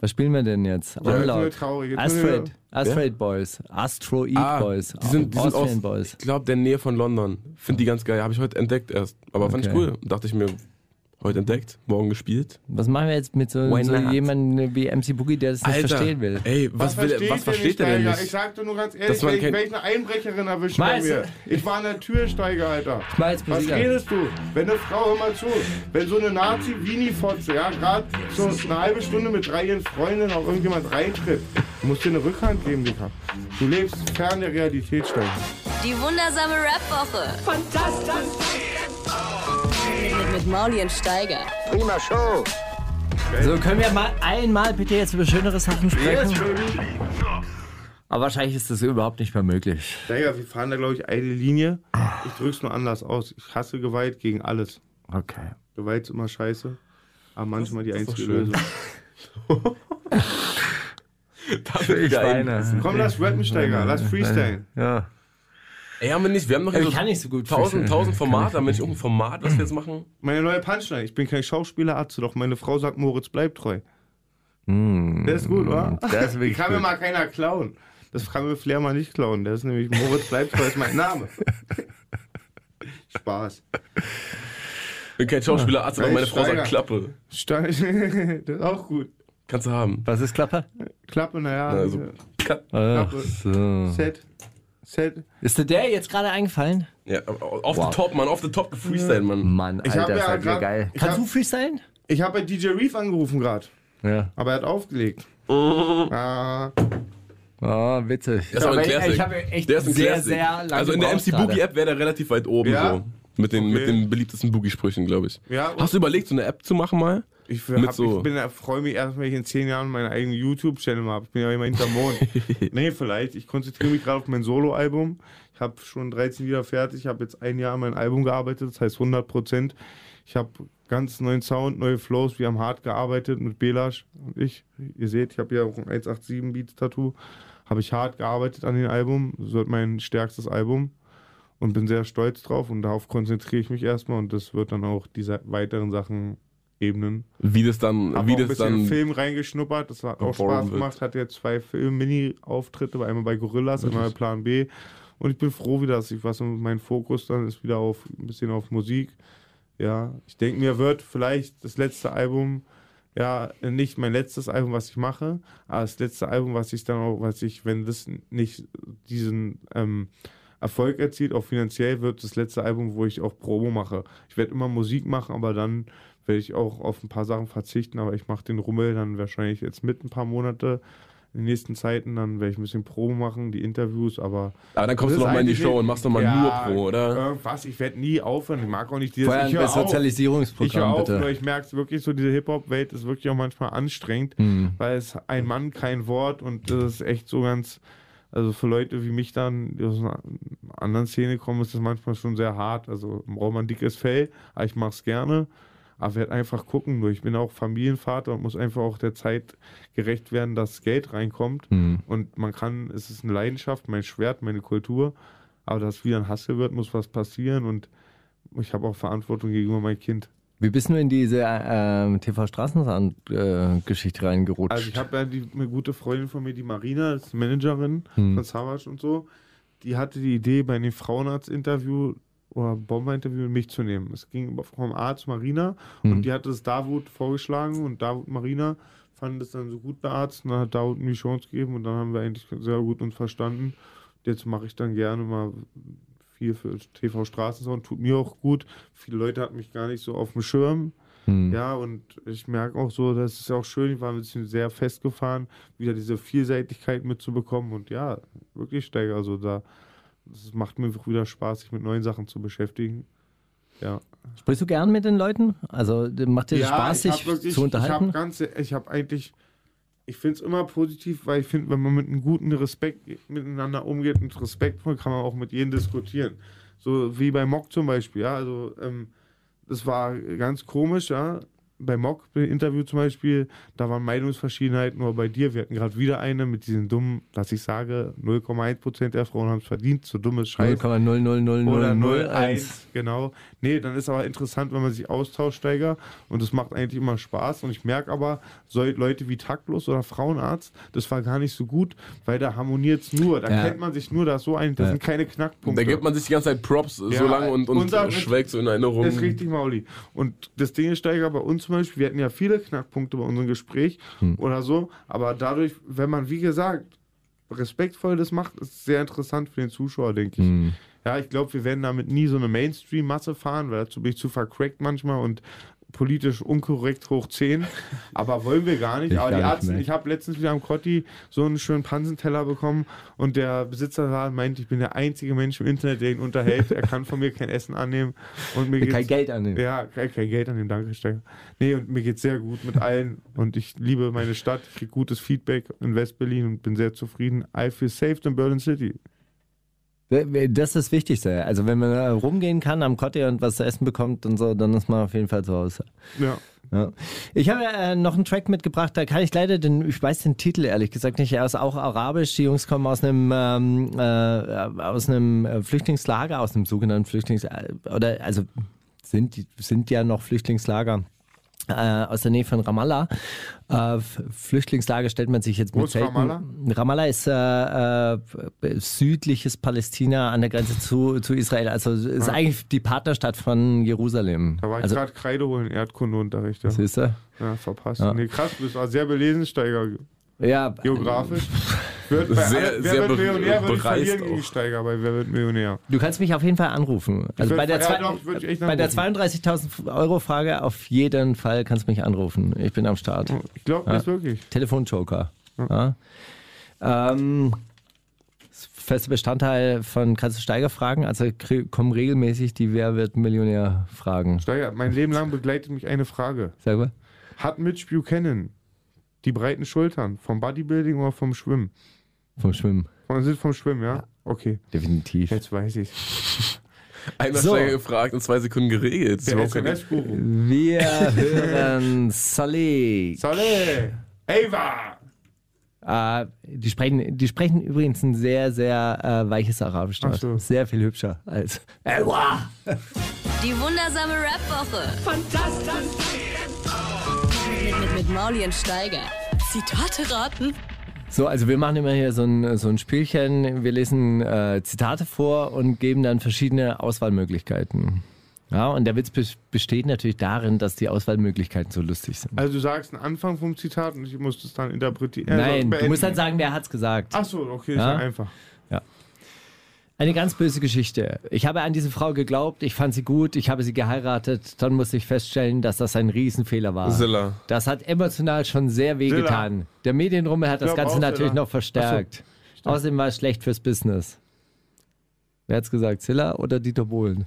[SPEAKER 6] Was spielen wir denn jetzt?
[SPEAKER 7] jetzt
[SPEAKER 6] Unlaut.
[SPEAKER 7] nur traurig, jetzt nur-
[SPEAKER 6] Astrid, Astrid Boys, Astroid
[SPEAKER 1] Ah,
[SPEAKER 6] Boys,
[SPEAKER 1] die sind, die sind aus,
[SPEAKER 6] Austrian Boys.
[SPEAKER 1] ich glaube, der Nähe von London. Finde die ganz geil. Habe ich heute entdeckt erst. Aber fand ich
[SPEAKER 6] Okay.
[SPEAKER 1] cool. Dachte ich mir, heute entdeckt, morgen gespielt.
[SPEAKER 6] Was machen wir jetzt mit so,
[SPEAKER 1] Why
[SPEAKER 6] so
[SPEAKER 1] not?
[SPEAKER 6] jemandem wie MC Boogie, der das nicht verstehen will?
[SPEAKER 1] ey, was, will, er- was versteht
[SPEAKER 7] der
[SPEAKER 1] er denn
[SPEAKER 7] Steiger?
[SPEAKER 1] nicht?
[SPEAKER 7] Ich sag dir nur ganz
[SPEAKER 1] Dass
[SPEAKER 7] ehrlich,
[SPEAKER 1] man
[SPEAKER 7] wenn ich,
[SPEAKER 1] kein-
[SPEAKER 7] wenn ich eine Einbrecherin erwischt bei
[SPEAKER 6] Weißt du-
[SPEAKER 7] mir. Ich war an der Tür, Steiger, Alter.
[SPEAKER 6] mach jetzt
[SPEAKER 7] Was
[SPEAKER 6] Musik an.
[SPEAKER 7] redest du? Wenn eine Frau, hör mal zu, wenn so eine Nazi-Wini-Fotze, ja, gerade so eine halbe Stunde mit drei ihren Freundinnen auf irgendjemand reintritt, du musst dir eine Rückhand geben, Dicker. Du lebst fern der Realität, Steiger.
[SPEAKER 2] Die wundersame Rap-Woche. Fantastisch. Mit, mit Mauli und Steiger.
[SPEAKER 3] Prima Show.
[SPEAKER 10] So, können wir mal einmal bitte jetzt über schönere Sachen sprechen? Aber wahrscheinlich ist das überhaupt nicht mehr möglich.
[SPEAKER 7] Digga, wir fahren da, glaube ich, eine Linie. Ich drück's nur anders aus. Ich hasse Gewalt gegen alles.
[SPEAKER 10] Okay.
[SPEAKER 7] Gewalt ist immer scheiße. Aber manchmal die
[SPEAKER 1] das ist doch
[SPEAKER 7] einzige
[SPEAKER 1] schön.
[SPEAKER 7] Lösung.
[SPEAKER 10] Schweine.
[SPEAKER 7] Komm, lass rappen, Steiger. Lass freestylen.
[SPEAKER 10] Ja.
[SPEAKER 1] Ey, haben wir nicht. Wir haben noch hier
[SPEAKER 10] Ich
[SPEAKER 1] so
[SPEAKER 10] kann nicht so gut
[SPEAKER 1] tausend,
[SPEAKER 10] freestylen.
[SPEAKER 1] tausend Formate. Haben wir nicht irgendein Format, was wir jetzt machen?
[SPEAKER 7] Meine neue Punchline. Ich bin kein Schauspieler, Atze, doch meine Frau sagt, Moritz bleibt treu. Der ist gut,
[SPEAKER 10] Hm.
[SPEAKER 7] oder?
[SPEAKER 10] der ist
[SPEAKER 7] Die
[SPEAKER 10] wirklich
[SPEAKER 7] kann mir
[SPEAKER 10] gut.
[SPEAKER 7] mal keiner klauen. Das kann mir Flair mal nicht klauen. Der ist nämlich Moritz bleibt treu, ist mein Name. Spaß.
[SPEAKER 1] Bin kein Schauspieler, Arzt, aber
[SPEAKER 7] Ey,
[SPEAKER 1] meine Frau sagt
[SPEAKER 7] Steiger.
[SPEAKER 1] Klappe.
[SPEAKER 7] Stein. Das ist auch gut.
[SPEAKER 1] Kannst du haben.
[SPEAKER 10] Was ist Klappe?
[SPEAKER 7] Klappe, naja.
[SPEAKER 1] Also, Klappe.
[SPEAKER 10] Ach
[SPEAKER 7] Klappe.
[SPEAKER 10] so.
[SPEAKER 7] Set. Set.
[SPEAKER 10] Ist dir der jetzt gerade eingefallen?
[SPEAKER 1] Ja, aber auf the top, Mann, auf the top gefreestylt, Mann.
[SPEAKER 10] Mann,
[SPEAKER 7] Ich habe
[SPEAKER 10] Alter,
[SPEAKER 7] ja
[SPEAKER 10] seid ihr
[SPEAKER 7] gerade.
[SPEAKER 10] geil.
[SPEAKER 7] Ich
[SPEAKER 10] Kannst
[SPEAKER 7] habe
[SPEAKER 10] du freestylen?
[SPEAKER 7] hab bei DJ Reef angerufen gerade.
[SPEAKER 10] Ja.
[SPEAKER 7] Aber er hat aufgelegt. Ah,
[SPEAKER 10] Ah, witzig.
[SPEAKER 1] Das ist aber ein
[SPEAKER 10] ich-
[SPEAKER 1] Classic.
[SPEAKER 10] ich habe echt
[SPEAKER 1] Der ist ein
[SPEAKER 10] sehr,
[SPEAKER 1] Classic.
[SPEAKER 10] sehr lange
[SPEAKER 1] Also in der
[SPEAKER 10] gebraucht
[SPEAKER 1] MC Boogie
[SPEAKER 10] gerade.
[SPEAKER 1] App wäre der relativ weit oben
[SPEAKER 7] Ja?
[SPEAKER 1] so. Mit den, mit
[SPEAKER 7] Okay.
[SPEAKER 1] den beliebtesten Boogie-Sprüchen, glaube ich.
[SPEAKER 7] Ja,
[SPEAKER 1] Hast du überlegt, so eine App zu machen mal?
[SPEAKER 7] ich
[SPEAKER 1] Mit
[SPEAKER 7] hab,
[SPEAKER 1] so-
[SPEAKER 7] ich bin, freue mich erst, wenn ich in zehn Jahren meinen eigenen YouTube-Channel habe. Ich bin ja immer hinterm Mond. nee, vielleicht. Ich konzentriere mich gerade auf mein Solo-Album. Ich habe schon 13 Lieder fertig. Ich habe jetzt ein Jahr an meinem Album gearbeitet, das heißt 100 Prozent. Ich habe ganz neuen Sound, neue Flows. Wir haben hart gearbeitet mit Belasch und ich. Ihr seht, ich habe ja auch ein 187-Beats-Tattoo. Habe ich hart gearbeitet an dem Album. Das wird mein stärkstes Album. Und bin sehr stolz drauf und darauf konzentriere ich mich erstmal und das wird dann auch diese weiteren Sachen, Ebenen
[SPEAKER 1] Wie das dann,
[SPEAKER 7] hab
[SPEAKER 1] wie
[SPEAKER 7] auch ein
[SPEAKER 1] das
[SPEAKER 7] bisschen
[SPEAKER 1] dann.
[SPEAKER 7] Film reingeschnuppert, das hat auch
[SPEAKER 1] Erworben
[SPEAKER 7] Spaß
[SPEAKER 1] wird.
[SPEAKER 7] gemacht. Hatte jetzt zwei Film-Mini-Auftritte, einmal bei Gorillas, einmal bei Plan B. Und ich bin froh, wie das ich was mein Fokus dann ist wieder auf ein bisschen auf Musik. Ja, ich denke mir wird vielleicht das letzte Album ja nicht mein letztes Album, was ich mache, aber das letzte Album, was ich dann auch, was ich, wenn das nicht diesen ähm, Erfolg erzielt, auch finanziell wird das letzte Album, wo ich auch Promo mache. Ich werde immer Musik machen, aber dann werde ich auch auf ein paar Sachen verzichten, aber ich mache den Rummel dann wahrscheinlich jetzt mit ein paar Monate in den nächsten Zeiten, dann werde ich ein bisschen Promo machen, die Interviews, aber
[SPEAKER 1] Aber Ah, dann kommst
[SPEAKER 7] Das ist
[SPEAKER 1] du nochmal in die
[SPEAKER 7] eigentlich
[SPEAKER 1] Show
[SPEAKER 7] nicht-
[SPEAKER 1] und machst nochmal
[SPEAKER 7] Ja,
[SPEAKER 1] nur Pro, oder?
[SPEAKER 7] Irgendwas, ich werde nie aufhören, ich mag auch nicht dieses,
[SPEAKER 10] Vor allem
[SPEAKER 7] ich
[SPEAKER 10] bei
[SPEAKER 7] höre auf. Ich höre
[SPEAKER 10] Sozialisierungsprogramm,
[SPEAKER 7] auf, nur
[SPEAKER 10] bitte.
[SPEAKER 7] ich merke es wirklich so, diese Hip-Hop-Welt ist wirklich auch manchmal anstrengend, weil es ein Mann, kein Wort und das ist echt so ganz, also für Leute wie mich dann, die aus einer anderen Szene kommen, ist das manchmal schon sehr hart. Also braucht man dickes Fell, aber ich mache es gerne. Aber werde einfach gucken, nur ich bin auch Familienvater und muss einfach auch der Zeit gerecht werden, dass Geld reinkommt.
[SPEAKER 10] Hm.
[SPEAKER 7] Und man kann, es ist eine Leidenschaft, mein Schwert, meine Kultur. Aber dass wieder ein Hassel wird, muss was passieren und ich habe auch Verantwortung gegenüber meinem Kind.
[SPEAKER 10] Wie bist du in diese äh, TV-Straßensand-Geschichte äh, reingerutscht?
[SPEAKER 7] Also ich habe ja die, eine gute Freundin von mir, die Marina, ist Managerin von Savage und so. Die hatte die Idee, bei einem Frauenarzt-Interview oder Bomber-Interview mich zu nehmen. Es ging über- vom Arzt Marina
[SPEAKER 10] Hm.
[SPEAKER 6] Hm.
[SPEAKER 7] und die hatte es Davut vorgeschlagen und Davut Marina fand es dann so gut bei Arzt und dann hat Davut mir die Chance gegeben und dann haben wir eigentlich sehr gut uns verstanden. Jetzt mache ich dann gerne mal viel für TV Straßensound, tut mir auch gut. Viele Leute hatten mich gar nicht so auf dem Schirm.
[SPEAKER 10] Hm.
[SPEAKER 6] Mhm.
[SPEAKER 7] Ja, und ich merke auch so, das ist auch schön, ich war ein bisschen sehr festgefahren, wieder diese Vielseitigkeit mitzubekommen und ja, wirklich Steiger, also da, es macht mir einfach wieder Spaß, sich mit neuen Sachen zu beschäftigen. Ja.
[SPEAKER 10] Sprichst du gern mit den Leuten? Also macht dir das Spaß,
[SPEAKER 7] ich
[SPEAKER 10] sich
[SPEAKER 7] hab wirklich-
[SPEAKER 10] zu
[SPEAKER 7] Ich habe
[SPEAKER 10] unterhalten?
[SPEAKER 7] ganz, ich habe eigentlich, ich finde es immer positiv, weil ich finde, wenn man mit einem guten Respekt miteinander umgeht und respektvoll, kann man auch mit jedem diskutieren. So wie bei Mock zum Beispiel, ja, also ähm, das war ganz komisch, ja. Bei Mock, bei dem Interview zum Beispiel, da waren Meinungsverschiedenheiten, nur bei dir, wir hatten gerade wieder eine mit diesen dummen, dass ich sage, 0,1% der Frauen haben es verdient, so dummes Scheiß.
[SPEAKER 10] 0,00001.
[SPEAKER 7] Genau. Nee, dann ist aber interessant, wenn man sich austauscht, Steiger. Und das macht eigentlich immer Spaß. Und ich merke aber, so Leute wie Taktlos oder Frauenarzt, das war gar nicht so gut, weil da harmoniert es nur. Da
[SPEAKER 10] Ja.
[SPEAKER 7] kennt man sich nur, da ist so ein, das sind keine Knackpunkte.
[SPEAKER 1] Da gibt man sich die ganze Zeit Props so
[SPEAKER 7] Ja,
[SPEAKER 1] lange und, und
[SPEAKER 7] unser-
[SPEAKER 1] schwelgt so in Erinnerung.
[SPEAKER 7] ist richtig, Mauli. Und das Ding ist, Steiger, bei uns zum Beispiel, wir hatten ja viele Knackpunkte bei unserem Gespräch
[SPEAKER 6] Hm.
[SPEAKER 7] oder so, aber dadurch, wenn man, wie gesagt, respektvoll das macht, ist es sehr interessant für den Zuschauer, denke ich.
[SPEAKER 6] Hm.
[SPEAKER 7] Ja, ich glaube, wir werden damit nie so eine Mainstream-Masse fahren, weil dazu bin ich zu vercrackt manchmal und politisch unkorrekt hoch 10, aber wollen wir gar nicht.
[SPEAKER 6] Ich
[SPEAKER 7] aber
[SPEAKER 6] gar
[SPEAKER 7] die
[SPEAKER 6] nicht
[SPEAKER 7] Arzten,
[SPEAKER 6] mehr.
[SPEAKER 7] ich habe letztens wieder am Kotti so einen schönen Pansenteller bekommen und der Besitzer da meint, ich bin der einzige Mensch im Internet, der ihn unterhält. Er kann von mir kein Essen annehmen und mir
[SPEAKER 6] Kein
[SPEAKER 7] geht's-
[SPEAKER 6] Geld annehmen.
[SPEAKER 7] Ja, kein, kein Geld annehmen, danke, Steiger. Nee, und mir geht's sehr gut mit allen und ich liebe meine Stadt, ich kriege gutes Feedback in West-Berlin und bin sehr zufrieden. I feel safe in Berlin City.
[SPEAKER 6] Das ist das Wichtigste. Also wenn man da rumgehen kann am Kotti und was zu essen bekommt und so, dann ist man auf jeden Fall zu Hause.
[SPEAKER 7] Ja.
[SPEAKER 6] Ja. Ich habe äh, noch einen Track mitgebracht, da kann ich leider den, ich weiß den Titel ehrlich gesagt nicht, er ist auch arabisch, die Jungs kommen aus einem, ähm, äh, aus einem äh, Flüchtlingslager, aus einem sogenannten Flüchtlings, äh, oder also sind, die- sind ja noch Flüchtlingslager. Äh, aus der Nähe von Ramallah. Äh, F- Flüchtlingslager stellt man sich jetzt
[SPEAKER 7] Wo
[SPEAKER 6] mit
[SPEAKER 7] ist
[SPEAKER 6] Zelten-
[SPEAKER 7] Ramallah?
[SPEAKER 6] Ramallah ist äh, äh, südliches Palästina an der Grenze zu, zu Israel. Also ist eigentlich die Partnerstadt von Jerusalem.
[SPEAKER 7] Ah. Da war ich
[SPEAKER 6] also,
[SPEAKER 7] gerade Kreide holen, Erdkundeunterricht. Ja,
[SPEAKER 6] siehst du?
[SPEAKER 7] ja verpasst. Nee, krass, du bist auch sehr belesen, Steiger.
[SPEAKER 6] Ja,
[SPEAKER 7] Geografisch. Wird bei
[SPEAKER 1] Sehr-
[SPEAKER 7] alle- wer wird
[SPEAKER 1] sehr be-
[SPEAKER 7] Millionär, würde ich
[SPEAKER 1] bereist
[SPEAKER 7] verlieren gegen
[SPEAKER 1] auch.
[SPEAKER 7] Steiger, bei Wer wird Millionär?
[SPEAKER 6] ähm, Du kannst mich auf jeden Fall anrufen. Also
[SPEAKER 7] würd-
[SPEAKER 6] bei der,
[SPEAKER 7] ja,
[SPEAKER 6] zwei-
[SPEAKER 7] doch, würd ich echt
[SPEAKER 6] bei der
[SPEAKER 7] anrufen.
[SPEAKER 6] 32.000 Euro Frage auf jeden Fall kannst du mich anrufen. Ich bin am Start.
[SPEAKER 7] Ich glaube das wirklich.
[SPEAKER 6] Telefonjoker. Ja. Ähm, ist fester Bestandteil von Kannst du Steiger fragen? Also krie- kommen regelmäßig die Wer wird Millionär Fragen.
[SPEAKER 7] Steiger, mein Leben lang begleitet mich eine Frage.
[SPEAKER 6] Sag mal.
[SPEAKER 7] Hat Mitch Buchanan die breiten Schultern vom Bodybuilding oder vom Schwimmen?
[SPEAKER 6] Vom Schwimmen.
[SPEAKER 7] Von sind vom Schwimmen, ja? Okay,
[SPEAKER 6] Definitiv.
[SPEAKER 7] jetzt weiß ich.
[SPEAKER 1] Einmal
[SPEAKER 6] So.
[SPEAKER 1] schnell gefragt und zwei Sekunden geregelt. Das ist
[SPEAKER 7] Der
[SPEAKER 1] überhaupt kein-
[SPEAKER 7] SMS-Guru.
[SPEAKER 6] Wir hören Saleh.
[SPEAKER 7] Saleh! Ava!
[SPEAKER 6] Äh, die, sprechen, die sprechen übrigens ein sehr, sehr äh, weiches Arabisch.
[SPEAKER 7] Ach
[SPEAKER 6] dort.
[SPEAKER 7] so.
[SPEAKER 6] Sehr viel hübscher als. Elwa!
[SPEAKER 2] Die wundersame Rap-Woche. Fantastisch. Mit, mit, mit Mauli und Steiger. Zitate raten.
[SPEAKER 6] So, also wir machen immer hier so ein, so ein Spielchen. Wir lesen äh, Zitate vor und geben dann verschiedene Auswahlmöglichkeiten. Ja, und der Witz bes- besteht natürlich darin, dass die Auswahlmöglichkeiten so lustig sind.
[SPEAKER 7] Also du sagst einen Anfang vom Zitat und ich muss das dann interpretieren. äh,
[SPEAKER 6] Nein, du
[SPEAKER 7] beenden.
[SPEAKER 6] musst dann sagen, wer hat's gesagt.
[SPEAKER 7] Ach so, okay, ist
[SPEAKER 6] Ja?
[SPEAKER 7] ja einfach.
[SPEAKER 6] Eine ganz böse Geschichte. Ich habe an diese Frau geglaubt, ich fand sie gut, ich habe sie geheiratet, dann musste ich feststellen, dass das ein Riesenfehler war.
[SPEAKER 1] Silla.
[SPEAKER 6] Das hat emotional schon sehr
[SPEAKER 7] Silla.
[SPEAKER 6] wehgetan. Der Medienrummel hat das
[SPEAKER 7] glaub
[SPEAKER 6] Ganze
[SPEAKER 7] auch,
[SPEAKER 6] natürlich
[SPEAKER 7] Silla.
[SPEAKER 6] noch verstärkt. Außerdem war es schlecht fürs Business. Wer hat's gesagt? Zilla oder Dieter Bohlen?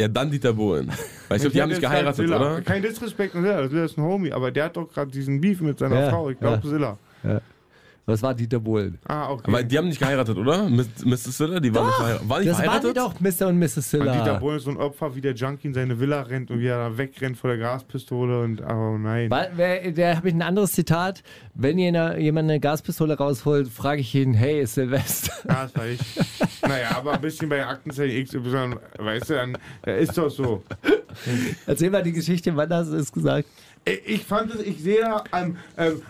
[SPEAKER 1] Ja, dann Dieter Bohlen. Weil ich glaube, die haben nicht
[SPEAKER 7] jetzt
[SPEAKER 1] geheiratet,
[SPEAKER 7] halt Silla.
[SPEAKER 1] oder?
[SPEAKER 7] Kein Disrespekt an Silla, Silla ist ein Homie, aber der hat doch gerade diesen Beef mit seiner
[SPEAKER 6] Ja,
[SPEAKER 7] Frau. Ich glaube,
[SPEAKER 6] ja.
[SPEAKER 7] Silla.
[SPEAKER 6] Was war Dieter Bohlen?
[SPEAKER 7] Ah, okay.
[SPEAKER 1] Aber die haben nicht geheiratet, oder? Miss- Mrs. Silla, die waren nicht verheiratet. Waren die
[SPEAKER 6] Das waren die
[SPEAKER 1] verheiratet?
[SPEAKER 6] doch, Mr. und Mrs.
[SPEAKER 7] und Dieter
[SPEAKER 6] Zilla.
[SPEAKER 7] Bohlen ist so ein Opfer, wie der Junkie in seine Villa rennt und wie er da wegrennt vor der Graspistole und oh nein.
[SPEAKER 6] Wa- wer- Da habe ich ein anderes Zitat. Wenn jener- jemand eine Gaspistole rausholt, frage ich ihn, hey, ist Silvester.
[SPEAKER 7] Ah, das war ich. naja, aber ein bisschen bei Aktenzeichen XY, weißt du, dann ja, ist doch so.
[SPEAKER 6] Erzähl mal die Geschichte, wann hast du es gesagt?
[SPEAKER 7] Ich ich fand es, ich sehe da ähm, ähm,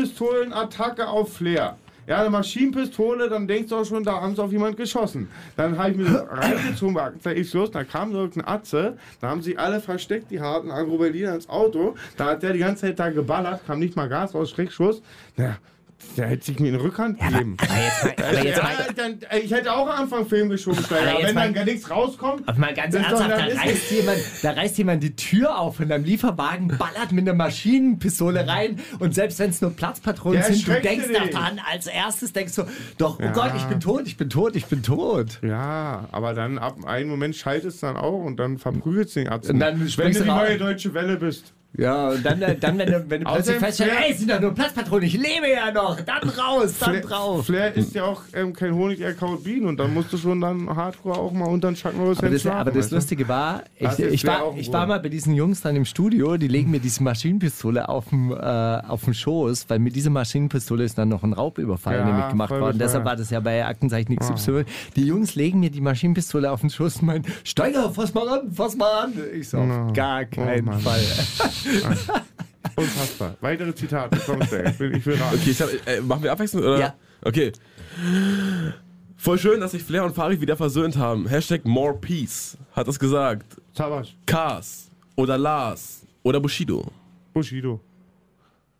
[SPEAKER 7] Maschinenpistolenattacke auf Flair. Ja, eine Maschinenpistole, dann denkst du auch schon, da haben sie auf jemand geschossen. Dann habe ich mir das reingezogen, war ich los, dann kam so ein Atze, da haben sie alle versteckt, die harten Agro-Berliner ins Auto. Da hat der die ganze Zeit da geballert, kam nicht mal Gas aus, Schreckschuss. Naja, der hätte sich mir in den Rückhand gegeben.
[SPEAKER 6] jetzt
[SPEAKER 7] Ja, dann, ey, ich hätte auch am Anfang Film geschoben, Steiger.
[SPEAKER 6] jetzt
[SPEAKER 7] Wenn
[SPEAKER 6] mal-
[SPEAKER 7] dann gar nichts rauskommt,
[SPEAKER 6] Aber mal ganz
[SPEAKER 7] Das ist doch
[SPEAKER 6] ernsthaft, da
[SPEAKER 7] dann-
[SPEAKER 6] reißt, jemand, da reißt jemand die Tür auf von deinem Lieferwagen, ballert mit einer Maschinenpistole rein und selbst wenn es nur Platzpatronen
[SPEAKER 7] Der
[SPEAKER 6] sind, du
[SPEAKER 7] schreckt
[SPEAKER 6] denkst
[SPEAKER 7] dich.
[SPEAKER 6] daran, als erstes denkst du, doch, oh Gott, ich bin tot, ich bin tot, ich bin tot.
[SPEAKER 7] Ja, aber dann ab einem Moment schaltet es dann auch und dann verprügelt es den Arzt.
[SPEAKER 6] Und dann
[SPEAKER 7] Wenn
[SPEAKER 6] springst
[SPEAKER 7] du die
[SPEAKER 6] du raus.
[SPEAKER 7] neue deutsche Welle bist.
[SPEAKER 6] Ja, und dann, äh, dann wenn, du, wenn du plötzlich
[SPEAKER 7] Außerdem
[SPEAKER 6] feststellst,
[SPEAKER 7] Flair-
[SPEAKER 6] ey, es sind doch nur Platzpatronen, ich lebe ja noch, dann raus, dann
[SPEAKER 7] Flair-
[SPEAKER 6] drauf.
[SPEAKER 7] Flair ist ja auch ähm, kein Honig, er kaut Bienen und dann musst du schon dann Hardcore auch mal unter den Chuck Norris
[SPEAKER 6] Aber das,
[SPEAKER 7] schlafen,
[SPEAKER 6] aber das
[SPEAKER 7] weißt du?
[SPEAKER 6] Lustige war, ich,
[SPEAKER 7] Das ist
[SPEAKER 6] ich,
[SPEAKER 7] mir
[SPEAKER 6] war,
[SPEAKER 7] auch
[SPEAKER 6] ich
[SPEAKER 7] wohl.
[SPEAKER 6] war mal bei diesen Jungs dann im Studio, die legen mir diese Maschinenpistole auf den äh, auf den Schoß, weil mit dieser Maschinenpistole ist dann noch ein Raubüberfall
[SPEAKER 7] Ja,
[SPEAKER 6] nämlich gemacht
[SPEAKER 7] voll
[SPEAKER 6] worden.
[SPEAKER 7] bescheuert.
[SPEAKER 6] Deshalb war das ja bei Aktenzeichen XY. Die Jungs legen mir die Maschinenpistole auf den Schoß und meinen, Steiger, fass mal an, fass mal an. Ich so, auf
[SPEAKER 7] No.
[SPEAKER 6] gar
[SPEAKER 7] Oh,
[SPEAKER 6] keinen
[SPEAKER 7] Mann.
[SPEAKER 6] Fall.
[SPEAKER 7] Unfassbar. Weitere Zitate. Komm, Stay. Ich will, ich will raten.
[SPEAKER 1] Okay, ich hab, äh, machen wir abwechselnd, oder?
[SPEAKER 6] Ja.
[SPEAKER 1] Okay. Voll schön, dass sich Flair und Farid wieder versöhnt haben. Hashtag More Peace hat es gesagt.
[SPEAKER 7] Tabasch.
[SPEAKER 1] Cars oder Lars oder Bushido.
[SPEAKER 7] Bushido.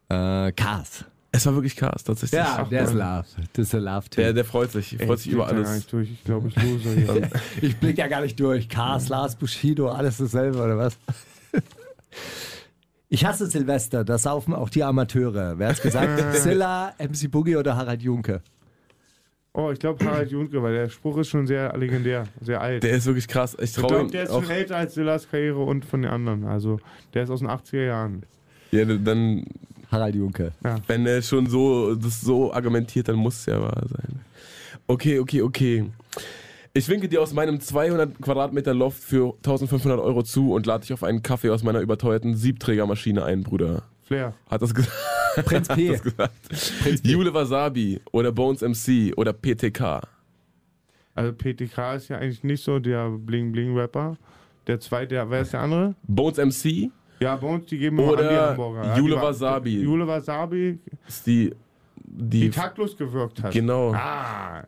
[SPEAKER 6] Äh, Cars.
[SPEAKER 1] Es war wirklich Cars, tatsächlich.
[SPEAKER 6] Ja,
[SPEAKER 1] Ach,
[SPEAKER 6] der ist
[SPEAKER 1] Mann.
[SPEAKER 6] love. Das ist der love
[SPEAKER 1] der, der freut sich, freut sich über
[SPEAKER 7] Ich, blick da gar
[SPEAKER 1] alles.
[SPEAKER 7] nicht durch. ich glaube, ich lose hier.
[SPEAKER 6] Ich blick ja gar nicht durch. Cars, Lars, Bushido, alles dasselbe, oder was? Ich hasse Silvester, da saufen auch die Amateure. Wer hat's gesagt? Silla, MC Boogie oder Harald Junke?
[SPEAKER 7] Oh, ich glaube Harald Junke, weil der Spruch ist schon sehr legendär, sehr alt.
[SPEAKER 1] Der ist wirklich krass. Ich
[SPEAKER 7] ich
[SPEAKER 1] traue
[SPEAKER 7] glaube, der
[SPEAKER 1] ihm
[SPEAKER 7] ist schon
[SPEAKER 1] auch.
[SPEAKER 7] älter als Silas Karriere und von den anderen. Also, der ist aus den 80er Jahren.
[SPEAKER 1] Ja, dann,
[SPEAKER 6] Harald Junke.
[SPEAKER 1] wenn er schon so, das so argumentiert, dann muss es ja wahr sein. Okay, okay, okay. Ich winke dir aus meinem 200 Quadratmeter Loft für 1500 Euro zu und lade dich auf einen Kaffee aus meiner überteuerten Siebträgermaschine ein, Bruder.
[SPEAKER 7] Flair.
[SPEAKER 1] Hat das gesagt?
[SPEAKER 6] Prinz P.
[SPEAKER 1] das gesagt? Jule Wasabi oder Bones MC oder PTK.
[SPEAKER 7] Also, PTK ist ja eigentlich nicht so der Bling-Bling-Rapper. Der zweite, der- wer ist der andere?
[SPEAKER 1] Bones MC
[SPEAKER 7] Ja, bei uns, die geben immer
[SPEAKER 1] Oder
[SPEAKER 7] Andi Hamburger. Ja,
[SPEAKER 1] Jule
[SPEAKER 7] die war-
[SPEAKER 1] Wasabi.
[SPEAKER 7] Jule Wasabi,
[SPEAKER 1] ist die. Die,
[SPEAKER 7] die taktlos gewirkt hat.
[SPEAKER 1] genau.
[SPEAKER 7] Ah.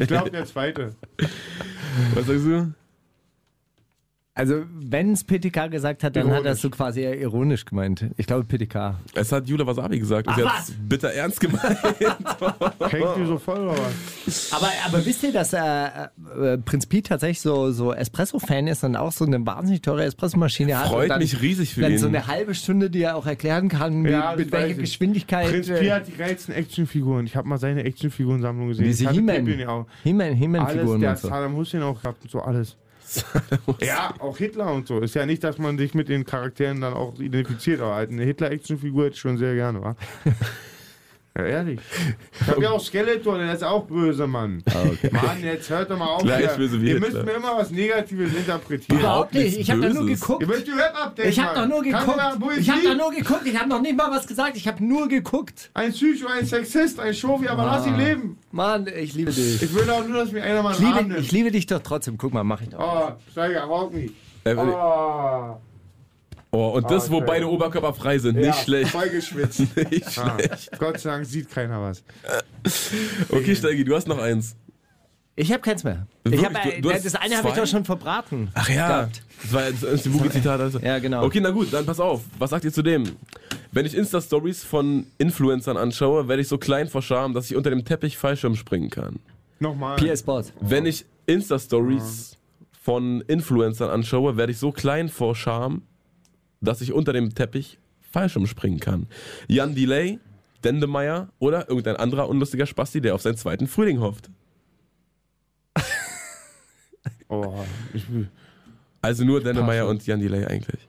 [SPEAKER 7] ich glaube, der zweite.
[SPEAKER 1] Was sagst du?
[SPEAKER 6] Also, wenn es PTK gesagt hat, dann hat er es so quasi eher ironisch gemeint. Ich glaube PTK.
[SPEAKER 1] Es hat Jule Wasabi gesagt
[SPEAKER 6] Ah,
[SPEAKER 1] und sie hat es bitter ernst gemeint.
[SPEAKER 7] Hängt die so voll oder was?
[SPEAKER 6] Aber, aber wisst ihr, dass äh, äh, Prinz Pi tatsächlich so, so Espresso-Fan ist und auch so eine wahnsinnig teure Espressomaschine hat? und
[SPEAKER 1] Freut
[SPEAKER 6] dann,
[SPEAKER 1] mich riesig für
[SPEAKER 6] Dann
[SPEAKER 1] ihn.
[SPEAKER 6] so eine halbe Stunde, die er auch erklären kann, wie,
[SPEAKER 7] Ja, das
[SPEAKER 6] mit
[SPEAKER 7] weiß
[SPEAKER 6] welcher
[SPEAKER 7] ich.
[SPEAKER 6] Geschwindigkeit.
[SPEAKER 7] Prinz
[SPEAKER 6] äh,
[SPEAKER 7] Pi hat die geilsten Actionfiguren. Ich habe mal seine Actionfiguren-Sammlung gesehen.
[SPEAKER 6] Diese
[SPEAKER 7] Ich hatte
[SPEAKER 6] He-Man.
[SPEAKER 7] Pippin ja auch.
[SPEAKER 6] He-Man,
[SPEAKER 7] Alles,
[SPEAKER 6] He-Man-Figuren
[SPEAKER 7] der
[SPEAKER 6] und
[SPEAKER 7] hat
[SPEAKER 6] so.
[SPEAKER 7] Saddam Hussein auch gehabt und so alles. Ja, auch Hitler und so. Ist ja nicht, dass man sich mit den Charakteren dann auch identifiziert, aber halt eine Hitler-Actionfigur hätte ich schon sehr gerne, wa? Ja, ehrlich. Ich hab ja auch Skeletor, der ist auch böse, Mann.
[SPEAKER 1] Ah,
[SPEAKER 7] Mann, jetzt hört doch mal auf.
[SPEAKER 1] Gleich
[SPEAKER 7] hier.
[SPEAKER 1] böse wie
[SPEAKER 7] Ihr
[SPEAKER 1] Hitler.
[SPEAKER 7] müsst mir immer was Negatives interpretieren.
[SPEAKER 6] Überhaupt nicht. Ich
[SPEAKER 1] nichts
[SPEAKER 6] habe da nur
[SPEAKER 7] Ihr
[SPEAKER 1] Böses.
[SPEAKER 6] geguckt.
[SPEAKER 7] müsst die Web-Update
[SPEAKER 6] Ich habe da nur geguckt. Ich habe da nur geguckt. Ich habe noch nicht mal was gesagt. Ich habe nur geguckt.
[SPEAKER 7] Ein Psycho, ein Sexist, ein Schofi, aber lass
[SPEAKER 1] Ah.
[SPEAKER 7] ihn leben.
[SPEAKER 6] Mann, ich liebe dich.
[SPEAKER 7] Ich will auch nur, dass mir einer mal
[SPEAKER 6] Ich
[SPEAKER 7] einen Arm
[SPEAKER 6] liebe,
[SPEAKER 7] nimmt.
[SPEAKER 6] ich liebe dich doch trotzdem. Guck mal, mach ich doch.
[SPEAKER 7] Oh, Steiger, haut mich.
[SPEAKER 1] Äh,
[SPEAKER 7] Oh.
[SPEAKER 1] Oh, und das, wo
[SPEAKER 7] Ah, okay.
[SPEAKER 1] beide Oberkörper frei sind.
[SPEAKER 7] Ja,
[SPEAKER 1] Nicht schlecht.
[SPEAKER 7] Voll geschwitzt.
[SPEAKER 1] Nicht
[SPEAKER 7] Ah,
[SPEAKER 1] schlecht.
[SPEAKER 7] Gott sei Dank sieht keiner was.
[SPEAKER 1] Okay, Steigi, du hast noch eins.
[SPEAKER 6] Ich habe keins mehr.
[SPEAKER 1] Wirklich?
[SPEAKER 6] Ich hab, äh,
[SPEAKER 1] Du- du hast
[SPEAKER 6] das eine habe ich
[SPEAKER 1] zwei?
[SPEAKER 6] doch schon verbraten.
[SPEAKER 1] Ach ja. Das war das ist die Boogie-Zitat. Also.
[SPEAKER 6] Ja, genau.
[SPEAKER 1] Okay, na gut, dann pass auf. Was sagt ihr zu dem? Wenn ich Insta-Stories von Influencern anschaue, werde ich so klein vor Scham, dass ich unter dem Teppich Fallschirm springen kann.
[SPEAKER 7] Nochmal.
[SPEAKER 6] PS Boss.
[SPEAKER 1] Wenn ich Insta-Stories von Influencern anschaue, werde ich so klein vor Scham, dass ich unter dem Teppich Fallschirm springen kann. Jan Delay, Dendemeyer oder irgendein anderer unlustiger Spasti, der auf seinen zweiten Frühling hofft.
[SPEAKER 7] Oh, ich,
[SPEAKER 1] Also nur Dendemeyer und Jan Delay eigentlich.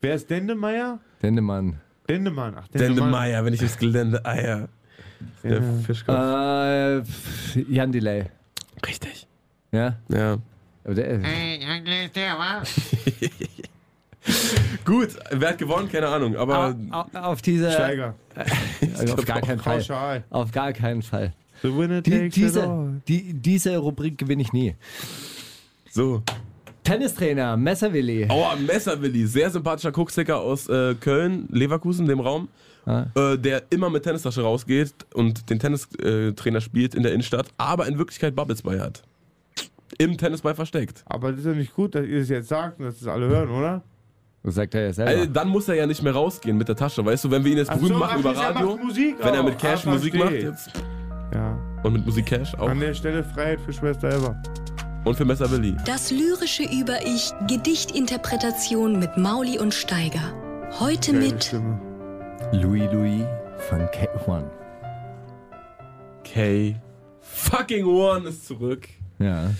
[SPEAKER 7] wer ist Dendemeyer?
[SPEAKER 6] Dendemann.
[SPEAKER 7] Dendemann. Ach,
[SPEAKER 1] Dendemeyer, wenn ich das Gelände eier. Der Fischkopf.
[SPEAKER 6] Äh, pff, Jan Delay.
[SPEAKER 1] Richtig.
[SPEAKER 6] Ja.
[SPEAKER 1] Ja.
[SPEAKER 6] Aber der,
[SPEAKER 7] Äh.
[SPEAKER 1] Gut, wer hat gewonnen? Keine Ahnung.
[SPEAKER 6] Au-
[SPEAKER 1] Aber
[SPEAKER 6] au- auf diese.
[SPEAKER 7] Steiger.
[SPEAKER 6] Also auf gar keinen Fall.
[SPEAKER 7] Pauschal.
[SPEAKER 6] Auf gar keinen Fall.
[SPEAKER 7] The winner
[SPEAKER 6] Die,
[SPEAKER 7] takes it all.
[SPEAKER 6] diese, die, diese Rubrik gewinne ich nie.
[SPEAKER 1] so.
[SPEAKER 6] Tennistrainer, Messerwilli.
[SPEAKER 1] Aua, Messerwilli, sehr sympathischer Kucksticker aus äh, Köln, Leverkusen, dem Raum,
[SPEAKER 6] Ah.
[SPEAKER 1] äh, der immer mit Tennistasche rausgeht und den Tennistrainer äh, Trainer spielt in der Innenstadt, aber in Wirklichkeit Bubbles bei hat. Im Tennisball versteckt.
[SPEAKER 7] Aber das ist ja nicht gut, dass ihr das jetzt sagt und dass das alle hören, oder?
[SPEAKER 6] Das sagt er ja selber.
[SPEAKER 1] Also, dann muss er ja nicht mehr rausgehen mit der Tasche, weißt du, wenn wir ihn jetzt
[SPEAKER 7] Ach
[SPEAKER 1] berühmt
[SPEAKER 7] so,
[SPEAKER 1] machen
[SPEAKER 7] ach,
[SPEAKER 1] über
[SPEAKER 7] er macht
[SPEAKER 1] Radio,
[SPEAKER 7] Musik
[SPEAKER 1] wenn er
[SPEAKER 7] auch.
[SPEAKER 1] mit Cash
[SPEAKER 7] Ah,
[SPEAKER 1] Musik macht
[SPEAKER 7] verstehe. Ah,
[SPEAKER 1] jetzt
[SPEAKER 7] Ja.
[SPEAKER 1] und mit Musik Cash auch
[SPEAKER 7] An der Stelle Freiheit für Schwester Eva.
[SPEAKER 1] und für Messerwilli.
[SPEAKER 2] Das lyrische Über-Ich, Gedichtinterpretation mit Mauli und Steiger. Heute
[SPEAKER 7] Geile
[SPEAKER 2] mit
[SPEAKER 7] Stimme.
[SPEAKER 6] Louis Louis von K1.
[SPEAKER 1] Okay. Fucking One ist zurück.
[SPEAKER 6] Ja.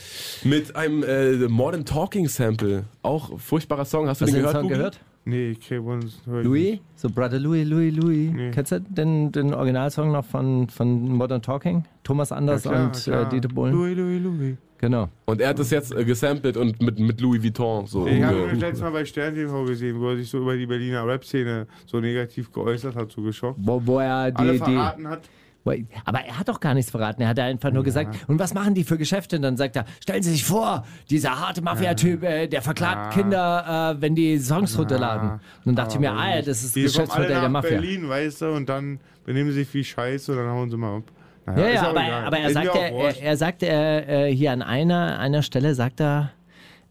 [SPEAKER 1] Mit einem äh, Modern Talking Sample. Auch furchtbarer Song. Hast du
[SPEAKER 6] Hast du den
[SPEAKER 1] den gehört?
[SPEAKER 6] Song
[SPEAKER 1] Boogie?
[SPEAKER 6] gehört?
[SPEAKER 7] Nee, okay, uns
[SPEAKER 6] Louis? So Brother Louis, Louis, Louis.
[SPEAKER 7] Nee.
[SPEAKER 6] Kennst du den, den Originalsong noch von, von Modern Talking? Thomas Anders und Äh, Dieter Bohlen?
[SPEAKER 7] Louis, Louis, Louis.
[SPEAKER 6] Genau.
[SPEAKER 1] Und er hat es jetzt äh, gesampelt und mit, mit Louis Vuitton so.
[SPEAKER 7] Ich habe
[SPEAKER 1] umge-
[SPEAKER 7] ihn letztes Mal bei Stern TV gesehen, wo er sich so über die Berliner Rap-Szene so negativ geäußert hat, so geschockt.
[SPEAKER 6] Wo, wo er die,
[SPEAKER 7] Alle
[SPEAKER 6] die,
[SPEAKER 7] verraten hat.
[SPEAKER 6] Wait, Aber er hat doch gar nichts verraten. Er hat einfach nur gesagt, und was machen die für Geschäfte? Und dann sagt er, stellen Sie sich vor, dieser harte Mafia-Typ, äh, der verklagt Kinder, äh, wenn die Songs runterladen. Und dann dachte ich mir, ah, ja, das ist das
[SPEAKER 7] Die kommen alle
[SPEAKER 6] Geschäftsmodell
[SPEAKER 7] nach
[SPEAKER 6] der Mafia.
[SPEAKER 7] Berlin, weißt du, und dann benehmen sie sich wie Scheiße und dann hauen sie mal ab. Naja,
[SPEAKER 6] Ja,
[SPEAKER 7] ist
[SPEAKER 6] ja,
[SPEAKER 7] auch
[SPEAKER 6] aber,
[SPEAKER 7] egal.
[SPEAKER 6] aber er
[SPEAKER 7] Ist
[SPEAKER 6] sagt,
[SPEAKER 7] mir auch
[SPEAKER 6] er,
[SPEAKER 7] wurscht.
[SPEAKER 6] er, er sagt er, äh, hier an einer, einer Stelle, sagt er,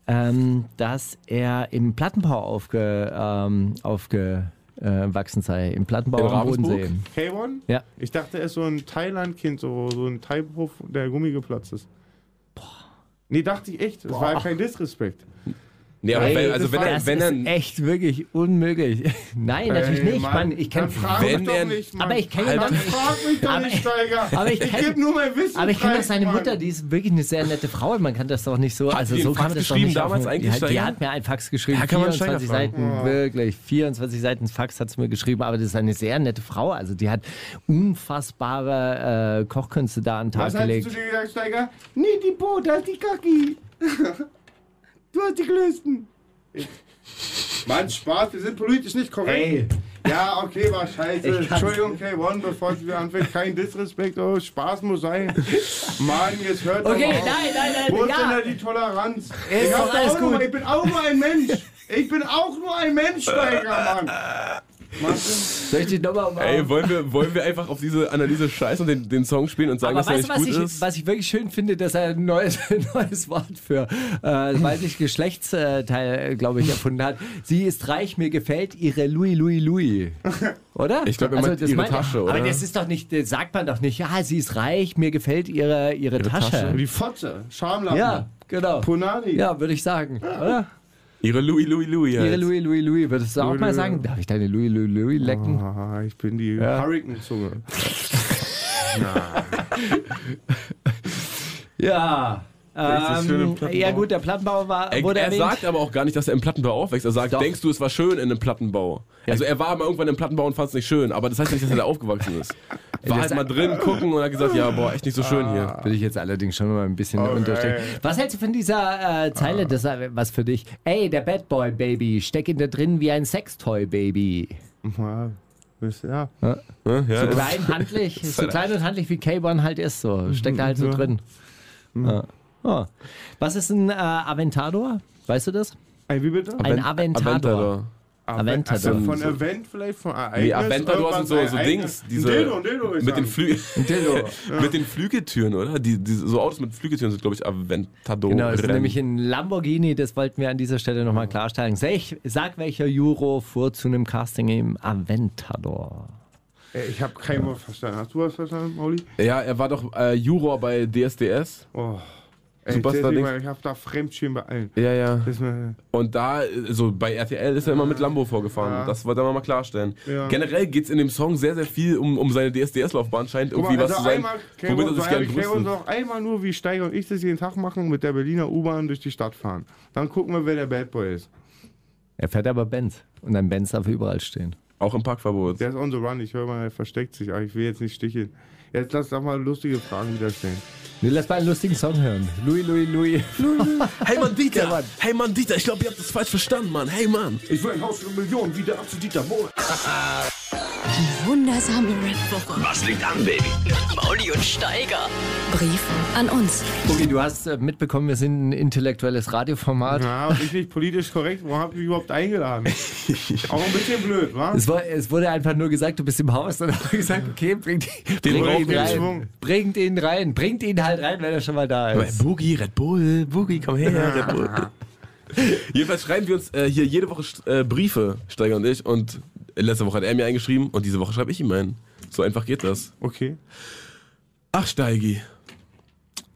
[SPEAKER 6] ähm, dass er im Plattenbau aufge, ähm, aufge äh, wachsen sei. Im Plattenbau
[SPEAKER 1] In
[SPEAKER 6] am
[SPEAKER 1] Ravensburg?
[SPEAKER 6] Bodensee.
[SPEAKER 7] K1?
[SPEAKER 6] Ja.
[SPEAKER 7] Ich dachte, er ist so ein Thailand-Kind, so, so ein Thai-Puff, der Gummi geplatzt ist. Nee, dachte ich echt. Das war ja kein Disrespekt.
[SPEAKER 1] Nee, aber
[SPEAKER 7] Ey,
[SPEAKER 1] wenn, also
[SPEAKER 7] das
[SPEAKER 1] wenn
[SPEAKER 7] war-
[SPEAKER 1] er,
[SPEAKER 6] Das
[SPEAKER 1] wenn er,
[SPEAKER 6] ist echt wirklich unmöglich. Nein, natürlich
[SPEAKER 7] Ey,
[SPEAKER 6] nicht.
[SPEAKER 7] Mann,
[SPEAKER 6] Mann, ich kenne
[SPEAKER 7] dann frag mich
[SPEAKER 1] Wenn
[SPEAKER 7] doch
[SPEAKER 1] er-
[SPEAKER 7] nicht, Mann.
[SPEAKER 6] aber ich kenn-
[SPEAKER 7] Dann
[SPEAKER 6] Alter.
[SPEAKER 7] frag mich doch
[SPEAKER 6] Aber-
[SPEAKER 7] nicht, Steiger.
[SPEAKER 6] aber ich kenn-
[SPEAKER 7] geb nur mein Wissen
[SPEAKER 6] Aber ich kenne doch
[SPEAKER 7] preis,
[SPEAKER 6] seine
[SPEAKER 7] Mann.
[SPEAKER 6] Mutter, die ist wirklich eine sehr nette Frau. Man kann das doch nicht so.
[SPEAKER 1] Hat
[SPEAKER 6] also
[SPEAKER 1] die
[SPEAKER 6] so
[SPEAKER 1] einen
[SPEAKER 6] kann man
[SPEAKER 1] Fax
[SPEAKER 6] das doch
[SPEAKER 1] geschrieben
[SPEAKER 6] nicht
[SPEAKER 1] damals
[SPEAKER 6] aufnehmen.
[SPEAKER 1] eigentlich,
[SPEAKER 6] Die, hat- die
[SPEAKER 1] Steiger?
[SPEAKER 6] hat mir einen Fax geschrieben.
[SPEAKER 1] Ja, kann man Steiger
[SPEAKER 6] 24
[SPEAKER 1] fragen.
[SPEAKER 6] Seiten, wirklich. 24 Seiten Fax hat sie mir geschrieben. Aber das ist eine sehr nette Frau. Also die hat unfassbare äh, Kochkünste da an den Tag
[SPEAKER 7] Was hast du
[SPEAKER 6] gelegt.
[SPEAKER 7] dir gesagt, Steiger? Nee, die Bo, da ist die Kacki. du hast die gelösten. Mann, Spaß, wir sind politisch nicht korrekt.
[SPEAKER 6] Ey.
[SPEAKER 7] Ja, okay, war scheiße.
[SPEAKER 6] Ich kann's-
[SPEAKER 7] Entschuldigung, K1, bevor wir anfangen, kein Disrespekt, oh, Spaß muss sein. Mann, jetzt hört doch
[SPEAKER 6] Okay,
[SPEAKER 7] mal
[SPEAKER 6] nein,
[SPEAKER 7] auf.
[SPEAKER 6] nein,
[SPEAKER 7] Wo
[SPEAKER 6] nein,
[SPEAKER 7] ist denn da
[SPEAKER 6] ja.
[SPEAKER 7] die Toleranz?
[SPEAKER 6] Ist
[SPEAKER 7] ich, hab
[SPEAKER 6] doch
[SPEAKER 7] da
[SPEAKER 6] alles
[SPEAKER 7] auch nur,
[SPEAKER 6] gut.
[SPEAKER 7] ich bin auch nur ein Mensch. Ich bin auch nur ein Mensch, Steiger, Mann. Martin,
[SPEAKER 6] Soll ich die nochmal umarmen?
[SPEAKER 1] ey, wollen wir, wollen wir einfach auf diese Analyse scheißen und den, den Song spielen und sagen,
[SPEAKER 6] Aber
[SPEAKER 1] dass er
[SPEAKER 6] weißt
[SPEAKER 1] nicht
[SPEAKER 6] du, was
[SPEAKER 1] gut
[SPEAKER 6] ich,
[SPEAKER 1] ist?
[SPEAKER 6] was ich wirklich schön finde, dass er ein neues, ein neues Wort für äh, weiblich Geschlechtsteil, glaube ich, erfunden hat. Sie ist reich, mir gefällt ihre Louis Louis Louis. Oder? Also
[SPEAKER 1] Ich glaub, er meint
[SPEAKER 6] das
[SPEAKER 1] ihre
[SPEAKER 6] er-
[SPEAKER 1] Tasche,
[SPEAKER 6] Aber
[SPEAKER 1] oder?
[SPEAKER 6] das ist doch nicht, das sagt man doch nicht, ja, sie ist reich, mir gefällt ihre, ihre, Tasche.
[SPEAKER 7] Die Fotze, Schamlappen.
[SPEAKER 6] Ja, genau.
[SPEAKER 7] Punani.
[SPEAKER 6] Ja, würde ich sagen, oder?
[SPEAKER 1] Ihre Louis Louis Louis.
[SPEAKER 6] Ihre
[SPEAKER 1] jetzt.
[SPEAKER 6] Louis Louis Louis, würdest du auch
[SPEAKER 7] Louis,
[SPEAKER 6] mal
[SPEAKER 7] Louis.
[SPEAKER 6] sagen, darf ich deine Louis Louis Louis lecken?
[SPEAKER 1] Oh.
[SPEAKER 7] Ah, ich bin die Hurricane-Zunge.
[SPEAKER 6] Ja.
[SPEAKER 7] das schöne
[SPEAKER 6] Ähm,
[SPEAKER 7] Plattenbau.
[SPEAKER 6] ja gut, der Plattenbau war,
[SPEAKER 1] Er,
[SPEAKER 6] wurde
[SPEAKER 1] er
[SPEAKER 6] erwähnt.
[SPEAKER 1] sagt aber auch gar nicht, dass er im Plattenbau aufwächst. Er sagt,
[SPEAKER 6] Doch.
[SPEAKER 1] denkst du, es war schön in einem Plattenbau? Also er war mal irgendwann im Plattenbau und fand es nicht schön, aber das heißt ja nicht, dass er da aufgewachsen ist. War halt mal drin, gucken und hat gesagt, ja, boah, echt nicht so schön hier.
[SPEAKER 6] Würde ich jetzt allerdings schon mal ein bisschen unterstellen. Was hältst du von dieser äh, Zeile? Das ist äh, was für dich. Ey, der Bad Boy Baby, steck ihn da drin wie ein Sextoy Baby.
[SPEAKER 7] Ja, Ah, wisst ihr, ja.
[SPEAKER 1] ne?
[SPEAKER 6] So klein, handlich, so klein und handlich wie K-Bon halt ist so. Steckt er halt so drin. Ja. Ja. Was ist ein äh, Aventador? Weißt du das?
[SPEAKER 7] Ey, wie bitte?
[SPEAKER 6] Ein Aventador.
[SPEAKER 1] Aventador.
[SPEAKER 6] Aventador.
[SPEAKER 7] Also von Event vielleicht, von Ereignis.
[SPEAKER 1] Nee, Aventador sind so,
[SPEAKER 7] irgendwas
[SPEAKER 1] so
[SPEAKER 7] Ereignis.
[SPEAKER 1] Dings, diese
[SPEAKER 7] Ein Dildo, ein Dildo ist
[SPEAKER 1] mit, den
[SPEAKER 7] das.
[SPEAKER 1] Flü mit den Flügeltüren, oder? Die, die, so Autos mit Flügeltüren sind, glaube ich, Aventador.
[SPEAKER 6] Genau, das ist nämlich ein Lamborghini, das wollten wir an dieser Stelle nochmal klarstellen. Sag, sag welcher Juro fuhr zu einem Casting im Aventador?
[SPEAKER 7] Ey, Ich habe kein Wort verstanden. Hast du was verstanden, Mauli?
[SPEAKER 1] ja, er war doch äh, Juror bei DSDS.
[SPEAKER 7] Oh. Ey,
[SPEAKER 1] Superstar
[SPEAKER 7] erzähl dir
[SPEAKER 1] Dings.
[SPEAKER 7] mal, ich hab da Fremdschirm bei allen.
[SPEAKER 1] Ja, ja.
[SPEAKER 7] Das ist mir-
[SPEAKER 1] Und da, äh, so bei RTL ist er immer mit Lambo vorgefahren.
[SPEAKER 7] Ja.
[SPEAKER 1] Das wollte er mal klarstellen.
[SPEAKER 7] Ja.
[SPEAKER 1] Generell geht es in dem Song sehr, sehr viel um, um seine DSDS-Laufbahn. Scheint
[SPEAKER 7] Guck
[SPEAKER 1] irgendwie
[SPEAKER 7] mal,
[SPEAKER 1] was
[SPEAKER 7] also
[SPEAKER 1] zu sein,
[SPEAKER 7] einmal,
[SPEAKER 1] womit er sich gerne
[SPEAKER 7] Kevin
[SPEAKER 1] brüstet.
[SPEAKER 7] doch einmal nur, wie Steiger und ich das jeden Tag machen, mit der Berliner U-Bahn durch die Stadt fahren. Dann gucken wir, wer der Bad Boy ist.
[SPEAKER 6] Er fährt aber Benz. Und ein Benz darf überall stehen.
[SPEAKER 1] Auch im Parkverbot.
[SPEAKER 7] Der ist on the run. Ich höre mal, er versteckt sich, aber ich will jetzt nicht sticheln. Jetzt lass doch mal lustige Fragen wieder stellen.
[SPEAKER 6] Nee, lass mal einen lustigen Song hören. Louis, Louis, Louis.
[SPEAKER 1] Hey Mann, Dieter! Hey Mann, Dieter, ich glaube, ihr habt das falsch verstanden, Mann. Hey Mann!
[SPEAKER 7] Ich will ein Haus für Millionen, wieder ab zu Dieter Bohlen.
[SPEAKER 9] Wundersame Rap-Woche.
[SPEAKER 3] Was liegt an, Baby?
[SPEAKER 2] Mauli und Steiger.
[SPEAKER 9] Brief an uns.
[SPEAKER 6] Boogie, du hast äh, mitbekommen, wir sind ein intellektuelles Radioformat.
[SPEAKER 7] Ja, und ich nicht politisch korrekt. Wo hab ich mich überhaupt eingeladen? Auch ein bisschen blöd, wa?
[SPEAKER 6] Es, war, es wurde einfach nur gesagt, du bist im Haus. Dann haben wir gesagt, okay, bringt, den
[SPEAKER 7] brauchen
[SPEAKER 6] bringt ihn
[SPEAKER 7] wir im
[SPEAKER 6] rein.
[SPEAKER 7] Schwung.
[SPEAKER 6] Bringt ihn rein. Bringt ihn halt rein, wenn er schon mal da ist.
[SPEAKER 1] Boogie, Red Bull, Boogie, komm her, Red Bull. Jedenfalls schreiben wir uns äh, hier jede Woche st- äh, Briefe, Steiger und ich. Und letzte Woche hat er mir eingeschrieben und diese Woche schreibe ich ihm einen. So einfach geht das.
[SPEAKER 7] Okay.
[SPEAKER 1] Ach, Steigi.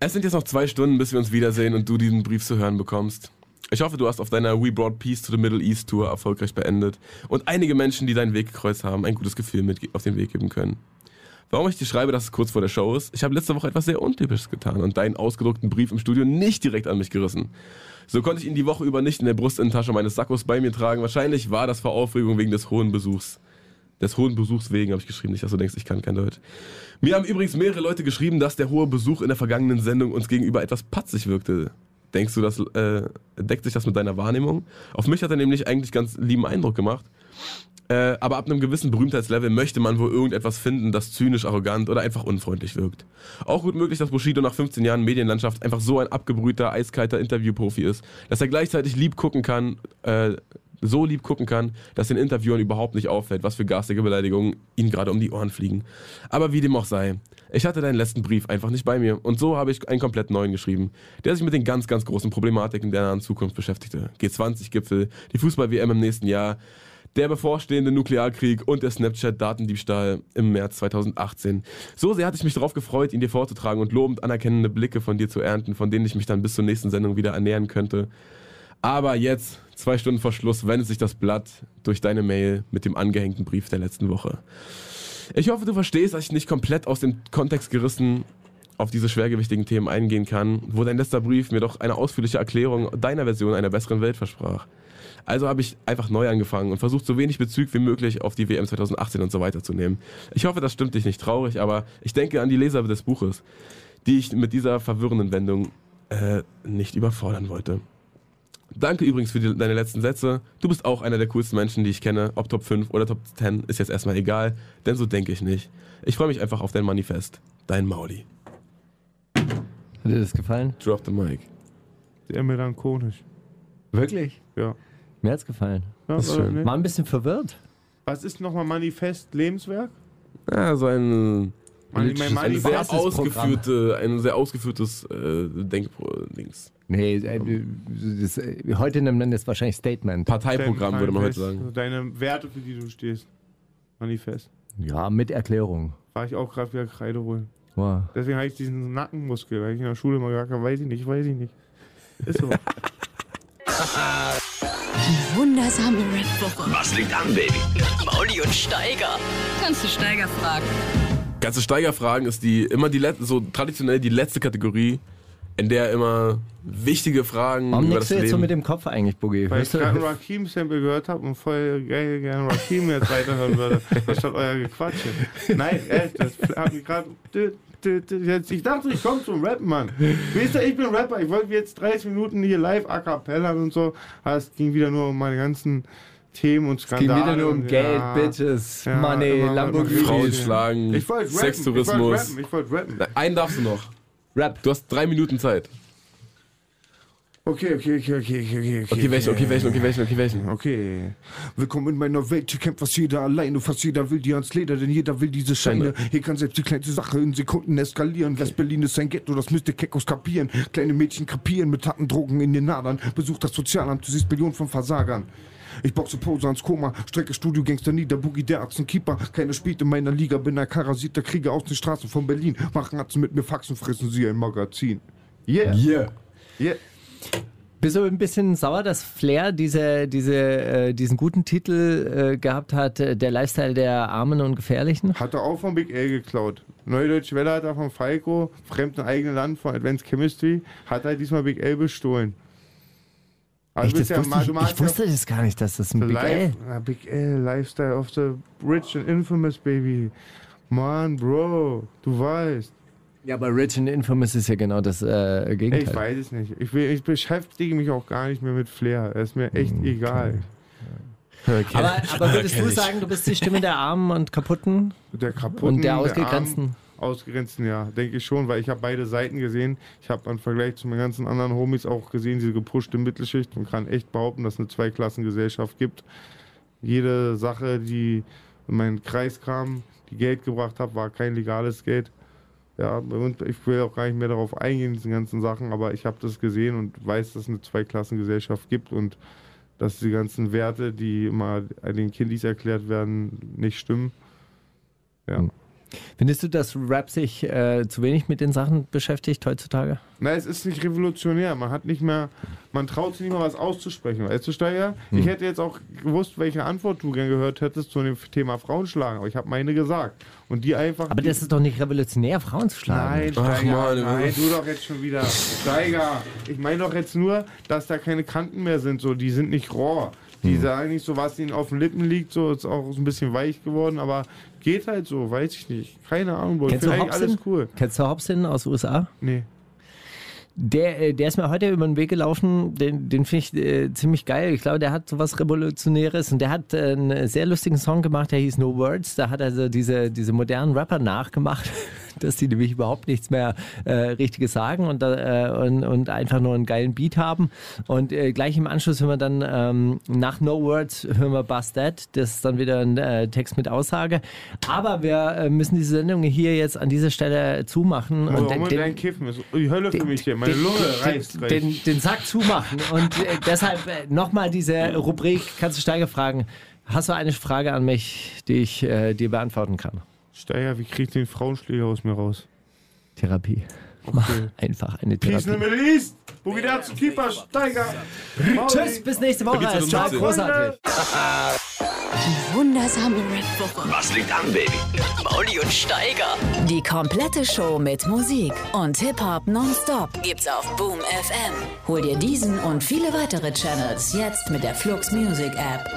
[SPEAKER 1] Es sind jetzt noch zwei Stunden, bis wir uns wiedersehen und du diesen Brief zu hören bekommst. Ich hoffe, du hast auf deiner We Brought Peace to the Middle East Tour erfolgreich beendet und einige Menschen, die deinen Weg gekreuzt haben, ein gutes Gefühl mit auf den Weg geben können. Warum ich dir schreibe, dass es kurz vor der Show ist? Ich habe letzte Woche etwas sehr Untypisches getan und deinen ausgedruckten Brief im Studio nicht direkt an mich gerissen. So konnte ich ihn die Woche über nicht in der Brustintasche meines Sackos bei mir tragen. Wahrscheinlich war das vor Aufregung wegen des hohen Besuchs. Des hohen Besuchs wegen habe ich geschrieben, nicht, dass du denkst, ich kann kein Deutsch. Mir haben übrigens mehrere Leute geschrieben, dass der hohe Besuch in der vergangenen Sendung uns gegenüber etwas patzig wirkte. Denkst du, das äh, deckt sich das mit deiner Wahrnehmung? Auf mich hat er nämlich eigentlich ganz lieben Eindruck gemacht. Äh, aber ab einem gewissen Berühmtheitslevel möchte man wohl irgendetwas finden, das zynisch, arrogant oder einfach unfreundlich wirkt. Auch gut möglich, dass Bushido nach 15 Jahren Medienlandschaft einfach so ein abgebrühter, eiskalter Interviewprofi ist, dass er gleichzeitig lieb gucken kann, äh, so lieb gucken kann, dass den Interviewern überhaupt nicht auffällt, was für garstige Beleidigungen ihnen gerade um die Ohren fliegen. Aber wie dem auch sei, ich hatte deinen letzten Brief einfach nicht bei mir und so habe ich einen komplett neuen geschrieben, der sich mit den ganz, ganz großen Problematiken der nahen Zukunft beschäftigte. G20-Gipfel, die Fußball-WM im nächsten Jahr, der bevorstehende Nuklearkrieg und der Snapchat-Datendiebstahl im März 2018. So sehr hatte ich mich darauf gefreut, ihn dir vorzutragen und lobend anerkennende Blicke von dir zu ernten, von denen ich mich dann bis zur nächsten Sendung wieder ernähren könnte. Aber jetzt, zwei Stunden vor Schluss, wendet sich das Blatt durch deine Mail mit dem angehängten Brief der letzten Woche. Ich hoffe, du verstehst, dass ich nicht komplett aus dem Kontext gerissen auf diese schwergewichtigen Themen eingehen kann, wo dein letzter Brief mir doch eine ausführliche Erklärung deiner Version einer besseren Welt versprach. Also habe ich einfach neu angefangen und versucht, so wenig Bezug wie möglich auf die WM 2018 und so weiter zu nehmen. Ich hoffe, das stimmt dich nicht traurig, aber ich denke an die Leser des Buches, die ich mit dieser verwirrenden Wendung äh, nicht überfordern wollte. Danke übrigens für die, deine letzten Sätze. Du bist auch einer der coolsten Menschen, die ich kenne. Ob Top 5 oder Top 10 ist jetzt erstmal egal, denn so denke ich nicht. Ich freue mich einfach auf dein Manifest. Dein Mauli.
[SPEAKER 6] Hat dir das gefallen?
[SPEAKER 1] Drop the mic.
[SPEAKER 7] Sehr melancholisch.
[SPEAKER 6] Wirklich?
[SPEAKER 7] Ja.
[SPEAKER 6] Mir hat's gefallen.
[SPEAKER 7] ja
[SPEAKER 1] ist
[SPEAKER 7] oder
[SPEAKER 1] schön.
[SPEAKER 7] nicht?
[SPEAKER 6] War ein bisschen verwirrt.
[SPEAKER 7] Was ist nochmal Manifest Lebenswerk?
[SPEAKER 1] Ja, so ein,
[SPEAKER 7] Mani- mein
[SPEAKER 1] ein
[SPEAKER 7] Manifest-
[SPEAKER 1] sehr
[SPEAKER 6] Basisprogramm.
[SPEAKER 1] ausgeführte, ein sehr ausgeführtes äh, Denkdings.
[SPEAKER 6] Nee, äh, das, äh, heute nennt man das wahrscheinlich Statement.
[SPEAKER 1] Parteiprogramm würde man heute sagen.
[SPEAKER 7] Manifest, Deine Werte, für die du stehst. Manifest.
[SPEAKER 6] Ja, mit Erklärung.
[SPEAKER 7] War ich auch gerade wieder Kreide holen.
[SPEAKER 6] Wow.
[SPEAKER 7] Deswegen habe ich diesen Nackenmuskel, weil ich in der Schule mal gesagt habe, weiß ich nicht, weiß ich nicht. Ist so.
[SPEAKER 9] Wundersame Rap-Woche.
[SPEAKER 3] Was liegt an, Baby?
[SPEAKER 2] Mauli und Steiger. Kannst du Steiger fragen?
[SPEAKER 1] Ganze Steigerfragen ist die immer die letzte, so traditionell die letzte Kategorie, in der immer wichtige Fragen
[SPEAKER 6] Warum
[SPEAKER 1] über
[SPEAKER 6] nickst
[SPEAKER 1] das
[SPEAKER 6] du jetzt
[SPEAKER 1] Leben.
[SPEAKER 6] so mit dem Kopf eigentlich, Boogie?
[SPEAKER 7] Weil ich
[SPEAKER 6] Hörst
[SPEAKER 7] gerade ein
[SPEAKER 6] du,
[SPEAKER 7] Rakim-Sample gehört habe und voll geil gerne Rakim jetzt weiterhören würde, anstatt euer Gequatsche. Nein, echt, das hat mich gerade. dü- dü- dü- jetzt- Ich dachte, ich komme zum Rappen, Mann. Wisst ihr, ich bin Rapper. Ich wollte jetzt 30 Minuten hier live a cappella und so. Aber es ging wieder nur um meine ganzen Themen und
[SPEAKER 6] Ging
[SPEAKER 7] Skandale.
[SPEAKER 6] wieder nur um
[SPEAKER 7] und-
[SPEAKER 6] Geld,
[SPEAKER 7] ja.
[SPEAKER 6] Bitches,
[SPEAKER 7] Ja,
[SPEAKER 6] Money,
[SPEAKER 7] immer-
[SPEAKER 6] Lamborghini.
[SPEAKER 1] Frauen
[SPEAKER 7] Frauen Ich
[SPEAKER 1] schlagen,
[SPEAKER 7] wollte rappen. Ich wollte
[SPEAKER 1] Sextourismus.
[SPEAKER 7] rappen. Ich wollte rappen.
[SPEAKER 1] Einen darfst du noch.
[SPEAKER 6] Rap.
[SPEAKER 1] Du hast drei Minuten Zeit.
[SPEAKER 7] Okay, okay, okay, okay, okay, okay.
[SPEAKER 1] Okay, welchen, okay, welchen, okay, welchen, okay, welchen.
[SPEAKER 7] Okay. Willkommen in meiner Welt, hier kämpft fast jeder alleine, fast jeder will die ans Leder, denn jeder will diese Scheine. Hier kann selbst die kleinste Sache in Sekunden eskalieren. West-Berlin ist ein Ghetto, das müsste Kekos kapieren. Kleine Mädchen krepieren mit harten Drogen in den Nadern. Besucht das Sozialamt, du siehst Millionen von Versagern. Ich boxe Pose ans Koma, strecke Studio Gangster nieder, Boogie der Achsenkeeper. Keiner spielt in meiner Liga, bin ein karasierter Krieger aus den Straßen von Berlin. Machen Atzen mit mir Faxen, fressen sie ein Magazin. Yeah,
[SPEAKER 1] Yeah.
[SPEAKER 7] yeah.
[SPEAKER 6] Bist du ein bisschen sauer, dass Flair diese, diese, äh, diesen guten Titel äh, gehabt hat, äh, der Lifestyle der Armen und Gefährlichen?
[SPEAKER 7] Hat er auch von Big L geklaut. Neudeutsch Welle hat er von Falco, Fremden eigenen Land von Advanced Chemistry, hat er diesmal Big L bestohlen. Also
[SPEAKER 6] Echt,
[SPEAKER 7] bist ja
[SPEAKER 6] das
[SPEAKER 7] mal-
[SPEAKER 6] wusste
[SPEAKER 7] du
[SPEAKER 6] ich, ich
[SPEAKER 7] magst
[SPEAKER 6] wusste das gar nicht, dass das ein Big L.
[SPEAKER 7] Life, Ah, Big L, Lifestyle of the Rich and Infamous, Baby. Mann, Bro, du weißt.
[SPEAKER 6] Ja, aber Rich and Infamous ist ja genau das äh,
[SPEAKER 7] Ey, ich
[SPEAKER 6] Gegenteil.
[SPEAKER 7] weiß es nicht. Ich, will, ich beschäftige mich auch gar nicht mehr mit Flair. Ist mir echt
[SPEAKER 6] Mm,
[SPEAKER 7] egal.
[SPEAKER 6] aber, aber würdest du sagen, du bist die Stimme der Armen und Kaputten?
[SPEAKER 7] Der kaputten,
[SPEAKER 6] Und der
[SPEAKER 7] Armen-
[SPEAKER 6] Ausgegrenzten?
[SPEAKER 7] Ausgrenzen, ja, denke ich schon, weil ich habe beide Seiten gesehen. Ich habe im Vergleich zu meinen ganzen anderen Homies auch gesehen, diese gepushte Mittelschicht und kann echt behaupten, dass es eine Zweiklassengesellschaft gibt. Jede Sache, die in meinen Kreis kam, die Geld gebracht hat, war kein legales Geld. Ja, und ich will auch gar nicht mehr darauf eingehen, diesen ganzen Sachen, aber ich habe das gesehen und weiß, dass es eine Zweiklassengesellschaft gibt und dass die ganzen Werte, die immer den Kindis erklärt werden, nicht stimmen. Ja.
[SPEAKER 6] Hm. Findest du, dass Rap sich äh, zu wenig mit den Sachen beschäftigt heutzutage?
[SPEAKER 7] Na, es ist nicht revolutionär. Man hat nicht mehr, man traut sich nicht mehr was auszusprechen. Weißt du, Steiger?
[SPEAKER 6] Hm.
[SPEAKER 7] Ich hätte jetzt auch gewusst, welche Antwort du gern gehört hättest zu dem Thema Frauenschlagen, aber ich habe meine gesagt. Und die einfach.
[SPEAKER 6] Aber das ist doch nicht revolutionär, Frauen zu schlagen.
[SPEAKER 7] Nein,
[SPEAKER 1] Ach,
[SPEAKER 7] Steiger,
[SPEAKER 1] Mann,
[SPEAKER 7] nein,
[SPEAKER 1] Mann.
[SPEAKER 7] du doch jetzt schon wieder. Steiger, ich meine doch jetzt nur, dass da keine Kanten mehr sind, so, die sind nicht roh. Die
[SPEAKER 6] Hm.
[SPEAKER 7] sagen nicht so, was ihnen auf den Lippen liegt, so, ist auch so ein bisschen weich geworden, aber geht halt so, weiß ich nicht. Keine Ahnung, Bro. Ich
[SPEAKER 6] Kennst
[SPEAKER 7] finde
[SPEAKER 6] du
[SPEAKER 7] eigentlich alles
[SPEAKER 6] Hobson?
[SPEAKER 7] cool.
[SPEAKER 6] Kennst du Hobson aus USA?
[SPEAKER 7] Nee.
[SPEAKER 6] Der, äh, der ist mir heute über den Weg gelaufen, den, den finde ich äh, ziemlich geil. Ich glaube, der hat sowas Revolutionäres und der hat äh, einen sehr lustigen Song gemacht, der hieß No Words. Da hat er so diese, diese modernen Rapper nachgemacht, dass die nämlich überhaupt nichts mehr äh, Richtiges sagen und, da, äh, und, und einfach nur einen geilen Beat haben. Und äh, gleich im Anschluss hören wir dann ähm, nach No Words hören wir Bust That. Das ist dann wieder ein äh, Text mit Aussage. Aber wir äh, müssen diese Sendung hier jetzt an dieser Stelle zumachen.
[SPEAKER 7] Also,
[SPEAKER 6] den-
[SPEAKER 7] und
[SPEAKER 6] den-
[SPEAKER 7] dein Kiffen ist die Hölle für mich hier. Meine
[SPEAKER 6] den-
[SPEAKER 7] Lunge
[SPEAKER 6] den-
[SPEAKER 7] reißt gleich.
[SPEAKER 6] Den, den Sack zumachen. Und äh, deshalb äh, nochmal diese Rubrik, kannst du Steiger fragen, Hast du eine Frage an mich, die ich äh, dir beantworten kann?
[SPEAKER 7] Steiger, wie krieg ich den Frauenschläger aus mir raus?
[SPEAKER 6] Therapie. Mach einfach eine
[SPEAKER 7] Peace in the
[SPEAKER 6] Therapie.
[SPEAKER 7] Middle East! Bugida zu Keeper, Steiger!
[SPEAKER 6] Tschüss, bis nächste Woche.
[SPEAKER 1] geht's
[SPEAKER 6] Es
[SPEAKER 1] um
[SPEAKER 6] war
[SPEAKER 1] Nachsehen.
[SPEAKER 6] großartig.
[SPEAKER 11] Wundersame Rap-Woche.
[SPEAKER 12] Was liegt an, Baby?
[SPEAKER 11] Mauli und Steiger.
[SPEAKER 5] Die komplette Show mit Musik und Hip-Hop nonstop gibt's auf Boom FM. Hol dir diesen und viele weitere Channels jetzt mit der Flux Music App.